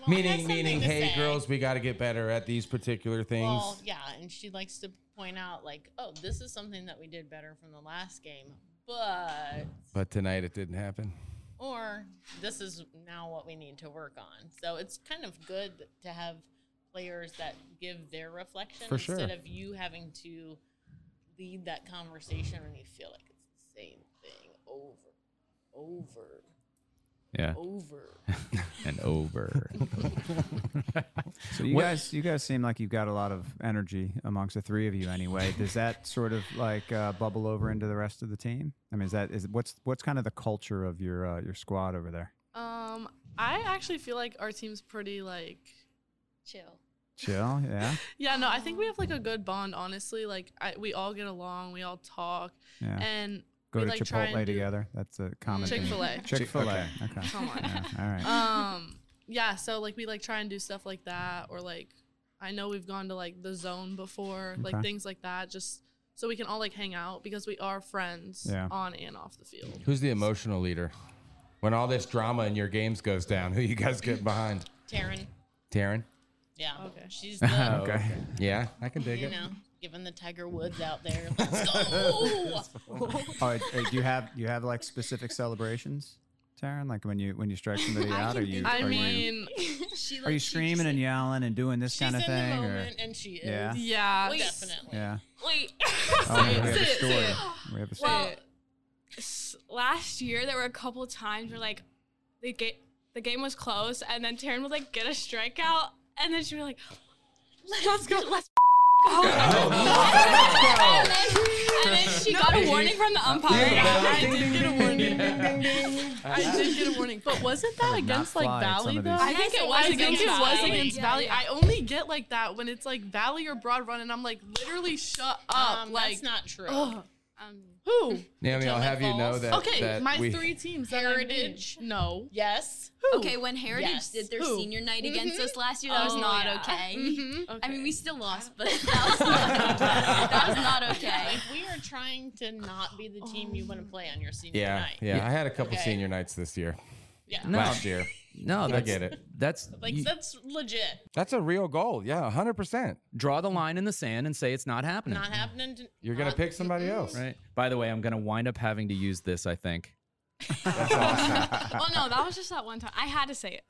S1: have
S3: meaning,
S1: something
S3: meaning,
S1: to
S3: hey,
S1: say.
S3: girls, we got to get better at these particular things.
S1: Well, yeah, and she likes to point out like, oh, this is something that we did better from the last game, but
S3: But tonight it didn't happen.
S1: or this is now what we need to work on. So it's kind of good to have players that give their reflection
S3: For
S1: instead
S3: sure.
S1: of you having to lead that conversation when you feel like it's the same thing over, over,
S4: Yeah.
S1: over.
S4: and over.
S2: So you
S4: What-
S2: guys, you guys seem like you've got a lot of energy amongst the three of you. Anyway, does that sort of like uh, bubble over into the rest of the team? I mean, is that is what's what's kind of the culture of your uh, your squad over there?
S7: um, I actually feel like our team's pretty like
S9: chill.
S2: Chill, yeah.
S7: Yeah, no, I think we have like a good bond. Honestly, like I, we all get along, we all talk,
S2: Yeah.
S7: and
S2: Go
S7: we,
S2: to
S7: like, try and
S2: Chipotle
S7: do-
S2: together. That's a common thing.
S7: Chick-fil-A. Chick-
S2: Chick Fil A.
S7: okay.
S2: Okay.
S7: Come on.
S2: Yeah, all right.
S7: um yeah so like we like try and do stuff like that or like i know we've gone to like the zone before like
S2: Okay.
S7: things like that just so we can all like hang out because we are friends
S3: Yeah.
S7: on and off the field
S3: Who's the emotional leader? When all this drama in your games goes down, who you guys get behind?
S1: Taryn,
S3: Taryn.
S1: yeah, she's the
S3: Yeah, I can dig
S1: you
S3: it.
S1: know giving the Tiger Woods out there. Let's go.
S2: All right. uh, do you have do you have like specific celebrations, Taryn? Like when you when you strike somebody
S1: I
S2: out, are
S1: can
S2: you?
S1: think of
S2: are
S1: one.
S2: you,
S9: she
S2: are you screaming and yelling and doing this kind of
S1: in the
S2: thing?
S1: moment,
S2: or,
S1: and she is.
S2: Yeah.
S1: Yeah.
S7: Wait.
S1: Definitely.
S2: Yeah.
S18: Wait.
S2: Oh, we have
S18: Say
S2: a
S18: it,
S2: story.
S18: say it.
S2: We have a story.
S18: Well, s- last year there were a couple of times where like the game the game was close, and then Taryn would like get a strikeout, and then she would like, "Let's go, let's go." and, then, and then she got a warning from the umpire.
S7: I
S18: I
S7: did
S18: did
S7: get a warning. I
S18: I
S7: did get a warning. But wasn't that
S18: would not
S7: against like
S18: fly at some
S7: Valley
S18: of
S7: though?
S18: these. I think it was
S7: I think
S18: against
S7: it was
S18: Valley.
S7: against
S18: Yeah,
S7: Valley.
S18: yeah.
S7: I only get like that when it's like Valley or Broad Run, and I'm like, literally, shut up.
S1: Um,
S7: like,
S1: that's not true.
S7: ugh. Who?
S3: Yeah, I mean, I'll have you know that.
S7: okay,
S3: that
S7: my
S3: we,
S7: three teams.
S9: Heritage?
S7: No.
S1: Yes.
S9: Okay, when Heritage
S7: Yes.
S9: did their
S7: Who?
S9: senior night against
S7: Mhm.
S9: us last year, that was
S7: Oh,
S9: not
S7: yeah.
S9: okay.
S1: Mm-hmm.
S9: I mean, we still lost, but
S1: that
S9: was not okay.
S1: Like, we are trying to not be the team you want to play on your senior
S3: Yeah,
S1: night.
S3: yeah, I had a couple
S1: Okay.
S3: senior nights this year.
S1: Yeah.
S4: No.
S3: Last year.
S4: No,
S3: I
S4: that's,
S3: get it.
S4: That's
S1: Like
S4: you-
S1: that's legit.
S3: That's a real goal. Yeah, hundred percent.
S4: Draw the line in the sand and say it's not happening.
S1: Not happening. To,
S3: You're gonna pick somebody else.
S4: Right. By the way, I'm gonna wind up having to use this. I think.
S18: Well, Oh, no, that was just that one time. I had to say it.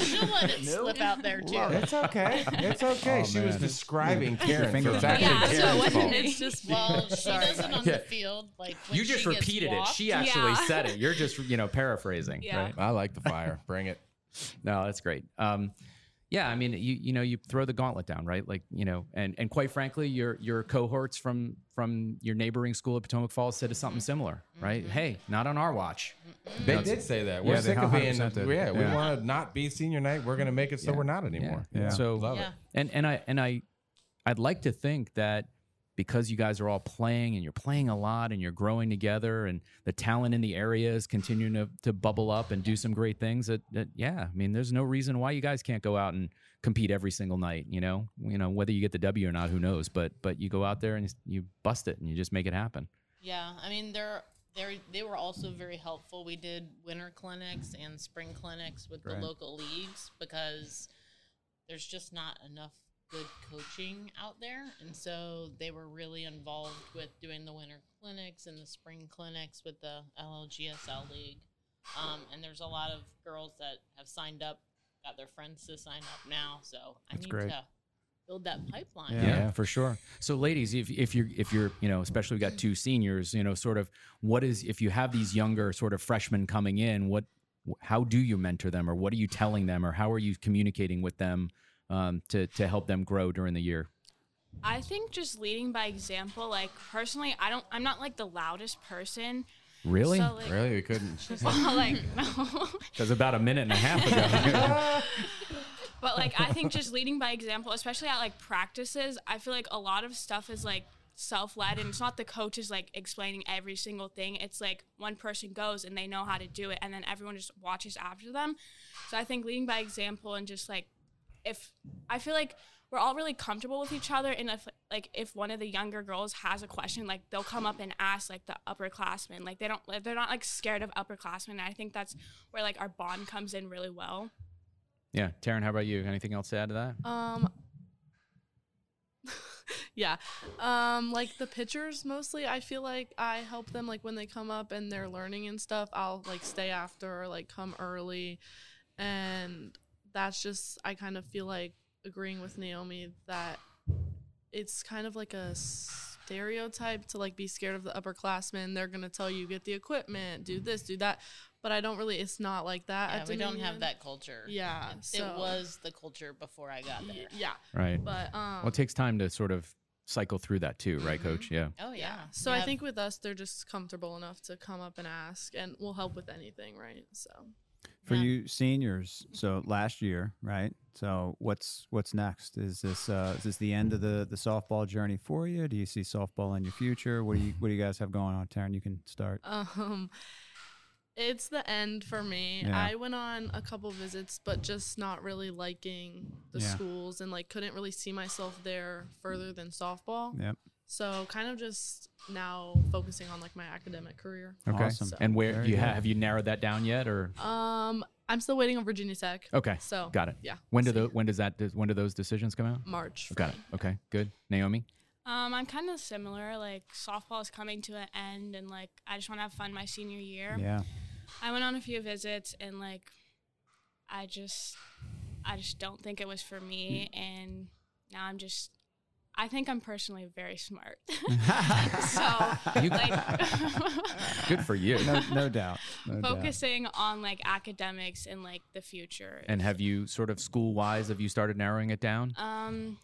S1: She'll let it slip out there too.
S3: It's Oh, okay. It's okay.
S4: Oh,
S3: she was
S4: man.
S3: describing
S4: Your
S3: Karen.
S4: finger
S3: So it's
S4: back.
S3: actually
S4: Yeah, so it
S3: Karen's
S4: wasn't
S3: fault.
S4: me.
S1: It's just well, she
S4: Sorry.
S1: does it on
S4: Yeah.
S1: the field. Like when
S4: you just
S1: she gets
S4: repeated it.
S1: walked.
S4: She actually said it. You're just you know paraphrasing.
S1: Yeah.
S4: Right?
S3: I like the fire. Bring it.
S4: no, that's great. Um, Yeah, I mean, you you know, you throw the gauntlet down, right? Like, you know, and and quite frankly, your your cohorts from from your neighboring school at Potomac Falls said something
S1: Mm-hmm.
S4: similar, right? Hey, not on our watch. You
S3: They
S4: know,
S3: did
S4: it's-
S3: say that. We're
S4: Yeah, they
S3: sick of being.
S4: 100% did.
S3: Yeah, we
S4: Yeah.
S3: want to not be senior night. We're going to make it so
S4: Yeah.
S3: we're not anymore.
S4: Yeah. So
S3: love it.
S4: And and I and I I'd like to think that because you guys are all playing and you're playing a lot and you're growing together and the talent in the area is continuing to, to bubble up and do some great things that, that yeah i mean there's no reason why you guys can't go out and compete every single night you know you know whether you get the w or not who knows but but you go out there and you bust it and you just make it happen
S1: Yeah, I mean they're they they were also very helpful. We did winter clinics and spring clinics with
S4: Right.
S1: the local leagues because there's just not enough good coaching out there, and so they were really involved with doing the winter clinics and the spring clinics with the LLGSL league. Um, and there's a lot of girls that have signed up, got their friends to sign up now. So I
S4: That's
S1: need
S4: great.
S1: to build that pipeline.
S4: Yeah. for sure. So, ladies, if if you're if you're you know, especially we got two seniors, you know, sort of what is if you have these younger sort of freshmen coming in, what how do you mentor them, or what are you telling them, or how are you communicating with them um, to to help them grow during the year?
S25: I think just leading by example. Like personally, I don't. I'm not like the loudest person.
S4: Really?
S25: So, like-
S3: really, we couldn't.
S25: Well, like no.
S4: Because about a minute and a half ago.
S25: but like I think just leading by example, especially at like practices, I feel like a lot of stuff is like self-led and it's not the coaches like explaining every single thing. It's like one person goes and they know how to do it and then everyone just watches after them. So I think leading by example and just like if I feel like we're all really comfortable with each other and if like if one of the younger girls has a question like they'll come up and ask like the upperclassmen like they don't like, they're not like scared of upperclassmen and I think that's where like our bond comes in really well.
S4: yeah, Taryn, how about you? Anything else to add to that?
S7: Um, yeah. Um, like the pitchers mostly, I feel like I help them like when they come up and they're learning and stuff, I'll like stay after or like come early. And that's just I kind of feel like agreeing with Naomi that it's kind of like a stereotype to like be scared of the upperclassmen. They're gonna tell you get the equipment, do this, do that. But I don't really. It's not like that.
S1: Yeah,
S7: at
S1: we don't have
S7: Dominion.
S1: that culture.
S7: Yeah,
S1: It-
S7: so-
S1: it was the culture before I got there.
S7: Yeah,
S4: Right.
S7: But um,
S4: well, it takes time to sort of cycle through that too, right, Coach? Yeah.
S1: Oh yeah.
S7: So
S1: You
S7: I
S1: have-
S7: think with us, they're just comfortable enough to come up and ask, and we'll help with anything, right? So
S2: for you seniors so last year right so what's what's next is this uh is this the end of the the softball journey for you do you see softball in your future what do you what do you guys have going on Taryn you can start
S7: um, it's the end for me.
S2: Yeah.
S7: I went on a couple visits, but just not really liking the
S2: Yeah.
S7: schools and like couldn't really see myself there further than softball.
S2: Yep.
S7: So kind of just now focusing on like my academic career.
S4: Okay.
S7: So-
S4: And where
S2: Very
S4: do you ha-
S2: good.
S4: have you narrowed that down yet, or
S7: Um, I'm still waiting on Virginia Tech.
S4: Okay.
S7: So
S4: got it.
S7: Yeah.
S4: When do the when does that when do those decisions come out?
S7: March
S4: Got it. Okay. Good. Naomi.
S25: Um, I'm kind of similar. Like softball is coming to an end, and like I just want to have fun my senior year.
S2: Yeah.
S25: I went on a few visits, and like I just, I just don't think it was for me.
S4: Hmm.
S25: And now I'm just, I think I'm personally very smart. so
S2: You-
S25: like,
S4: Good for you.
S2: no, no doubt no doubt.
S25: focusing on like academics and like the future.
S4: And have you sort of school wise have you started narrowing it down?
S25: Um,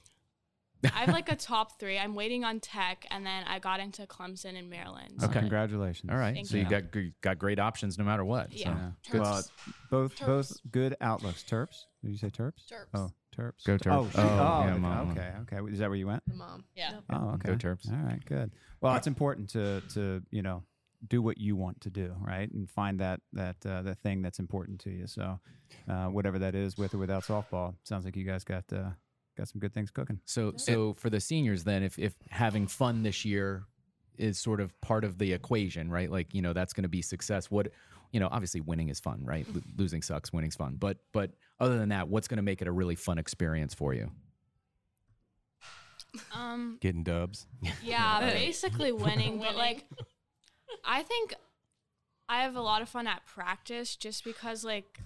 S25: I have like a top three. I'm waiting on Tech, and then I got into Clemson and Maryland. so-
S2: Congratulations.
S4: All right.
S25: Thank
S4: so you
S25: you.
S4: got g- got great options no matter what.
S25: Yeah. Yeah.
S4: So. Good.
S2: well both
S25: Terps.
S2: both good outlooks terps did you say terps
S7: Terps.
S2: oh terps
S4: Go
S2: Ter- oh,
S4: Terps.
S2: she-
S4: Oh,
S2: oh,
S4: yeah,
S2: okay,
S4: mom.
S2: okay okay is that where you went
S7: Mom.
S1: Yeah.
S2: Oh, okay.
S4: Go Terps.
S2: All right, good. Well, it's important to to you know do what you want to do, right, and find that that uh, that thing that's important to you. So, uh, whatever that is, with or without softball, sounds like you guys got uh, got some good things cooking.
S4: So so for the seniors then if if having fun this year is sort of part of the equation, right? Like, you know, that's going to be success. What you know, obviously winning is fun, right? Lo- losing sucks, winning's fun. But but other than that, what's going to make it a really fun experience for you?
S25: Um,
S3: Getting dubs.
S25: yeah, basically winning, but like I think I have a lot of fun at practice just because like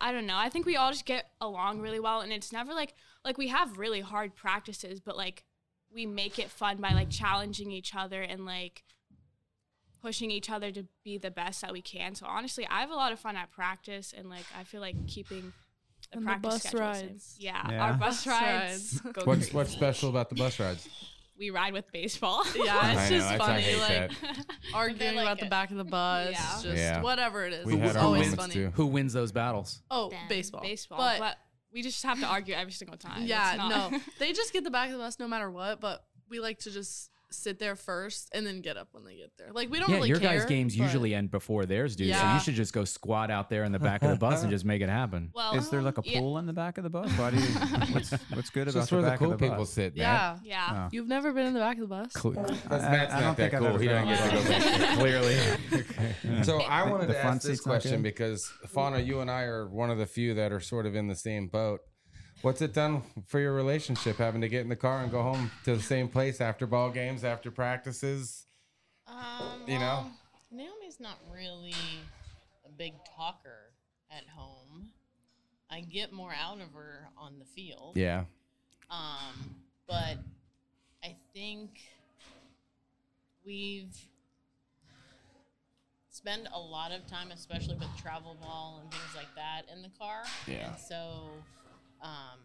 S25: I don't know. I think we all just get along really well and it's never like like we have really hard practices, but like we make it fun by like challenging each other and like pushing each other to be the best that we can. So honestly, I have a lot of fun at practice and like I feel like keeping the
S7: And the
S25: practice
S7: bus
S25: schedule. so-
S7: rides.
S25: Yeah,
S3: Yeah.
S25: our bus
S7: Bus
S25: rides.
S7: rides.
S25: go
S3: What's
S25: crazy.
S3: what's special about the bus rides?
S25: We ride with baseball.
S7: Yeah, it's
S3: I know,
S7: just
S3: that's- I
S7: funny,
S3: hate
S7: like
S25: that.
S7: arguing about the back of the bus, just
S4: Yeah.
S7: whatever it is.
S3: We had
S7: it's
S3: our
S7: always
S4: moments
S7: funny.
S4: too. Who wins those battles?
S7: Oh,
S25: Them.
S7: baseball,
S25: Baseball.
S7: but,
S25: But, we just have to argue every single time.
S7: yeah,
S25: It's not-
S7: no, they just get the back of the bus no matter what. But we like to just sit there first and then get up when they get there. Like we don't
S4: yeah,
S7: really
S4: your
S7: care.
S4: guys' games
S7: but-
S4: usually end before theirs do, so
S7: Yeah.
S4: you should just go squat out there in the back of the bus and just make it happen.
S25: Well,
S2: Is there like a
S25: yeah.
S2: pool in the back of the bus? Why do you, what's, what's good
S4: It's
S2: about
S4: just
S2: the
S4: where the
S2: back of
S4: cool
S2: the bus?
S4: people sit,
S7: yeah,
S25: yeah.
S2: Oh.
S7: You've never been in the back of the bus.
S3: That's,
S2: I-
S3: that's
S2: I
S3: not that
S2: don't think I've
S3: cool.
S2: ever
S3: He
S2: been.
S3: doesn't get to go back clearly. So I
S2: The-
S3: wanted
S2: the
S3: to
S2: front
S3: ask this
S2: seat's not good?
S3: question because Fauna, you and I are one of the few that are sort of in the same boat. What's it done for your relationship having to get in the car and go home to the same place after ball games, after practices?
S1: Um,
S3: You know?
S1: well, Naomi's not really a big talker at home. I get more out of her on the field.
S3: Yeah.
S1: Um, but I think we've spend a lot of time, especially with travel ball and things like that, in the car.
S19: Yeah.
S1: And so, um,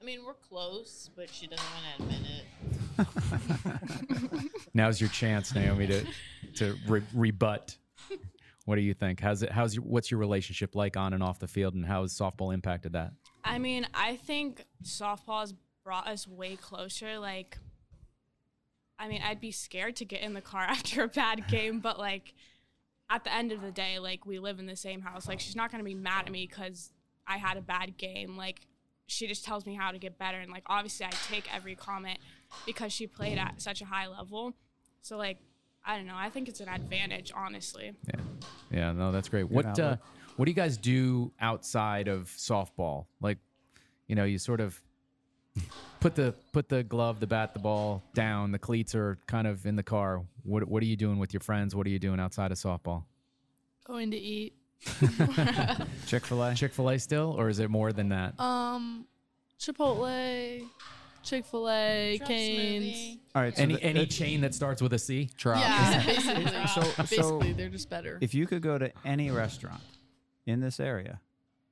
S1: I mean, we're close, but she doesn't want to admit it.
S4: Now's your chance, Naomi, to to re- rebut. What do you think? How's it? How's your, what's your relationship like on and off the field, and how has softball impacted that?
S25: I mean, I think softball has brought us way closer. Like, I mean, I'd be scared to get in the car after a bad game, but like, at the end of the day, like, we live in the same house. Like, she's not gonna be mad at me because I had a bad game. Like, she just tells me how to get better. And like, obviously, I take every comment because she played at such a high level. So, like, I don't know. I think it's an advantage, honestly.
S4: Yeah, no, that's great.
S2: Good
S4: What uh,
S2: outlet.
S4: what do you guys do outside of softball? Like, you know, you sort of put the put the glove, the bat, the ball down. The cleats are kind of in the car. What what are you doing with your friends? What are you doing outside of softball?
S7: Going to eat.
S4: Chick fil A. Chick fil A still, or is it more than that?
S7: Um, Chipotle, Chick Fil A, Canes.
S2: All right. so
S4: any
S2: the-
S4: any chain that starts with a C.
S2: Trop.
S7: Yeah, basically.
S2: So, so
S7: basically, they're just better.
S2: If you could go to any restaurant in this area,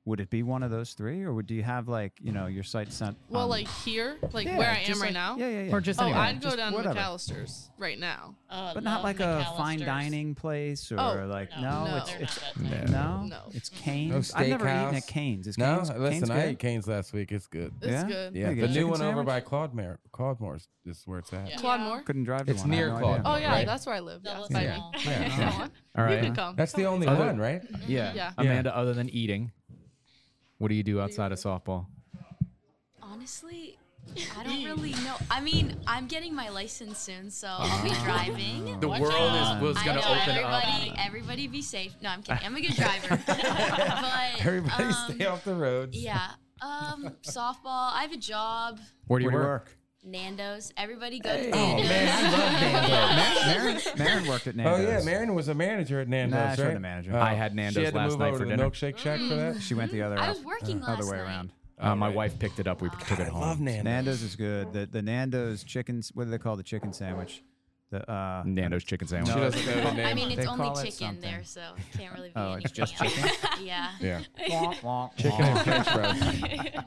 S2: would it be one of those three, or would do you have like you know your sights sent?
S7: Well,
S2: on-
S7: like here, like
S2: Yeah,
S7: where I am
S2: just
S7: right now.
S2: like- yeah, yeah, yeah. Or just
S7: oh,
S2: anywhere,
S7: I'd go
S2: just
S7: down to
S2: whatever.
S7: McAllister's right now.
S1: Uh,
S2: but not like a fine dining place or
S7: Oh,
S2: like
S7: no,
S2: no,
S7: no.
S2: it's
S7: They're
S2: it's
S7: not
S3: that type.
S2: no,
S7: No.
S2: it's Canes.
S3: No
S2: I've never eaten
S3: steakhouse?
S2: at Canes. Is
S3: no,
S2: Canes,
S3: listen,
S2: Canes
S3: I
S2: good?
S3: ate Canes last week. It's good.
S7: It's Yeah? good.
S3: Yeah,
S2: There you
S3: the new
S2: go. Chicken
S3: one over
S2: sandwich?
S3: by Claude Mare- Claude Moore's is where it's at.
S7: Yeah. Claude Moore?
S2: Couldn't drive to
S3: It's
S2: one, I had
S3: near
S2: no
S3: Claude.
S2: idea.
S7: Oh yeah,
S3: right?
S7: that's where I live. Yeah,
S3: Yeah. Yeah. Yeah.
S4: All
S7: You
S4: right.
S7: can come. Mm-hmm.
S3: That's the only
S4: Other-
S3: one, right?
S4: Yeah.
S7: Yeah.
S4: Amanda, other than eating, what do you do outside of softball?
S9: Honestly, I don't really know. I mean, I'm getting my license soon, so I'll be
S4: Ah.
S9: driving.
S4: The Watch world out. is- was
S9: I
S4: gonna
S9: know,
S4: open up.
S9: everybody, Everybody be safe. No, I'm kidding. I'm a good driver. but
S3: Everybody
S9: um,
S3: stay off the roads.
S9: Yeah. Um, softball. I have a job.
S4: Where do you work?
S9: Nando's. Everybody go to
S2: Oh,
S9: Nando's.
S2: man, I love Nando's. Marin- Marin worked at Nando's.
S3: Oh yeah, Marin was a manager at Nando's.
S2: Nah, she wasn't
S3: right?
S2: a manager.
S3: Oh.
S2: I had
S3: she
S4: Nando's
S3: had to
S4: last
S3: move
S4: night
S3: over
S4: for
S3: to the
S4: dinner.
S3: Milkshake Shack for that.
S2: She
S7: Mm-hmm.
S2: went the other.
S9: I
S2: up-
S9: was working
S2: other
S9: last
S2: way
S9: night.
S2: around.
S4: Uh, my wife picked it up. We took it home.
S3: love Nando's.
S2: is good. The the Nando's chicken. s- What do they call the chicken sandwich? The uh,
S4: Nando's chicken sandwich.
S2: No,
S4: She
S2: they
S4: doesn't know
S2: call-
S4: the
S9: I mean,
S2: they
S9: it's only
S2: call it
S9: chicken
S2: something.
S9: there, so it can't really be
S2: Oh,
S9: anything
S2: it's just
S9: else.
S2: chicken.
S9: yeah.
S3: Yeah.
S2: Womp, womp,
S3: Chicken and
S2: womp.
S3: French fries.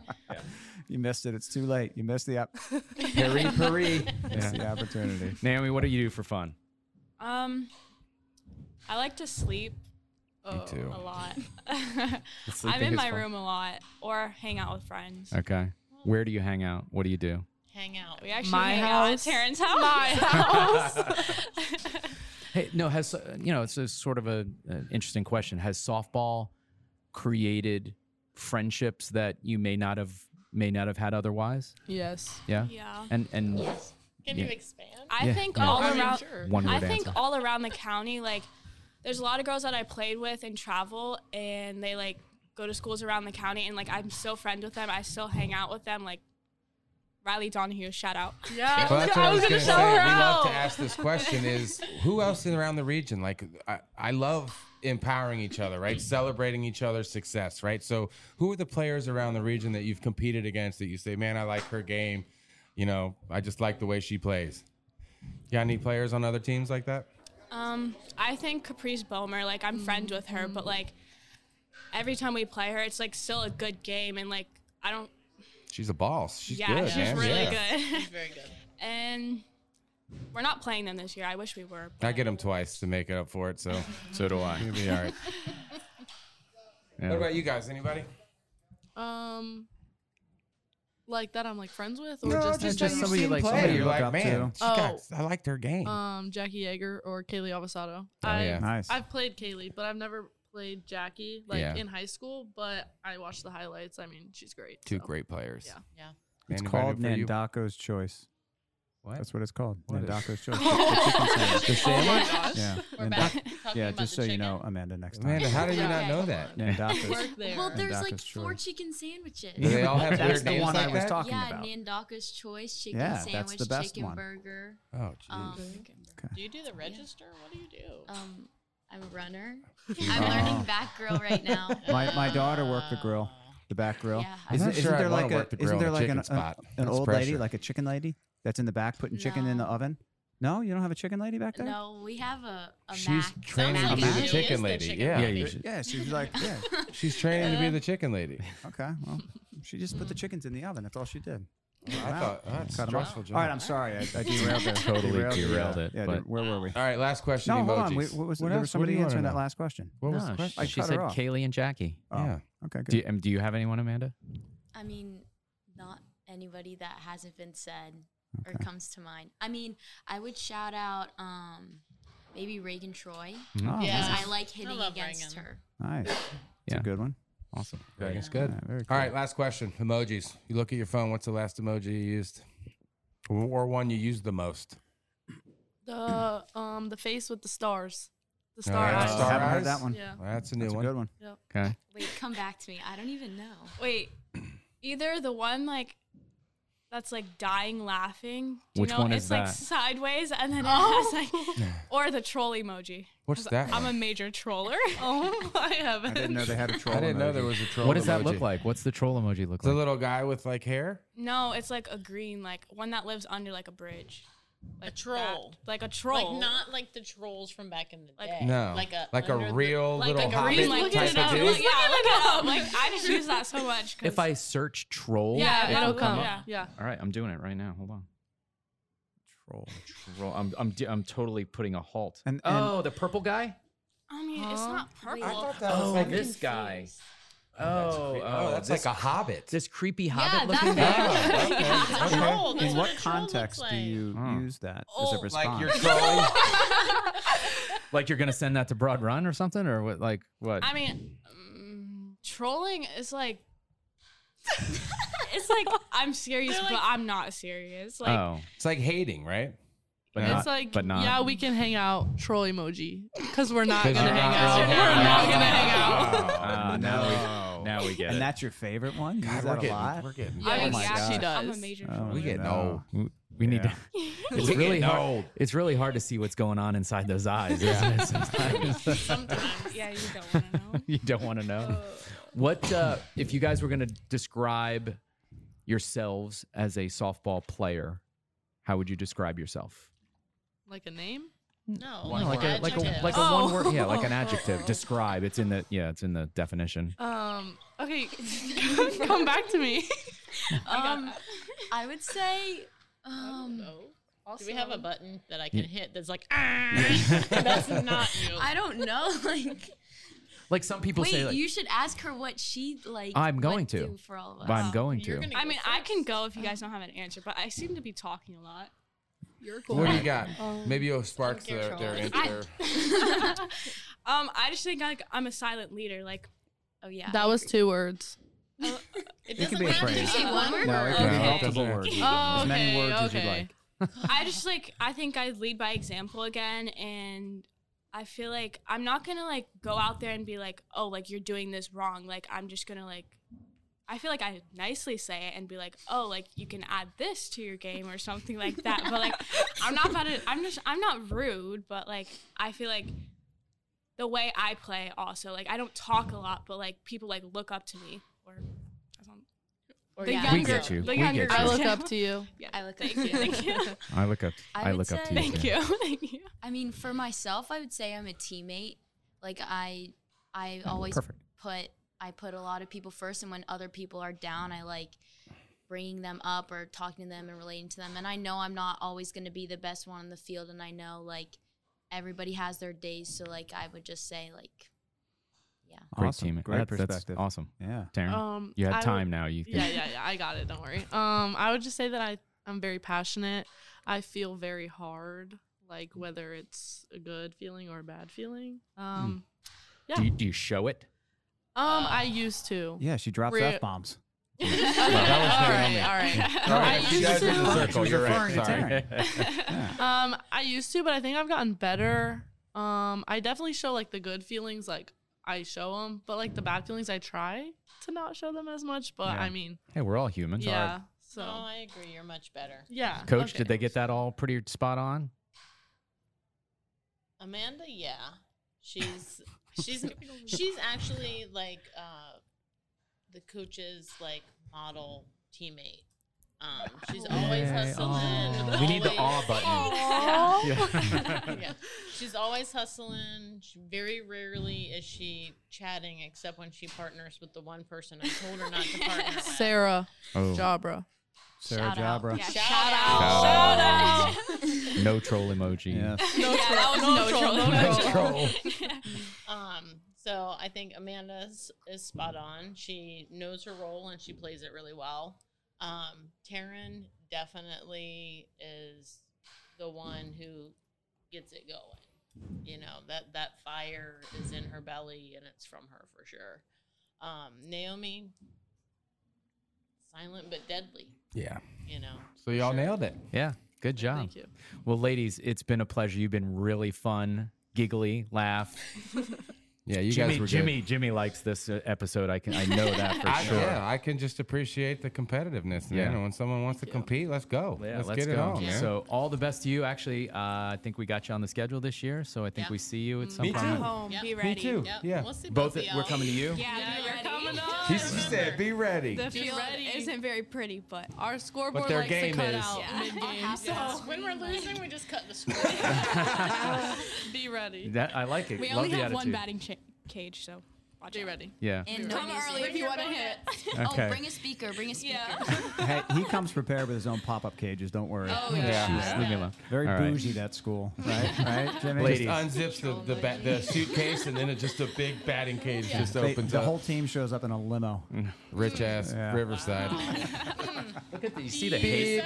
S2: You missed it. It's too late. You missed the op-
S3: Peri peri.
S2: Missed the
S4: Yeah.
S2: opportunity.
S4: Naomi, what do you do for fun?
S25: Um, I like to sleep. oh,
S4: Me too.
S25: A lot. I'm
S4: sleeping
S25: in
S4: is
S25: my
S4: fun.
S25: room a lot, or hang out with friends.
S4: Okay. Where do you hang out? What do you do?
S25: Hang out. We actually
S7: My
S25: hang out at
S7: house.
S25: Taryn's house.
S7: My house.
S4: Hey, no, has uh, you know, it's a sort of a, an interesting question. Has softball created friendships that you may not have may not have had otherwise?
S25: Yes.
S4: Yeah.
S25: Yeah.
S4: And and
S25: Can
S4: yeah.
S25: you expand? I
S4: Yeah,
S25: think
S4: yeah.
S25: all
S4: I mean,
S25: around.
S4: sure. One
S25: I
S4: word
S25: think
S4: answer.
S25: all around the county, like there's a lot of girls that I played with and travel, and they like go to schools around the county, and like I'm still friends with them. I still hang out with them. Like Riley Donahue, shout out.
S7: Yeah,
S3: Well, that's what I was gonna say. We love to
S25: out.
S3: ask this question: Is who else in around the region? Like, I, I love empowering each other, right? Celebrating each other's success, right? So, who are the players around the region that you've competed against that you say, "Man, I like her game. You know, I just like the way she plays." You got any players on other teams like that?
S25: Mm-hmm. Um, I think Caprice Bomer, like I'm friends with her, but like every time we play her, it's like still a good game, and like I don't.
S3: She's a boss. She's
S25: yeah,
S3: good,
S25: she's
S3: man.
S25: really
S3: Yeah.
S25: good.
S1: She's very good.
S25: and we're not playing them this year. I wish we were.
S3: I get him twice to make it up for it, so so do I. You'll be all right. What about you guys? Anybody?
S7: Um, like that I'm like friends with, or
S3: No,
S7: just
S3: just
S7: that
S3: that
S7: you've
S3: somebody you
S7: seen
S3: like,
S7: play? Oh.
S3: somebody you You're look like, up man, to. she got- I like their game.
S7: Um, Jackie Yeager or Kaylee Avasato.
S3: Oh,
S7: I,
S3: yeah. Nice.
S7: I've played Kaylee, but I've never played Jackie like
S3: Yeah.
S7: in high school. But I watched the highlights. I mean, she's great.
S3: Two
S7: so,
S3: great players.
S7: Yeah, yeah.
S2: It's
S3: Anybody
S2: called
S3: for you?
S2: Nandako's Choice.
S3: What?
S2: That's what it's called.
S3: What is-
S2: Nandako's Choice.
S7: Oh
S2: The chicken sandwich.
S7: my gosh.
S2: Yeah.
S7: We're
S2: Nanda-
S7: back talking
S2: yeah,
S7: about
S2: just
S7: the
S2: so you know, Amanda, next time.
S3: Amanda, how do you Yeah, not know come that? on.
S2: Nandako's.
S7: Work there.
S9: Well, there's like
S2: Nandako's
S9: four
S2: Choice.
S9: chicken sandwiches.
S2: Do they all have That's weird the names one I like was that? talking
S9: yeah,
S2: about.
S9: Nandaka's Choice chicken
S2: Yeah, that's the
S9: sandwich,
S2: best
S9: chicken
S2: one.
S9: burger.
S3: Oh,
S9: um,
S1: Do you do the register? What do you do?
S9: Um, I'm a runner. I'm learning back grill right now.
S2: my my daughter worked the grill, the back grill.
S9: Yeah.
S3: I'm not sure I'd wanna work the grill
S2: isn't
S3: in
S2: there
S3: a
S2: like
S3: chicken
S2: an, an,
S3: spot.
S2: an
S3: That's
S2: old lady,
S3: pressure.
S2: like a chicken lady that's in the back putting chicken in the oven? No, you don't have a chicken lady back there.
S9: No, we have a, a
S3: She's
S9: Mac.
S3: training
S9: Mac
S3: to be
S9: is
S3: the
S9: really
S3: chicken
S9: is the
S3: lady.
S9: chicken
S3: Yeah,
S2: lady. Yeah, you should- Yeah, she's like- yeah.
S3: She's training to be the chicken lady.
S2: Okay, well, she just put the chickens in the oven. That's all she did.
S3: Oh, I
S2: Wow.
S3: thought- that's
S2: Cut 'em off.
S3: stressful job.
S2: All right, I'm sorry, I, I derailed it.
S4: Totally
S2: the, uh,
S4: derailed it,
S2: Yeah,
S4: but-
S2: de- where were we?
S3: All right, last question.
S2: No,
S3: emojis.
S2: hold on. Wait, what was there was
S3: else? do
S2: somebody
S3: you wanna
S2: answering that
S3: know?
S2: last question?
S3: What was
S4: No,
S3: the
S4: she-
S3: question?
S4: She, said Kaylee and Jackie.
S2: Oh, Yeah. Okay. Good.
S4: Do you, um, do you have anyone, Amanda?
S9: I mean, not anybody that hasn't been said or comes to mind. I mean, I would shout out um, maybe Reagan Troy
S2: Oh,
S9: because
S2: Yeah.
S9: I like
S1: I
S9: hitting
S1: love
S9: against her.
S2: Nice. It's a good one.
S4: Awesome.
S3: Very it's good.
S2: Yeah, very
S3: All right, last question. Emojis. You look at your phone. What's the last emoji you used, or one you used the most?
S7: The um the face with the stars, the
S3: All
S7: star
S3: right,
S7: eyes.
S3: Star Eyes?
S7: Yeah.
S3: Well, that's a new
S2: That's a
S3: one.
S2: good one.
S7: Yep.
S4: Okay.
S9: Wait, come back to me. I don't even know.
S25: Wait, either the one like that's like dying laughing. Do
S4: Which
S25: you know,
S4: one
S25: it's
S4: is
S25: like
S4: that?
S25: sideways and then it has like or the troll emoji.
S3: What's
S25: 'Cause
S3: that
S25: I'm
S3: one?
S25: a major troller. oh my heavens.
S3: I didn't know there was a troll.
S4: What does that look
S3: emoji.
S4: like? What's the troll emoji look
S3: The
S4: like?
S3: little guy with like hair.
S25: No, it's like a green, like one that lives under like a bridge. Like a
S1: troll.
S25: like a troll.
S1: Like not like the trolls from back in the day.
S3: No,
S1: Like a
S3: like a
S1: under the-
S3: real
S1: like-
S3: little
S1: like a real-
S3: hobbit
S1: look
S3: type
S1: it up.
S3: of
S25: Like,
S3: dude.
S25: yeah, look it up. Like I just
S7: Look
S25: use that so much. 'cause-
S4: If I search troll,
S25: Yeah, it'll come,
S4: up?
S25: yeah, yeah.
S4: All right, I'm doing it right now. Hold on. Troll, troll. I'm, I'm, di- I'm totally putting a halt. oh, the purple guy.
S25: I mean, it's
S19: Huh?
S25: not
S19: Wait,
S25: purple.
S19: I thought
S4: Oh, this guy. Oh,
S3: that's creepy. Oh, that's like a hobbit.
S4: This creepy
S25: that
S4: hobbit looking
S25: guy.
S4: guy.
S2: Okay.
S25: Yeah, it's a
S2: In-
S25: troll. That's
S2: In
S25: what
S2: what
S25: a troll looks
S2: context do
S25: like.
S2: you use that as
S25: Oh.
S2: a
S25: Like
S2: response?
S4: you're
S3: trolling.
S4: like you're gonna send that to Broad Run or something, or what? Like what?
S25: I mean, um, trolling is like. it's like I'm serious, but I'm not serious. Like
S3: oh, it's like hating, right?
S7: it's like yeah, we can hang out. Troll emoji because we're not
S3: 'Cause
S7: gonna
S3: you're
S7: hang
S3: not
S7: out.
S3: really
S7: We're
S3: hanging
S7: not
S3: out.
S7: gonna hang out.
S4: Ah, now we, now we get
S2: and
S4: it.
S2: that's your favorite one? You
S3: God,
S2: use
S3: we're
S2: that
S3: getting-
S2: a lot?
S3: we're getting-
S7: Yeah,
S2: oh
S7: yeah,
S2: my
S7: she
S2: God.
S7: does. I'm a major
S2: Oh,
S3: We getting
S2: no.
S4: old. We need to. It's
S3: We
S4: really
S3: getting
S4: hard.
S3: old.
S4: It's really hard to see what's going on inside those eyes.
S3: Yeah.
S4: Isn't it? Sometimes.
S25: yeah, you don't.
S4: you don't want to know. What uh, if you guys were going to describe yourselves as a softball player? How would you describe yourself?
S7: Like a name?
S1: No,
S4: No, like a like a like a
S7: Oh.
S4: one word yeah like an
S25: Oh.
S4: adjective. Describe. It's in the yeah it's in the definition.
S7: Um. Okay, come back to me.
S9: Um, I would say. Um,
S1: Do we have a
S9: also-
S1: button that I
S4: Yeah.
S1: can hit that's like, ah, that's not you.
S9: I don't know. Like,
S4: Like some people
S9: wait,
S4: say like
S9: you should ask her what she like.
S4: I'm
S9: would
S4: going to.
S9: do for all of us.
S4: I'm going to.
S25: I mean, I can go if you guys don't have an answer, but I seem to be talking a lot. You're Um,
S3: What do you got? Maybe it'll spark their their
S25: I-
S3: interest.
S25: um, I just think like I'm a silent leader. Like,
S9: oh yeah,
S7: That was two words.
S2: It, can be a phrase.
S25: say one word?
S2: No, it can be
S25: Okay.
S2: multiple
S25: Doesn't have to
S2: words.
S25: be one
S2: As many
S25: word.
S2: words as you
S25: Okay,
S2: like.
S25: I just like I think I lead by example again, and I feel like I'm not gonna like go out there and be like, oh, like you're doing this wrong. Like I'm just gonna like. I feel like I nicely say it and be like, "Oh, like you can add this to your game or something like that." But like, I'm not about to. I'm just. I'm not rude, but like, I feel like the way I play also. Like, I don't talk a lot, but like people like look up to me or. I don't-
S7: Or
S25: the
S7: yeah.
S25: younger,
S7: We get you.
S25: The
S7: We
S25: younger
S7: get you. I look
S25: girls.
S7: up to you.
S25: Yeah,
S9: I look
S25: thank
S9: up
S25: you.
S9: to you.
S25: Thank you.
S4: I look up.
S9: I
S4: I,
S9: would
S4: look up to
S9: say-
S4: you.
S25: Thank
S4: yeah.
S25: you. Thank you.
S9: I mean, for myself, I would say I'm a teammate. Like I, I always
S4: Perfect.
S9: put I put a lot of people first, and when other people are down, I like bringing them up or talking to them and relating to them. And I know I'm not always going to be the best one on the field, and I know like everybody has their days. So like I would just say like, yeah,
S4: Great
S2: Awesome.
S4: team.
S2: Great
S4: That's- that's
S2: perspective.
S4: awesome.
S2: Yeah.
S4: Taryn,
S7: Um,
S4: you
S7: I
S4: have
S7: would-
S4: time now. You can-
S7: yeah, yeah, yeah. I got it. Don't worry. Um, I would just say that I I'm very passionate. I feel very hard, like whether it's a good feeling or a bad feeling. Um,
S4: Hmm.
S7: yeah.
S4: Do you, do you show it?
S7: um,
S1: Ah.
S7: I used to.
S2: Yeah, she drops
S7: Re-
S2: f bombs.
S7: all right, all right. I
S2: She
S7: used
S2: was
S7: to.
S2: referring- she was
S7: You're right,
S2: referring to
S7: sorry.
S2: Taryn.
S7: um, I used to, but I think I've gotten better. Um, I definitely show like the good feelings, like I show them, but like the bad feelings, I try to not show them as much. But
S4: Yeah.
S7: I mean,
S4: Hey, we're all human.
S7: yeah. So
S1: So Oh, I agree. You're much better.
S7: Yeah.
S4: Coach, did they get that all pretty spot on?
S1: Amanda, yeah. She's she's she's actually like uh the coach's like model teammate. Um she's always
S4: Yay,
S1: hustling.
S4: aw. We need the aw
S1: always-
S4: button.
S1: Aw.
S4: Yeah.
S1: Yeah. She's always hustling. She, very rarely is she chatting except when she partners with the one person I told her not to partner with.
S7: Sarah
S4: Oh.
S7: Jabra.
S2: Sarah Jabra.
S1: Yeah,
S7: Shout
S1: shout
S7: out.
S1: out.
S4: No troll emoji.
S1: No
S7: Yeah,
S1: troll,
S7: that was no troll, no troll.
S1: um, so I think Amanda is, is spot on. She knows her role and she plays it really well. Um, Taryn definitely is the one who gets it going. You know that that fire is in her belly and it's from her for sure. Um, Naomi, silent but deadly.
S3: Yeah.
S1: You know.
S3: So y'all nailed it.
S4: Yeah. Good job.
S1: Thank you.
S4: Well, ladies, it's been a pleasure. You've been really fun, giggly, laugh.
S3: Yeah, you
S4: Jimmy,
S3: guys were good.
S4: Jimmy, Jimmy likes this uh, episode. I can, I know that for
S3: I-
S4: sure.
S3: Yeah, I can just appreciate the competitiveness.
S4: Yeah.
S3: Yeah. And when someone wants to compete, let's go.
S4: Yeah,
S3: let's, get it on, man.
S4: So all the best to you. Actually, uh, I think we got you on the schedule this year, so I think we see
S19: Mm.
S4: you at some
S3: Me
S4: point.
S3: too.
S23: Home,
S1: Yep.
S23: be
S1: Me
S23: ready.
S3: too, Yep. yeah. We'll see both of
S4: we're coming to you.
S23: Yeah, be ready.
S3: She, she said, be ready.
S23: The field isn't very pretty, but
S7: our scoreboard
S3: But their likes to game cut is. out
S23: Yeah.
S1: So when we're losing, we just cut the score.
S7: Be ready.
S4: That I like it. Love the attitude.
S23: cha- cage, so watch
S7: Be ready.
S4: Yeah.
S9: And
S23: Come
S9: no music.
S23: early if you want to hit.
S2: Okay.
S9: Oh, bring a speaker. Bring a speaker.
S2: hey, he comes prepared with his own pop-up cages. Don't worry.
S9: Oh, Yeah. yeah.
S4: Jeez, leave me alone.
S2: Very
S4: All right.
S2: bougie that school, right? Right, Jimmy?
S3: Ladies. Just unzips the, the, ba- the suitcase and then it just a big batting cage
S2: Yeah.
S3: just
S2: They-
S3: opens
S2: the
S3: up.
S2: whole team shows up in a limo.
S4: Hmm.
S3: Rich ass Riverside.
S4: Look at the, you see the hate.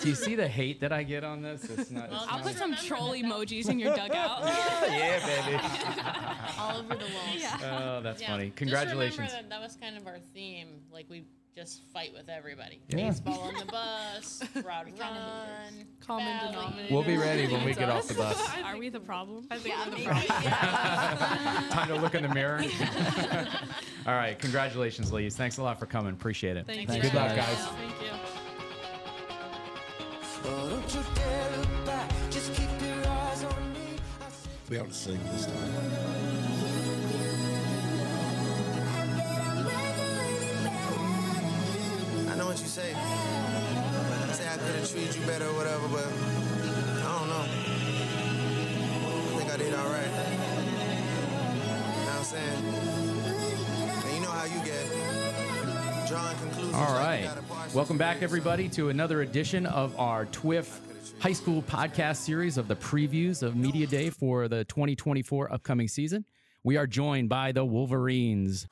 S4: Do you see the hate that I get on this? It's not. It's
S23: I'll
S4: not
S23: put some troll emojis in your dugout.
S4: yeah, baby.
S1: all over the walls.
S4: Oh, that's
S1: Yeah.
S4: funny.
S1: Just
S4: Congratulations.
S1: remember that, that was kind of our theme. Like we just fight with everybody.
S3: Yeah.
S1: Baseball on the bus, rod run, common denominator.
S3: We'll be ready when we get off the bus.
S23: Are we the problem? I
S7: think
S23: we're the problem.
S4: Time to look in the mirror. All right. Congratulations, ladies. Thanks a lot for coming. Appreciate it.
S19: Thank
S4: Good luck, guys.
S7: Thank you.
S19: Oh, don't you dare look back. Just keep your eyes on me.
S5: Be able to sing this time.
S14: I know what you say. Say I could have treated you better, or whatever, but I don't know. I think I did all right. You know what I'm saying? And you know how you get. Drawing conclusions.
S4: All
S14: like you
S4: right.
S14: got a partial
S4: Welcome back, everybody, to another edition of our TWIF High School podcast series of the previews of Media Day for the 2024 upcoming season. We are joined by the Wolverines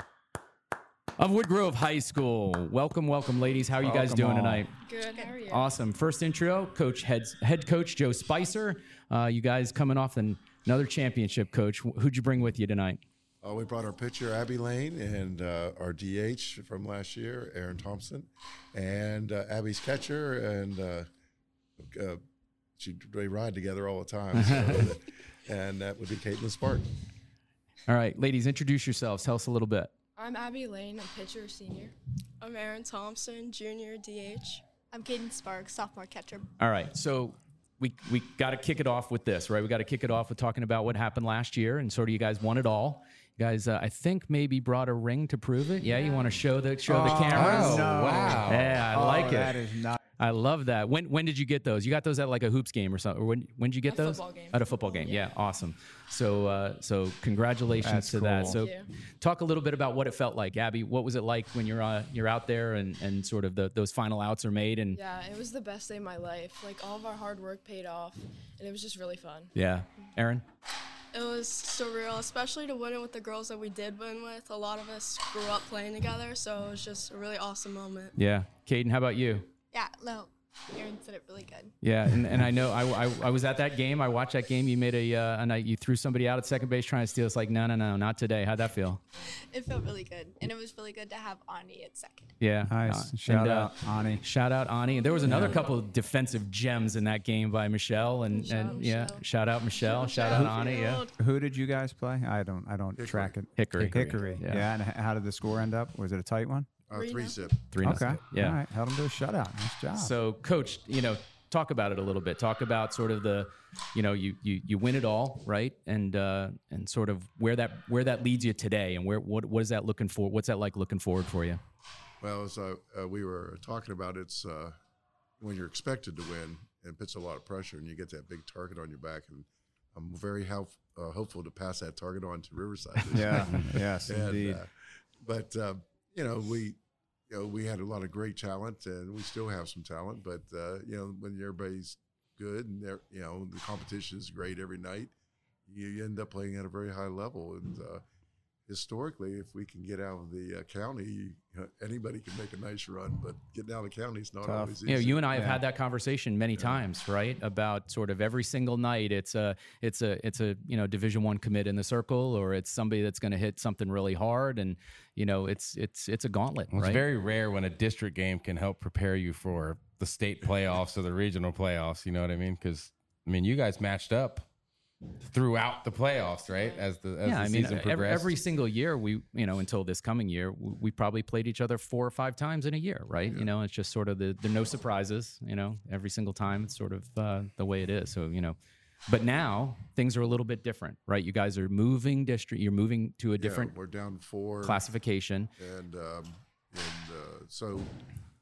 S4: of Woodgrove High School. Welcome, welcome, ladies. How are you guys
S8: Welcome
S4: doing
S8: all.
S4: tonight?
S23: Good. How are you?
S4: Awesome. First intro, Coach Head, head Coach Joe Spicer. Uh, you guys coming off an, another championship, Coach. Who'd you bring with you tonight?
S5: Uh, we brought our pitcher Abby Lane and uh, our DH from last year, Aaron Thompson, and uh, Abby's catcher, and uh, uh, she they ride together all the time. So, and that would be Caitlin Spartan.
S4: All right, ladies, introduce yourselves. Tell us a little bit.
S12: I'm Abby Lane. I'm pitcher senior. I'm Aaron Thompson, junior DH. I'm Caden Sparks, sophomore catcher.
S4: All right. So we we got to kick it off with this, right? We got to kick it off with talking about what happened last year, and sort of you guys won it all. Guys, uh, I think maybe brought a ring to prove it. Yeah, you want to show the show the
S2: Oh,
S4: cameras?
S2: no. wow.
S4: Yeah, I
S2: Oh,
S4: like it.
S2: that is not-
S4: I love that. When when did you get those? You got those at like a hoops game or something? Or when when did you get
S2: A
S4: those?
S2: football game.
S4: At a football game. Yeah, awesome. So uh, so congratulations
S2: That's
S4: to that.
S2: cool.
S4: So
S2: Thank
S4: talk a little bit about what it felt like, Abby. What was it like when you're uh, you're out there and and sort of the, those final outs are made and
S12: Yeah, it was the best day of my life. Like all of our hard work paid off, and it was just really fun.
S4: yeah, Aaron.
S12: It was surreal, especially to win it with the girls that we did win with. A lot of us grew up playing together, so it was just a really awesome moment.
S4: Yeah, Caden. How about you?
S12: Yeah, no, Aaron said it really good.
S4: Yeah, and, and I know I, I, I was at that game. I watched that game. You made a uh, and I, you threw somebody out at second base trying to steal. It's like no, no, no, not today. How'd that feel?
S26: It felt really good, and it was really good to have Ani at second.
S4: Yeah,
S2: Nice. Shout out,
S4: Ani. Shout out Ani. And there was another couple of defensive gems in that game by Michelle and and yeah, shout out Michelle. Shout out Ani. Yeah.
S2: Who did you guys play? I don't. I don't track it.
S4: Hickory.
S2: Hickory.
S4: Hickory,
S2: Yeah.
S4: yeah.
S2: And h- how did the score end up? Was it a tight one?
S14: Uh, three Three-nothing. zip.
S4: Three-nothing,
S2: Okay.
S4: yeah.
S2: All right. Held them to a shutout. Nice job.
S4: So, coach, you know, talk about it a little bit. Talk about sort of the, you know, you you you win it all, right? And uh, and sort of where that where that leads you today, and where what what is that looking for? What's that like looking forward for you?
S14: Well, as uh, uh, we were talking about, it's uh, when you're expected to win, it puts a lot of pressure, and you get that big target on your back. And I'm very help, uh, hopeful to pass that target on to Riverside. this
S2: Yeah,
S14: year.
S2: yes, indeed.
S14: uh, but uh, you know, we you know we had a lot of great talent, and we still have some talent. But uh, you know, when everybody's good and they're- you know the competition is great every night, you, you end up playing at a very high level. And uh, historically, if we can get out of the uh, county, you know, anybody can make a nice run. But getting out of the county is not always easy.
S4: You know, you and I have had that conversation many times, right? About sort of every single night, it's a, it's a, it's a, you know, Division One commit in the circle, or it's somebody that's going to hit something really hard, and you know, it's it's it's a gauntlet,
S3: Well,
S4: right?
S3: It's very rare when a district game can help prepare you for the state playoffs or the regional playoffs. You know what I mean? Because I mean, you guys matched up throughout the playoffs, right? As the as
S4: yeah,
S3: the
S4: I mean,
S3: season
S4: ev- every,
S3: progressed.
S4: single year we, you know, until this coming year, we, we probably played each other four or five times in a year, right? You know, it's just sort of the there are no surprises. You know, every single time it's sort of uh, the way it is. So you know, but now things are a little bit different, right? You guys are moving district. You're moving to a
S14: Yeah,
S4: different.
S14: we're down four
S4: classification.
S14: and um, and uh, so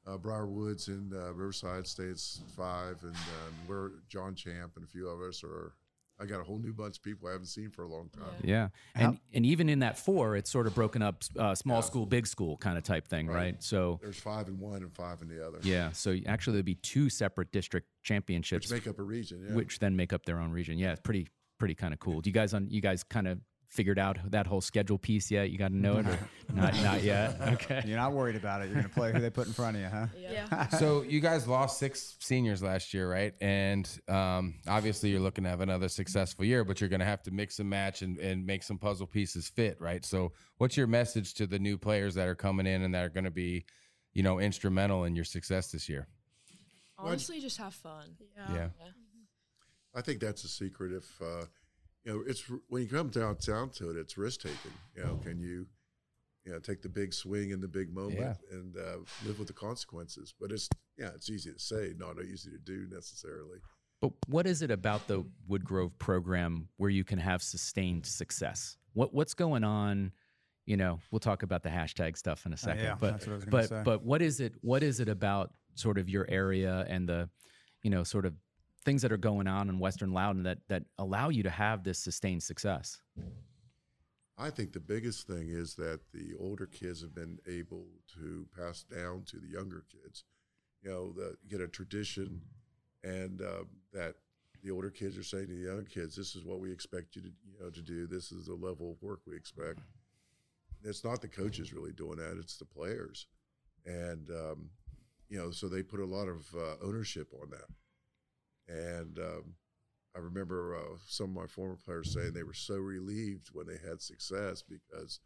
S14: uh, Briar Woods and uh, Riverside State's five, and um, we're John Champ and a few of us are. I got a whole new bunch of people I haven't seen for a long time.
S4: Yeah, and and even in that four, it's sort of broken up, uh, small school, big school kind of type thing, right? So
S14: There's five in one and five in the other.
S4: yeah, so actually there'd be two separate district championships,
S14: Which make up a region, yeah.
S4: which then make up their own region. Yeah, it's pretty pretty kind of cool. Do you guys on you guys kind of figured out that whole schedule piece yet? You got to know it or not not yet? Okay,
S2: You're not worried about it. You're going to play who they put in front of you, huh?
S3: so you guys lost six seniors last year, right? And um, obviously, you're looking to have another successful year, but you're going to have to mix and match and, and make some puzzle pieces fit, right? So, what's your message to the new players that are coming in and that are going to be, you know, instrumental in your success this year?
S12: Honestly, just have fun.
S3: Yeah.
S14: I think that's the secret. If uh, you know, it's when you come down down to it, it's risk taking. You know, can you, you know, take the big swing in the big moment
S3: Yeah.
S14: and uh, live with the consequences? But it's yeah, it's easy to say, not easy to do necessarily.
S4: But what is it about the Woodgrove program where you can have sustained success? What what's going on? You know, we'll talk about the hashtag stuff in a second.
S2: yeah,
S4: but
S2: that's what I was gonna
S4: but
S2: say.
S4: but what is it? What is it about sort of your area and the, you know, sort of things that are going on in Western Loudon that that allow you to have this sustained success?
S14: I think the biggest thing is that the older kids have been able to pass down to the younger kids, you know, the, get a tradition, and um, that the older kids are saying to the younger kids, "This is what we expect you to, you know, to do. This is the level of work we expect." It's not the coaches really doing that; it's the players, and um, you know, so they put a lot of uh, ownership on that, and. Um, I remember uh, some of my former players saying they were so relieved when they had success because,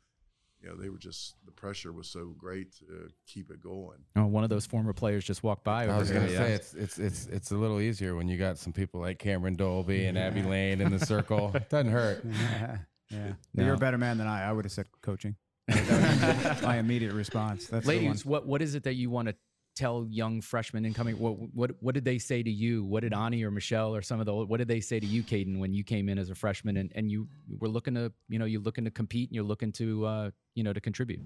S14: you know, they were just the pressure was so great to keep it going.
S4: Oh, one of those former players just walked by.
S3: I
S4: over
S3: was
S4: here,
S3: gonna
S4: yeah.
S3: say it's it's it's it's a little easier when you got some people like Cameron Dolby and Abby Lane in the circle. Doesn't hurt.
S2: Yeah. yeah.
S3: No.
S2: You're a better man than I. I would have said coaching. That was my immediate response. That's the one.
S4: Ladies, what what is it that you want to tell young freshmen incoming? What what what did they say to you? What did Ani or Michelle or some of the old- what did they say to you, Caden, when you came in as a freshman and, and you were looking to you know you're looking to compete and you're looking to uh, you know to contribute?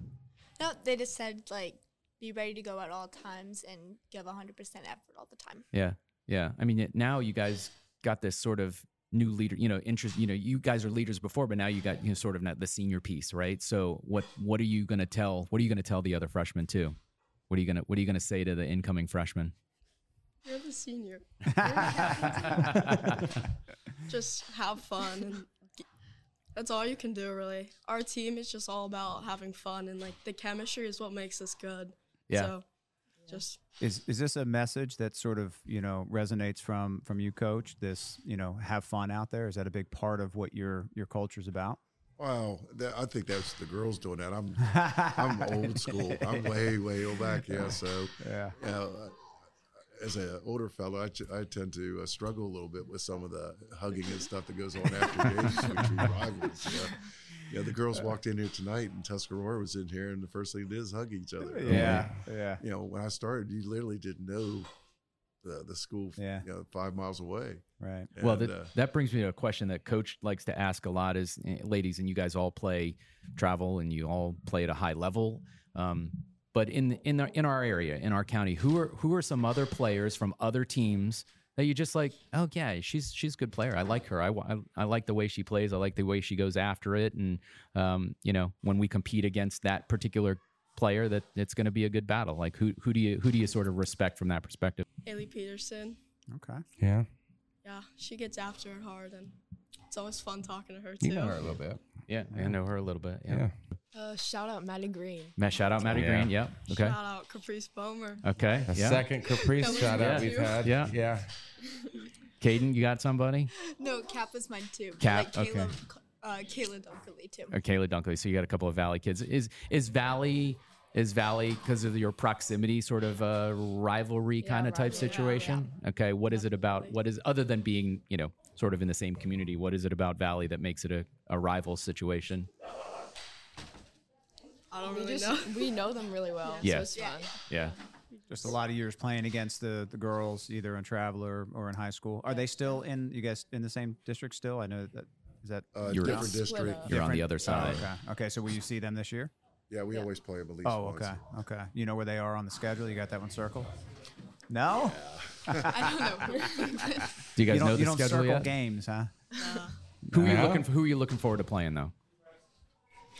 S12: No, they just said like be ready to go at all times and give 100% effort all the time.
S4: Yeah, yeah. I mean, it- now you guys got this sort of new leader, you know, interest. You know, you guys are leaders before, but now you got you know, sort of not the senior piece, right? So what what are you gonna tell? What are you gonna tell the other freshmen too? What are you gonna What are you gonna say to the incoming freshmen?
S19: You're the senior. just have fun and g- that's all you can do really. Our team is just all about having fun and like the chemistry is what makes us good.
S2: Yeah.
S19: So just
S2: Is is this a message that sort of you know resonates from from you, Coach? This you know have fun out there. Is that a big part of what your your culture's about?
S14: Wow, that, I think that's the girls doing that. I'm I'm old school. I'm way way old back. Yeah, so
S2: Yeah.
S14: you know, uh, as an older fellow, I, t- I tend to uh, struggle a little bit with some of the hugging and stuff that goes on after games between rivals. Yeah. Yeah, the girls walked in here tonight, and Tuscarora was in here, and the first thing they did is hug each other. I mean,
S2: Yeah, yeah.
S14: You know, when I started, you literally didn't know the, the school.
S2: Yeah.
S14: you know, five miles away.
S2: Right.
S4: well,
S14: And,
S4: that,
S14: uh,
S4: that brings me to a question that Coach likes to ask a lot: is eh, ladies, and you guys all play travel, and you all play at a high level. Um, but in in our, in our area, in our county, who are who are some other players from other teams that you just like? Oh yeah, she's she's a good player. I like her. I, wa- I, I like the way she plays. I like the way she goes after it. And um, you know, when we compete against that particular player, that it's going to be a good battle. Like who who do you who do you sort of respect from that perspective?
S19: Haley Peterson.
S2: Okay.
S4: Yeah.
S19: Yeah, she gets after it hard and it's always fun talking to her too.
S4: You know her a little bit. Yeah, I know her a little bit. Yeah.
S27: Uh, shout out Maddie Green.
S4: Ma- Shout out Maddie
S3: Yeah.
S4: Green. Yep. Okay.
S19: Shout out Caprice Bomer.
S4: Okay.
S3: The
S4: yeah.
S3: second Caprice That was shout out good. we've had.
S4: Yeah.
S3: Yeah.
S4: Caden, you got somebody?
S12: No, Cap was mine too.
S4: Cap,
S12: like
S4: okay.
S12: Caleb, uh, Caleb Dunkley too.
S4: Or Kayla Dunkley. So you got a couple of Valley kids. Is is Valley is Valley because of your proximity sort of a rivalry kind of type situation? Okay. What is it about what is other than being, you know, sort of in the same community, what is it about Valley that makes it a, a rival situation?
S19: I don't
S27: we
S19: really
S27: just,
S19: know.
S27: We know them really well.
S4: Yeah.
S27: So it's
S4: Yeah.
S27: fun.
S4: Yeah.
S2: Just a lot of years playing against the the girls, either in traveler or in high school. Are they still in you guys in the same district still? I know that is that
S14: Uh, You're- different Split district. up.
S4: You're on the
S2: Different-
S4: other
S2: oh,
S4: side.
S2: okay. Okay. So will you see them this year?
S14: Yeah, we always play them at least
S2: Oh,
S14: once.
S2: okay. Okay. You know where they are on the schedule? You got that one circled? No.
S19: I don't know.
S4: Do you guys
S2: don't,
S4: know the
S2: you don't
S4: schedule
S2: circle
S4: yet?
S2: games, huh?
S3: Uh.
S4: Who are you
S2: No.
S4: looking for, who are you looking forward to playing though?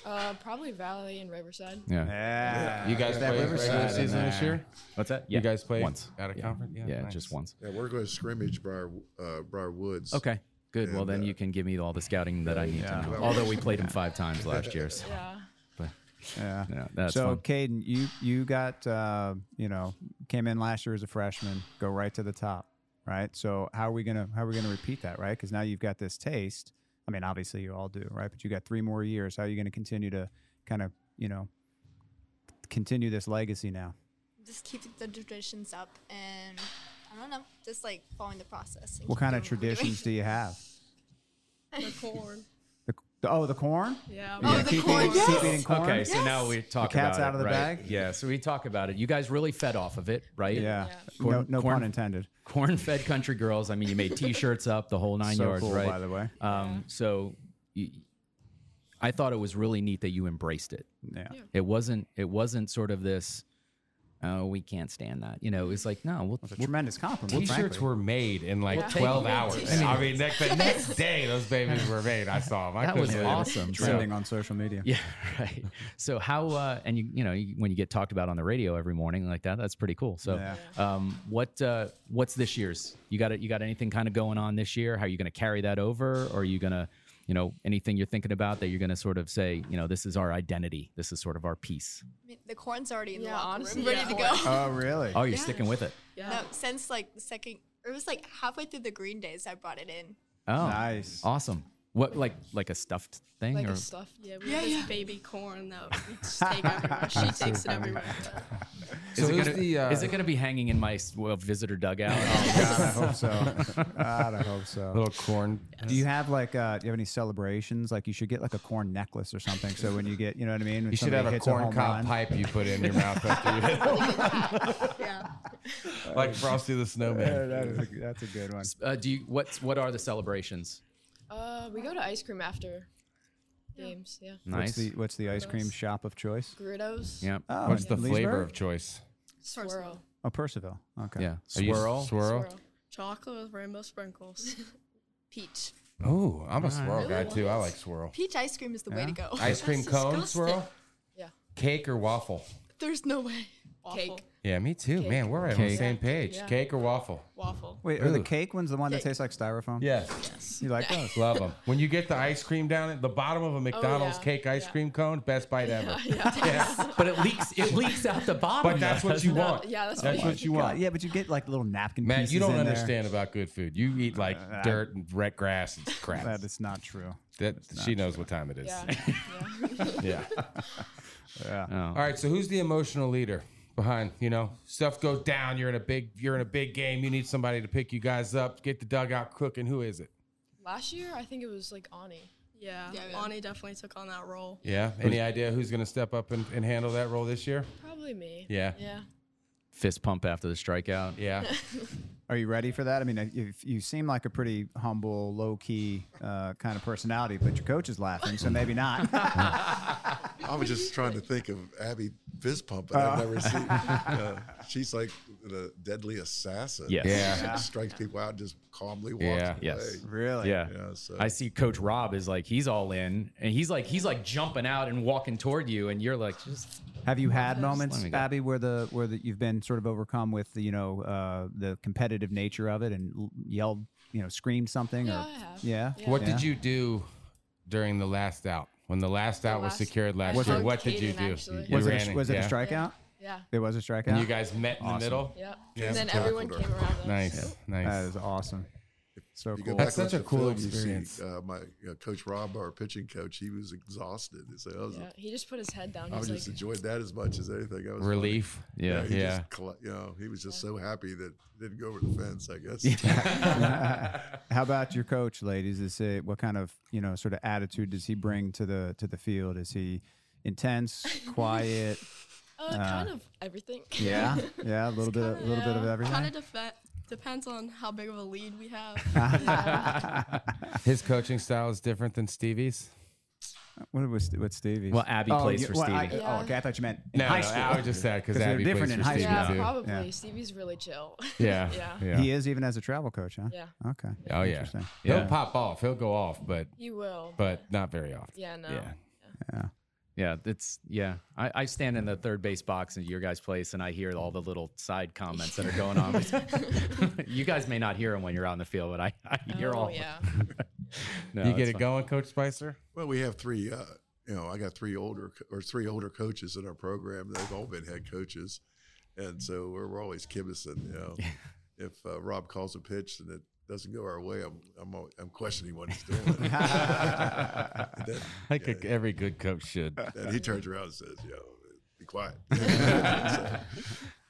S27: Uh, probably Valley and Riverside.
S4: Yeah.
S2: Yeah.
S3: You guys
S2: Is that
S3: play
S2: Riverside
S3: regular
S2: in
S3: season this
S2: there?
S3: year?
S4: uh, What's that?
S3: You
S4: Yeah,
S3: guys play
S4: once.
S3: at a
S4: Yeah.
S3: conference?
S4: Yeah,
S3: nice.
S4: just once.
S14: Yeah, we're going to scrimmage Briar, uh, Briar Woods.
S4: Okay, good. well, then you can give me all the scouting that I need to know. Although we played him five times last year. So.
S27: Yeah.
S4: But,
S2: yeah.
S4: that's
S2: so,
S4: fun.
S2: Caden, you you got uh, you know came in last year as a freshman, go right to the top, right? So how are we gonna how are we gonna repeat that, right? Because now you've got this taste. I mean, obviously you all do, right? But you got three more years. How are you gonna continue to kind of you know continue this legacy now?
S12: Just keep the traditions up and I don't know, just like following the process. and
S2: What
S12: keep
S2: kind of
S12: doing we're doing.
S2: traditions do you have?
S19: The corn.
S2: The, the- oh, the corn.
S19: Yeah.
S2: You gonna keep eating- keep eating corn?
S4: Okay, so now we talk
S2: the cat's
S4: about
S2: out
S4: it,
S2: of the
S4: right?
S2: bag.
S4: Yeah, so we talk about it. You guys really fed off of it, right?
S2: Yeah. Yeah. No- no pun intended.
S4: Corn-fed country girls. I mean, you made T-shirts up the whole nine
S2: So
S4: yards,
S2: cool,
S4: right?
S2: by the way.
S4: Um, So, y- I thought it was really neat that you embraced it.
S2: Yeah.
S4: It wasn't. It wasn't sort of this. Oh, we can't stand that. You know, it's like no. We'll,
S2: a tremendous compliment.
S4: we'll-
S3: T-shirts were made in like
S4: We'll take
S3: 12
S4: it.
S3: hours.
S4: I mean-
S3: I mean, like the next day, those babies were made. I saw them. I
S4: That was
S3: couldn't believe it.
S4: awesome.
S3: So-
S2: Trending on social media.
S4: Yeah, right. So how uh, and you you know you- when you get talked about on the radio every morning like that, that's pretty cool. So
S2: Yeah.
S4: um, what uh, what's this year's? You got it. You got anything kind of going on this year? How are you going to carry that over? Or are you going to you know anything you're thinking about that you're going to sort of say you know this is our identity. This is sort of our piece.
S12: I mean, the corn's already in
S27: Yeah,
S12: the locker
S27: honestly,
S12: room, ready to go.
S2: Oh, really?
S4: Oh, you're
S12: Yeah.
S4: sticking with it.
S12: No, since like the second, it was like halfway through the Green Days, I brought it in.
S4: Oh,
S2: Nice.
S4: Awesome. What like like a stuffed thing
S12: like
S4: or
S12: a stuffed. Yeah, we
S8: Yeah,
S12: have
S8: yeah.
S12: this baby corn that we just take everywhere. She takes it everywhere.
S4: Is,
S3: So
S4: it
S3: is
S4: gonna,
S3: the, uh,
S4: is it gonna be hanging in my s- well, visitor dugout?
S2: Oh, God, I hope so. God, I hope so.
S3: Little corn.
S2: Do you have like uh, do you have any celebrations? Like you should get like a corn necklace or something. So when you get, you know what I mean. When
S3: You should
S2: somebody
S3: have a
S2: hits
S3: corn
S2: home
S3: cob
S2: run-
S3: pipe you put in your mouth after you hit like Frosty the Snowman.
S2: Yeah, that is a- that's a good one.
S4: Uh, do you what's what are the celebrations?
S27: Uh, we go to ice cream after games. Yeah.
S2: What's the, what's the ice cream shop of choice?
S27: Grittos.
S4: Yeah.
S2: Oh,
S3: What's the
S2: in
S3: flavor
S2: Leesburg?
S3: of choice?
S27: Swirl.
S2: Oh, Percival. Okay.
S4: Yeah. Are you Swirl? swirl?
S12: Chocolate with rainbow sprinkles.
S27: Peach.
S3: Oh, I'm a
S4: Nice.
S3: swirl guy
S27: Really?
S3: too. I like swirl.
S27: Peach ice cream is the
S3: Yeah. Ice cream cone swirl?
S27: Yeah.
S3: Cake or waffle?
S27: There's no way. Cake.
S3: Yeah, me too. Man, we're right on the
S2: Cake.
S3: same page.
S27: Yeah.
S3: Cake or waffle?
S27: Waffle.
S2: Wait, are the
S3: Ooh.
S2: cake ones the one that tastes like styrofoam?
S3: Yes.
S2: You like those?
S3: Love them. When you get the ice cream down at the bottom of a McDonald's
S2: yeah.
S3: cake ice cream cone, best bite ever.
S4: But it leaks it leaks out the bottom.
S3: But that's what you want.
S2: Oh my
S3: what you
S2: God.
S3: want.
S2: Yeah, but you get like little napkin
S3: Matt,
S2: pieces
S3: you don't
S2: in there.
S3: understand about good food. You eat like
S2: Uh,
S3: dirt and wet grass and crap.
S2: That is not true.
S3: That
S2: That's
S3: she
S2: not
S3: knows what time it is. yeah.
S2: Yeah.
S4: Oh.
S3: All right. So who's the emotional leader behind? You know, stuff goes down. You're in a big. You're in a big game. You need somebody to pick you guys up. Get the dugout cooking. Who is it?
S27: Last year, I think it was like Ani.
S12: Yeah,
S27: Yeah, yeah.
S12: Ani definitely took on that role.
S3: Yeah. Any idea who's going to step up and, and handle that role this year?
S27: Probably me.
S3: Yeah.
S27: Yeah.
S4: Fist pump after the strikeout.
S3: Yeah.
S2: Are you ready for that? I mean, if you seem like a pretty humble, low key uh, kind of personality, but your coach is laughing, so maybe not.
S14: I was just trying to think of Abby Fizz Pump that I've
S2: Oh.
S14: never seen. Uh, she's like the deadly assassin.
S4: Yes. Yeah.
S14: She just strikes people out and just calmly walks away.
S4: Yes.
S14: Yeah.
S4: Yeah.
S14: so.
S4: I see Coach Rob is like he's all in, and he's like he's like jumping out and walking toward you, and you're like just.
S2: Have you had
S4: Just
S2: moments,
S4: let me go.
S2: Abby, where the where the, you've been sort of overcome with the, you know uh, the competitive nature of it and l- yelled, you know, screamed something?
S27: Yeah,
S2: or,
S27: I have.
S2: Yeah.
S3: What
S2: Yeah?
S3: did you do during the last out? When the last out was
S27: last-
S3: secured last
S27: Was
S3: year,
S27: it-
S3: what did you
S27: Kaden,
S3: do?
S27: actually.
S3: You
S2: Was it a-
S3: ran
S2: was it a
S3: yeah?
S2: strikeout?
S27: Yeah.
S2: It was a strikeout.
S3: And you guys met in the middle?
S27: Yeah.
S3: Yeah.
S27: And then
S3: Tackled
S27: everyone
S3: her.
S27: came around us.
S3: Nice, nice.
S2: That is awesome.
S14: You
S2: So cool.
S14: go back onto the field, you see, uh, my uh, coach Rob, our pitching coach, he was exhausted. So I was,
S27: Yeah. He just put his head down.
S14: I was
S27: He's
S14: just
S27: like,
S14: enjoyed that as much as anything. I was
S3: Relief.
S14: like-
S3: Yeah.
S14: he
S3: Yeah.
S14: Just, colla- you know, he was just so happy that it didn't go over the fence. I guess.
S2: How about your coach, ladies? Is it what kind of you know sort of attitude does he bring to the to the field? Is he intense, quiet?
S12: Uh, kind of everything.
S2: Yeah, yeah, a little bit, a little bit
S27: uh,
S2: of everything.
S12: Kind of defe- depends on how big of a lead we have.
S3: His coaching style is different than Stevie's.
S2: What was what's Stevie's?
S4: Well, Abby
S2: Oh,
S4: plays
S2: you-
S4: for
S2: well,
S4: Stevie.
S2: I-
S27: Yeah.
S2: Oh, okay. I thought you meant in
S3: No,
S2: high
S3: no,
S2: school.
S3: I was just sad 'cause
S2: they're
S3: Abby
S2: different
S3: plays
S2: in
S3: for
S2: high
S3: Stevie,
S2: school.
S27: yeah,
S3: too.
S27: probably.
S2: Yeah.
S27: Stevie's really chill.
S3: Yeah,
S27: yeah.
S3: yeah.
S2: He is even as a travel coach, huh?
S27: Yeah.
S2: Okay.
S3: Oh yeah.
S2: Interesting.
S3: He'll pop off. He'll go off, but
S27: He will,
S3: But not very often.
S27: Yeah, no.
S3: Yeah.
S2: Yeah.
S4: Yeah, it's yeah. I, I stand in the third base box in your guys' place, and I hear all the little side comments that are going on. you guys may not hear them when you're out in the field, but I, I hear
S27: Oh,
S4: all. of
S27: yeah.
S4: them. No,
S3: you get
S4: it's
S3: it
S4: fine.
S3: going, Coach Spicer.
S14: Well, we have three. Uh, you know, I got three older co- or three older coaches in our program. They've all been head coaches, and so we're, we're always kibbicing. You know, if uh, Rob calls a pitch and it doesn't go our way, I'm I'm, al- I'm questioning what he's doing. And then,
S3: Like
S14: yeah,
S3: a- every good coach should.
S14: and he turns around and says, "You know, be quiet." so, so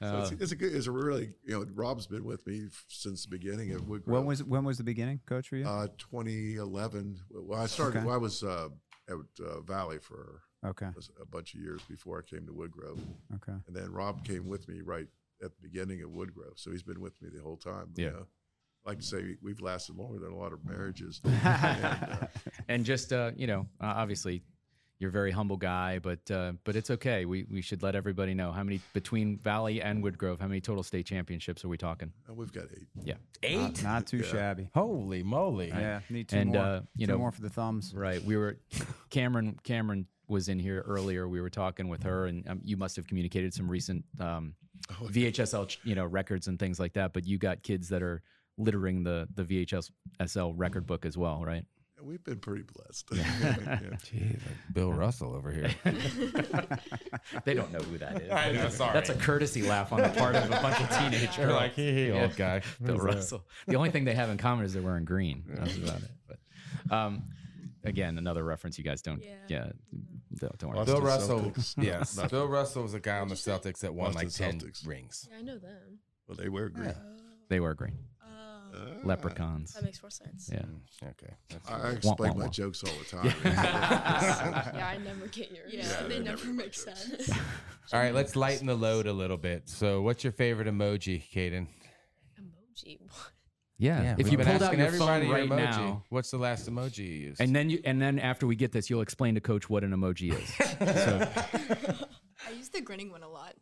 S3: Uh,
S14: it's,
S4: Oh.
S14: it's a good. It's a really you know. Rob's been with me f- since the beginning of Wood
S2: When
S14: Grove.
S2: was when was the beginning, coach? For you?
S14: Uh, 2011. Well, I started.
S2: Okay.
S14: Well, I was uh, at uh, Valley for
S2: Okay.
S14: a- a bunch of years before I came to Woodgrove.
S2: Okay.
S14: And then Rob came with me right at the beginning of Woodgrove, so he's been with me the whole time. you
S4: Yeah.
S14: know. I like to say we've lasted longer than a lot of marriages.
S4: and just uh, you know, uh, obviously, you're a very humble guy, but uh, but it's okay. We we should let everybody know how many between Valley and Woodgrove, how many total state championships are we talking?
S14: And we've got eight.
S4: Yeah,
S2: Not, not too shabby.
S3: Holy moly!
S2: Yeah, need two
S4: and
S2: more.
S4: uh, you
S2: two
S4: know
S2: more for the thumbs.
S4: Right. We were Cameron. Cameron was in here earlier. We were talking with her, and um, you must have communicated some recent um,
S3: Oh,
S4: VHSL, ch- you know, records and things like that. But you got kids that are littering the the VHSL record book as well, right?
S14: And we've been pretty blessed.
S3: Gee, like Bill Russell over here.
S4: they don't know who that is.
S3: I know, sorry.
S4: That's a courtesy laugh on the part of a bunch of teenage
S3: They're
S4: girls.
S3: like, "Hee hee, old guy."
S4: Bill
S3: Who's that?
S4: Russell. The only thing they have in common is they're wearing green. That's about it. But, um, again, another reference you guys don't
S3: Yeah.
S4: yeah, don't, don't worry.
S3: Bill
S4: about it.
S3: Russell, yes. Bill Russell was a guy on the Celtics that won like
S14: Boston
S3: ten
S14: Celtics.
S3: rings.
S27: Yeah, I know them.
S14: Well, they
S27: Oh.
S14: wear green.
S4: They were green. Leprechauns.
S27: That makes more sense.
S4: Yeah.
S3: Mm, Okay.
S14: I I explain my jokes all the time.
S27: yeah, I never get yours.
S14: Yeah,
S27: they,
S14: they
S27: never,
S14: never
S27: make sense.
S3: All right, let's lighten the load a little bit. So, what's your favorite emoji, Caden?
S27: Emoji.
S4: Yeah. if
S3: we've
S4: you
S3: been
S4: pulled out
S3: asking
S4: your
S3: everybody
S4: phone right
S3: emoji.
S4: now,
S3: what's the last emoji you used?
S4: and then you, and then after we get this, you'll explain to Coach what an emoji is. so
S28: I use the grinning one a lot.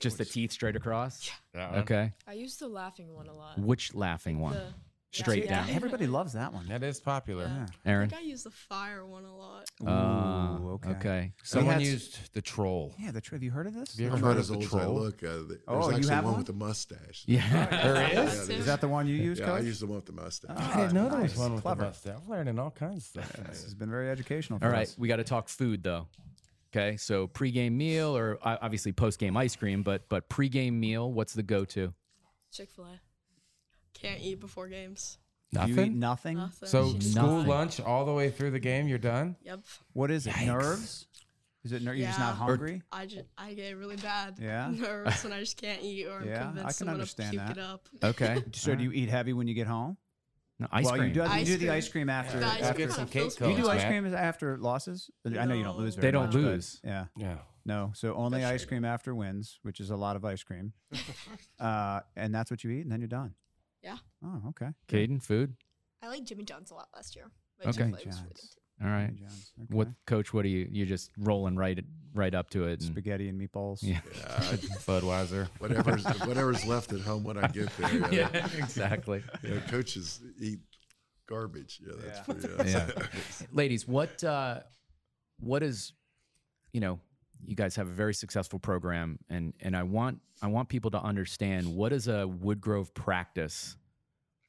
S4: just the teeth straight across.
S3: Yeah.
S4: Okay.
S27: I use the laughing one a lot.
S4: Which laughing one?
S27: The-
S4: Straight
S27: Yeah.
S4: down.
S2: Everybody loves that one.
S3: That is popular.
S4: Aaron.
S12: I use the fire one a lot.
S4: Ah,
S2: Ooh, okay.
S4: okay.
S3: Someone
S2: That's-
S3: used the troll.
S2: Yeah, the tr- have you heard of this?
S3: Have you ever
S14: I'm
S3: heard
S14: not
S3: of
S14: as
S3: the
S14: old as I
S3: troll?
S14: look. Uh, th- there's
S2: Oh, you
S14: actually
S2: have
S14: one,
S2: one?
S14: with a mustache.
S4: Yeah.
S3: There is?
S14: there's-
S2: Is that the one you use,
S14: Yeah, I
S2: Coach?
S14: use the one with the mustache.
S3: I didn't know there was
S2: nice.
S3: one with
S2: Clever.
S3: the mustache. I'm learning all kinds of stuff.
S2: This has been very educational. For
S4: All right,
S2: us.
S4: we got to talk food though. Okay, so pregame meal or uh, obviously postgame ice cream, but but pregame meal, what's the go-to?
S12: Chick Fil A. Can't eat before games.
S2: You eat nothing.
S12: Nothing.
S3: So
S12: Nothing.
S3: school lunch all the way through the game, you're done.
S12: Yep.
S2: What is it?
S3: Yikes.
S2: Nerves? Is it? Ner- You're just not
S12: Yeah.
S2: hungry?
S12: I just I get really bad
S2: Yeah?
S12: nerves and I just can't eat or I'm
S2: yeah, I
S12: convinced
S2: can
S12: I'm gonna puke
S2: understand that.
S12: it up.
S4: Okay.
S2: So do you eat heavy when you get home?
S4: No, ice
S2: well,
S4: cream.
S2: you do, you
S12: Ice
S2: do the
S12: cream.
S2: ice cream after.
S12: The ice
S2: after
S12: cream kinda fills
S2: You
S12: me
S2: do
S12: up.
S2: ice cream after losses. I know you don't lose.
S4: They
S2: very
S4: don't
S2: much, but-
S4: lose.
S2: Yeah.
S3: Yeah.
S2: No, so only ice cream after wins, which is a lot of ice cream, uh, and that's what you eat, and then you're done.
S28: Yeah.
S2: Oh, okay.
S4: Caden, food.
S28: I liked Jimmy John's a lot last year. but
S4: Okay.
S28: Chick-fil-A was really good.
S4: All right. What coach? What are you? You're just rolling right right up to it. And,
S2: Spaghetti and meatballs.
S4: yeah.
S14: Yeah,
S3: Budweiser.
S14: whatever's whatever's left at home when I get there. yeah.
S4: Yeah, exactly.
S14: You know, coaches eat garbage. Yeah, that's pretty. Uh,
S4: yeah. Ladies, what uh, what is you know, you guys have a very successful program and and I want I want people to understand what does a Woodgrove practice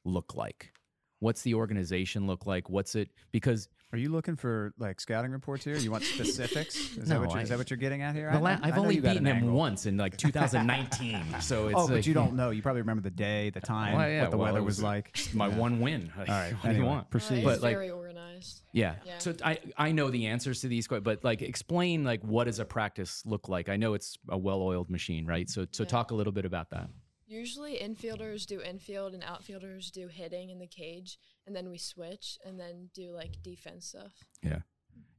S4: look like? What's the organization look like? What's it because
S2: Are you looking for like scouting reports here? You want specifics? Is, that,
S4: No,
S2: what you, is
S4: I-
S2: that what you're getting at here?
S4: the la-
S2: know-
S4: I've
S2: know
S4: only
S2: you got an
S4: beaten him
S2: angle.
S4: once in like 2019. so it's
S2: oh, but
S4: like-
S2: you don't know. You probably remember the day, the time,
S4: Well, yeah,
S2: what the
S4: well,
S2: weather
S4: it
S2: was,
S4: was
S2: like.
S4: my
S2: Yeah.
S4: one win. All
S2: right,
S4: What do you
S2: anyway,
S4: want?
S2: proceed.
S4: But like
S27: very organized.
S4: Yeah.
S27: Yeah.
S4: So I I know the answers to these questions, but like explain like what does a practice look like? I know it's a well-oiled machine, right? So so
S27: Yeah.
S4: talk a little bit about that.
S27: Usually infielders do infield and outfielders do hitting in the cage, and then we switch and then do like defense stuff.
S4: Yeah.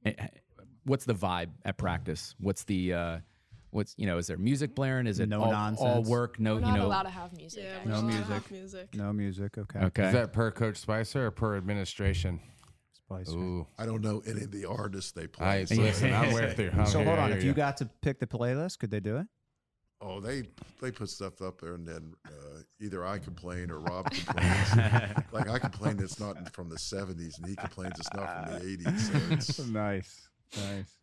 S4: Eh, What's the vibe at practice? What's the uh what's you know, is there music blaring? Is it
S2: No
S4: all, all
S2: nonsense.
S4: work? No,
S27: We're
S4: you
S27: not
S4: know.
S27: allowed to have music.
S12: Yeah,
S27: actually.
S2: No
S12: Not
S2: music.
S12: half music.
S2: No music. Okay.
S4: Okay.
S3: Is that per Coach Spicer or per administration?
S2: Spicer.
S3: Ooh.
S14: I don't know any of the artists they play.
S3: I- listen, I'm with you. I'm
S2: so
S3: here,
S2: hold
S3: I
S2: on.
S3: hear
S2: If you
S3: you.
S2: got to pick the playlist, could they do it?
S14: Oh, they they put stuff up there, and then uh, either I complain or Rob complains. like I complain it's not from the '70s, and he complains it's not from the '80s. So it's,
S2: nice. Nice.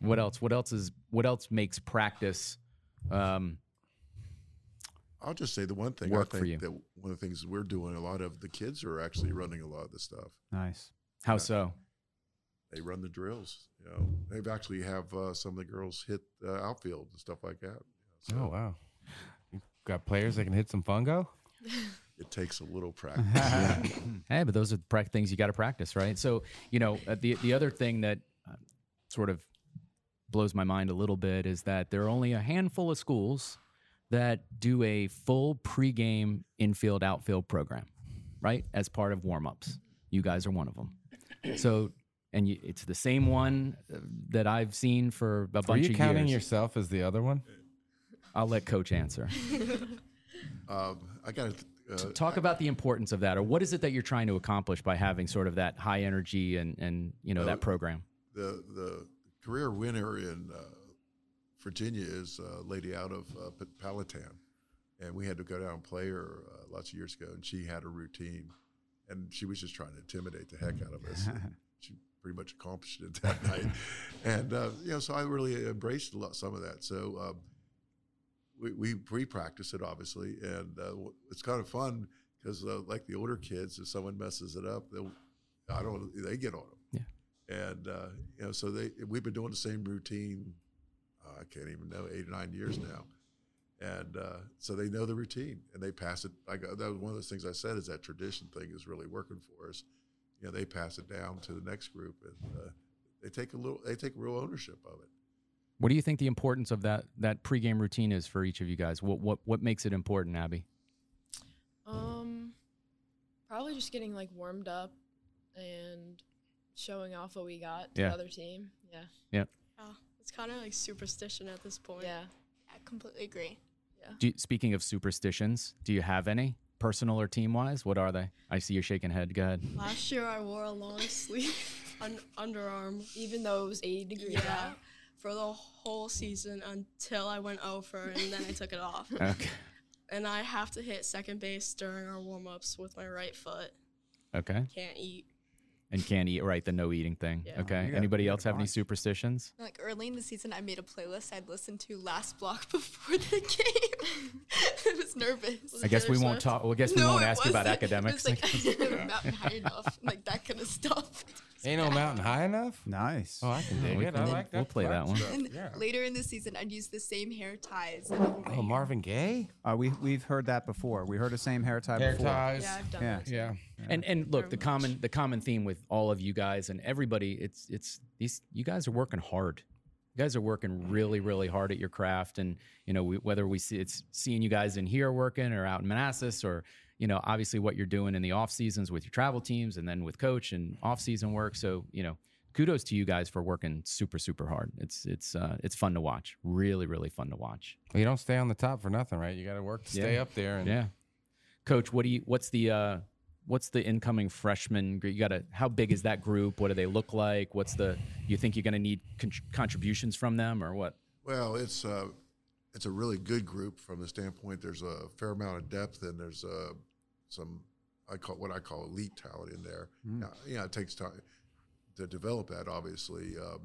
S4: What else? What else is what else makes practice um
S14: I'll just say the one thing
S4: Work
S14: I
S4: for you.
S14: think that one of the things we're doing a lot of the kids are actually running a lot of the stuff.
S2: Nice.
S4: how so?
S14: They run the drills. You know, they've actually have uh, some of the girls hit uh, outfield and stuff like that.
S3: Oh wow. You got players that can hit some fungo.
S14: It takes a little practice.
S4: Hey, but those are prac- things you got to practice, right? So, you know, uh, the the other thing that uh, sort of blows my mind a little bit is that there are only a handful of schools that do a full pregame infield outfield program, right? As part of warm-ups. You guys are one of them. So, and you, it's the same one uh, that I've seen for a
S3: Are
S4: bunch
S3: you
S4: of
S3: counting
S4: years.
S3: yourself as the other one?
S4: I'll let coach answer.
S14: um, I got to uh,
S4: Talk about the importance of that or what is it that you're trying to accomplish by having sort of that high energy and and you know
S14: Uh,
S4: that program?
S14: the the career winner in uh, Virginia is a lady out of uh, Pa- Powhatan, and we had to go down and play her uh, lots of years ago, and she had a routine, and she was just trying to intimidate the heck out of us. she pretty much accomplished it that night, and uh, you know, so I really embraced a lot some of that. So. Um, we, we pre-practice it obviously, and uh, w- it's kind of fun because uh, like the older kids, if someone messes it up, they'll, I don't, they get on them and uh, you know, so they we've been doing the same routine. Uh, I can't even know eight or nine years now, and uh, so they know the routine and they pass it. I got, that was one of those things I said is that tradition thing is really working for us. you know, they pass it down to the next group, and uh, they take a little, they take real ownership of it.
S4: What do you think the importance of that that pregame routine is for each of you guys? What what what makes it important, Abby?
S27: Um, probably just getting like warmed up and showing off what we got to
S4: Yeah.
S27: the other team. Yeah.
S4: Yeah.
S12: Yeah, it's kind of like superstition at this point. Yeah,
S29: I completely agree.
S4: Do you, speaking of superstitions, do you have any personal or team wise? What are they? I see you shaking head. Go ahead.
S12: Last year I wore a long sleeve un- underarm,
S27: even though it was 80 degrees out.
S12: for the whole season until I went over, and then I took it off.
S4: Okay.
S12: And I have to hit second base during our warm ups with my right foot.
S4: Okay.
S12: Can't eat.
S4: And can't eat right. The no eating thing.
S12: Yeah.
S4: Okay.
S12: You got-
S4: Anybody
S12: you got
S4: else
S12: a
S4: have any
S12: bunch.
S4: superstitions?
S29: Like early in the season, I made a playlist I'd listened to last block before the game. I was nervous.
S4: I guess we won't talk. Well, I guess we
S12: No,
S4: won't
S12: it
S4: ask you about
S12: wasn't. It
S4: academics.
S12: was like I never mountain high enough, like that kind of stuff.
S3: Ain't no mountain high enough.
S2: Nice.
S3: Oh, I can
S4: Yeah,
S3: dig
S4: we
S3: it.
S4: can-
S3: I like that.
S4: we'll play that one.
S29: And later in the season, I'd use the same hair ties. And over my
S3: Oh, Marvin Gaye.
S2: Uh, we we've heard that before. We heard the same hair tie
S3: Hair
S2: before.
S3: ties. Yeah, I've done that too. Yeah.
S4: And and look, the common the common theme with all of you guys and everybody, it's it's these you guys are working hard. You guys are working really really hard at your craft, and you know we, whether we see it's seeing you guys in here working or out in Manassas or you know obviously what you're doing in the off seasons with your travel teams and then with coach and off season work. So you know kudos to you guys for working super super hard. It's it's uh, it's fun to watch. Really really fun to watch.
S3: You don't stay on the top for nothing, right? You got to work to stay
S4: Yeah.
S3: up there. And
S4: yeah. Coach, what do you? What's the uh, what's the incoming freshman? gr- You got to. How big is that group? What do they look like? What's the? You think you're going to need con- contributions from them or what?
S14: Well, it's uh, it's a really good group from the standpoint. There's a fair amount of depth, and there's uh, some I call what I call elite talent in there.
S2: Mm.
S14: Now, yeah, it takes time to develop that, obviously. Um,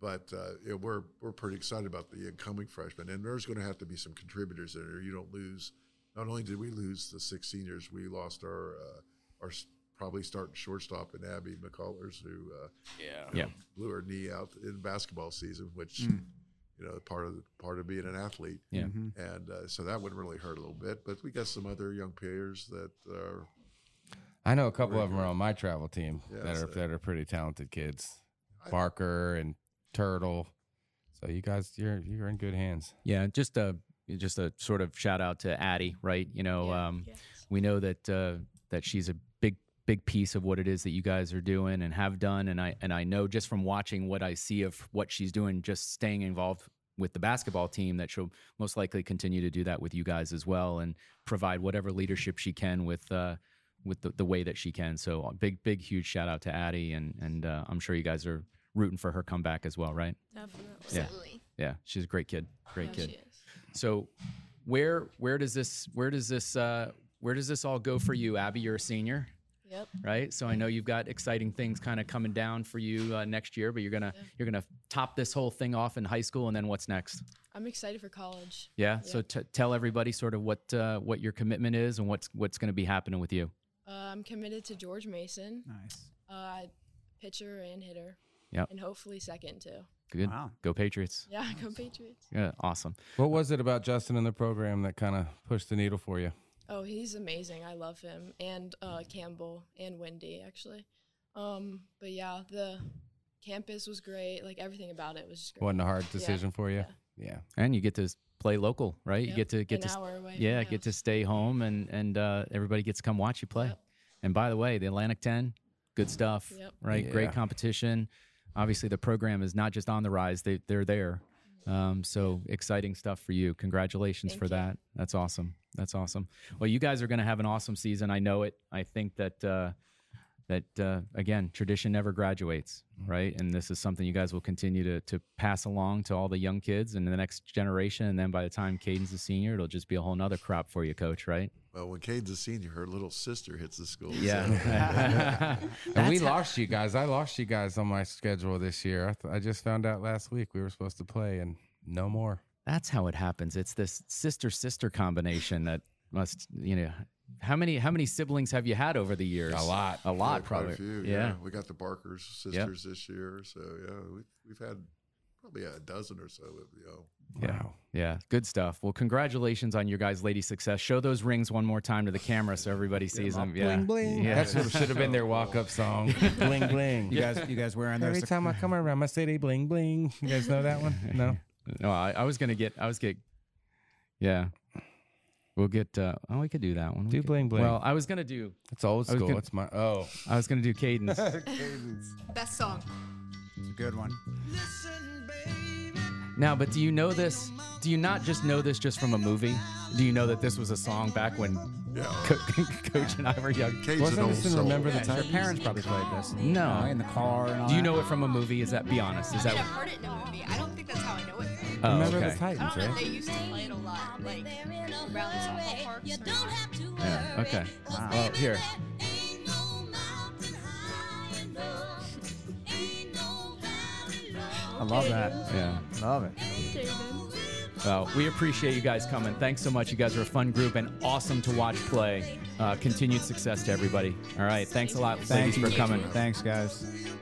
S14: but uh, yeah, we're we're pretty excited about the incoming freshmen, and there's going to have to be some contributors there. You don't lose. Not only did we lose the six seniors, we lost our uh, our s- probably starting shortstop in Abby McCullers, who uh,
S3: yeah.
S4: Yeah.
S14: blew her knee out in basketball season, which
S2: Mm.
S14: you know part of part of being an athlete.
S4: Yeah.
S2: Mhm.
S14: and uh, so that would really hurt a little bit. But we got some other young players that are
S3: I know a couple of them are on my travel team
S14: Yeah,
S3: that are
S14: so-
S3: that are pretty talented kids, Barker and Turtle. So you guys, you're you're in good hands.
S4: Yeah, just a just a sort of shout out to Addie, right? You know, um, we know that uh, that she's a big big piece of what it is that you guys are doing and have done, and I and I know just from watching what I see of what she's doing, just staying involved with the basketball team, that she'll most likely continue to do that with you guys as well, and provide whatever leadership she can with. Uh, with the, the way that she can. So a big, big, huge shout out to Addie. And, and uh, I'm sure you guys are rooting for her comeback as well, right?
S29: Definitely.
S4: Yeah.
S29: Absolutely.
S4: Yeah, she's a great kid. Great
S29: Yeah,
S4: kid.
S29: she
S4: So, where where does this where does this uh, where does this all go for you, Abby? You're a senior.
S27: Yep.
S4: Right. So I know you've got exciting things kind of coming down for you uh, next year, but you're gonna you're gonna top this whole thing off in high school, and then what's next?
S27: I'm excited for college.
S4: Yeah. So t- tell everybody sort of what uh, what your commitment is and what's what's gonna be happening with you.
S27: Uh, I'm committed to George Mason.
S2: Nice.
S27: Uh, pitcher and hitter.
S4: Yep.
S27: And hopefully second too.
S4: Good. Go Patriots.
S27: Yeah, go Patriots.
S4: Yeah. Awesome.
S3: What was it about Justin and the program that kind of pushed the needle for you?
S27: Oh, he's amazing. I love him and uh, Campbell and Wendy actually. Um, but yeah, the campus was great. Like everything about it was just great.
S3: Wasn't a hard
S27: Yeah.
S3: decision for you. Yeah.
S4: And you get to s- play local, right? You
S27: Yep.
S4: get to get
S27: An
S4: to s-
S27: hour away from
S4: yeah, get to stay home, and and uh, everybody gets to come watch you play. And by the way, the Atlantic Ten, good stuff,
S27: Yep.
S4: right?
S3: Yeah.
S4: Great competition. Obviously, the program is not just on the rise; they they're there. Um, so exciting stuff for you. Congratulations for that. That's awesome. That's awesome. Well, you guys are going to have an awesome season. I know it. I think that. Uh, that uh, again, tradition never graduates, right? And this is something you guys will continue to to pass along to all the young kids and the next generation. And then by the time Caden's a senior, it'll just be a whole nother crop for you, coach, right?
S14: well. When Cade's a senior, her little sister hits the school. so-
S3: Yeah. and we
S14: That's how-
S3: lost you guys. I lost you guys on my schedule this year. I, th- I just found out last week we were supposed to play and no more.
S4: That's how it happens. It's this sister sister combination that must, you know, how many how many siblings have you had over the years?
S3: A lot.
S4: a lot,
S14: Yeah,
S4: probably.
S14: Quite a few, yeah.
S4: yeah.
S14: we got the Barker's sisters this year, so yeah, we've, we've had probably a dozen or so. Of, you know,
S4: Wow. Yeah, good stuff. Well, congratulations on your guys' lady success. Show those rings one more time to the camera so everybody sees them. Yeah,
S3: Bling, bling.
S4: Yeah.
S3: That's what should have been their walk-up song. bling bling.
S4: You guys- you guys wearing those-
S3: Every time I come around my city, bling bling. You guys know that one? No.
S4: No, I, I was gonna get. I was get. Yeah, we'll get. Uh, oh, we could do that one. We
S3: Do
S4: could-
S3: bling bling.
S4: Well, I was gonna do.
S3: It's old
S4: I was
S3: school.
S4: gonna-
S3: it's my oh.
S4: I was gonna do cadence.
S13: Best song.
S2: It's a good one.
S4: Now, but do you know this? Do you not just know this just from a movie? Do you know that this was a song back when Co- Coach and I were young?
S5: Cade's Wasn't an old this in soul. Remember the
S4: Yeah,
S5: Time?
S4: Your parents probably played this.
S2: You
S4: No,
S2: know, in the car and all
S4: Do you
S2: that.
S4: know it from a movie? Is that be honest? Is
S13: I mean, I've
S4: that?
S13: heard it in a movie. I don't think that's how I know it.
S4: Oh, Remember the okay.
S13: I
S4: Titans,
S13: don't know.
S4: right?
S13: They used to play it a lot, like around the softball parks. You don't have to
S4: Yeah, okay. Well, here.
S2: I love that.
S4: Yeah.
S2: Love it.
S4: Well, we appreciate you guys coming. Thanks so much. You guys are a fun group and awesome to watch play. Uh, continued success to everybody. All right. Thanks a lot,
S2: Thank
S4: ladies,
S2: you.
S4: for coming.
S2: Thanks, guys.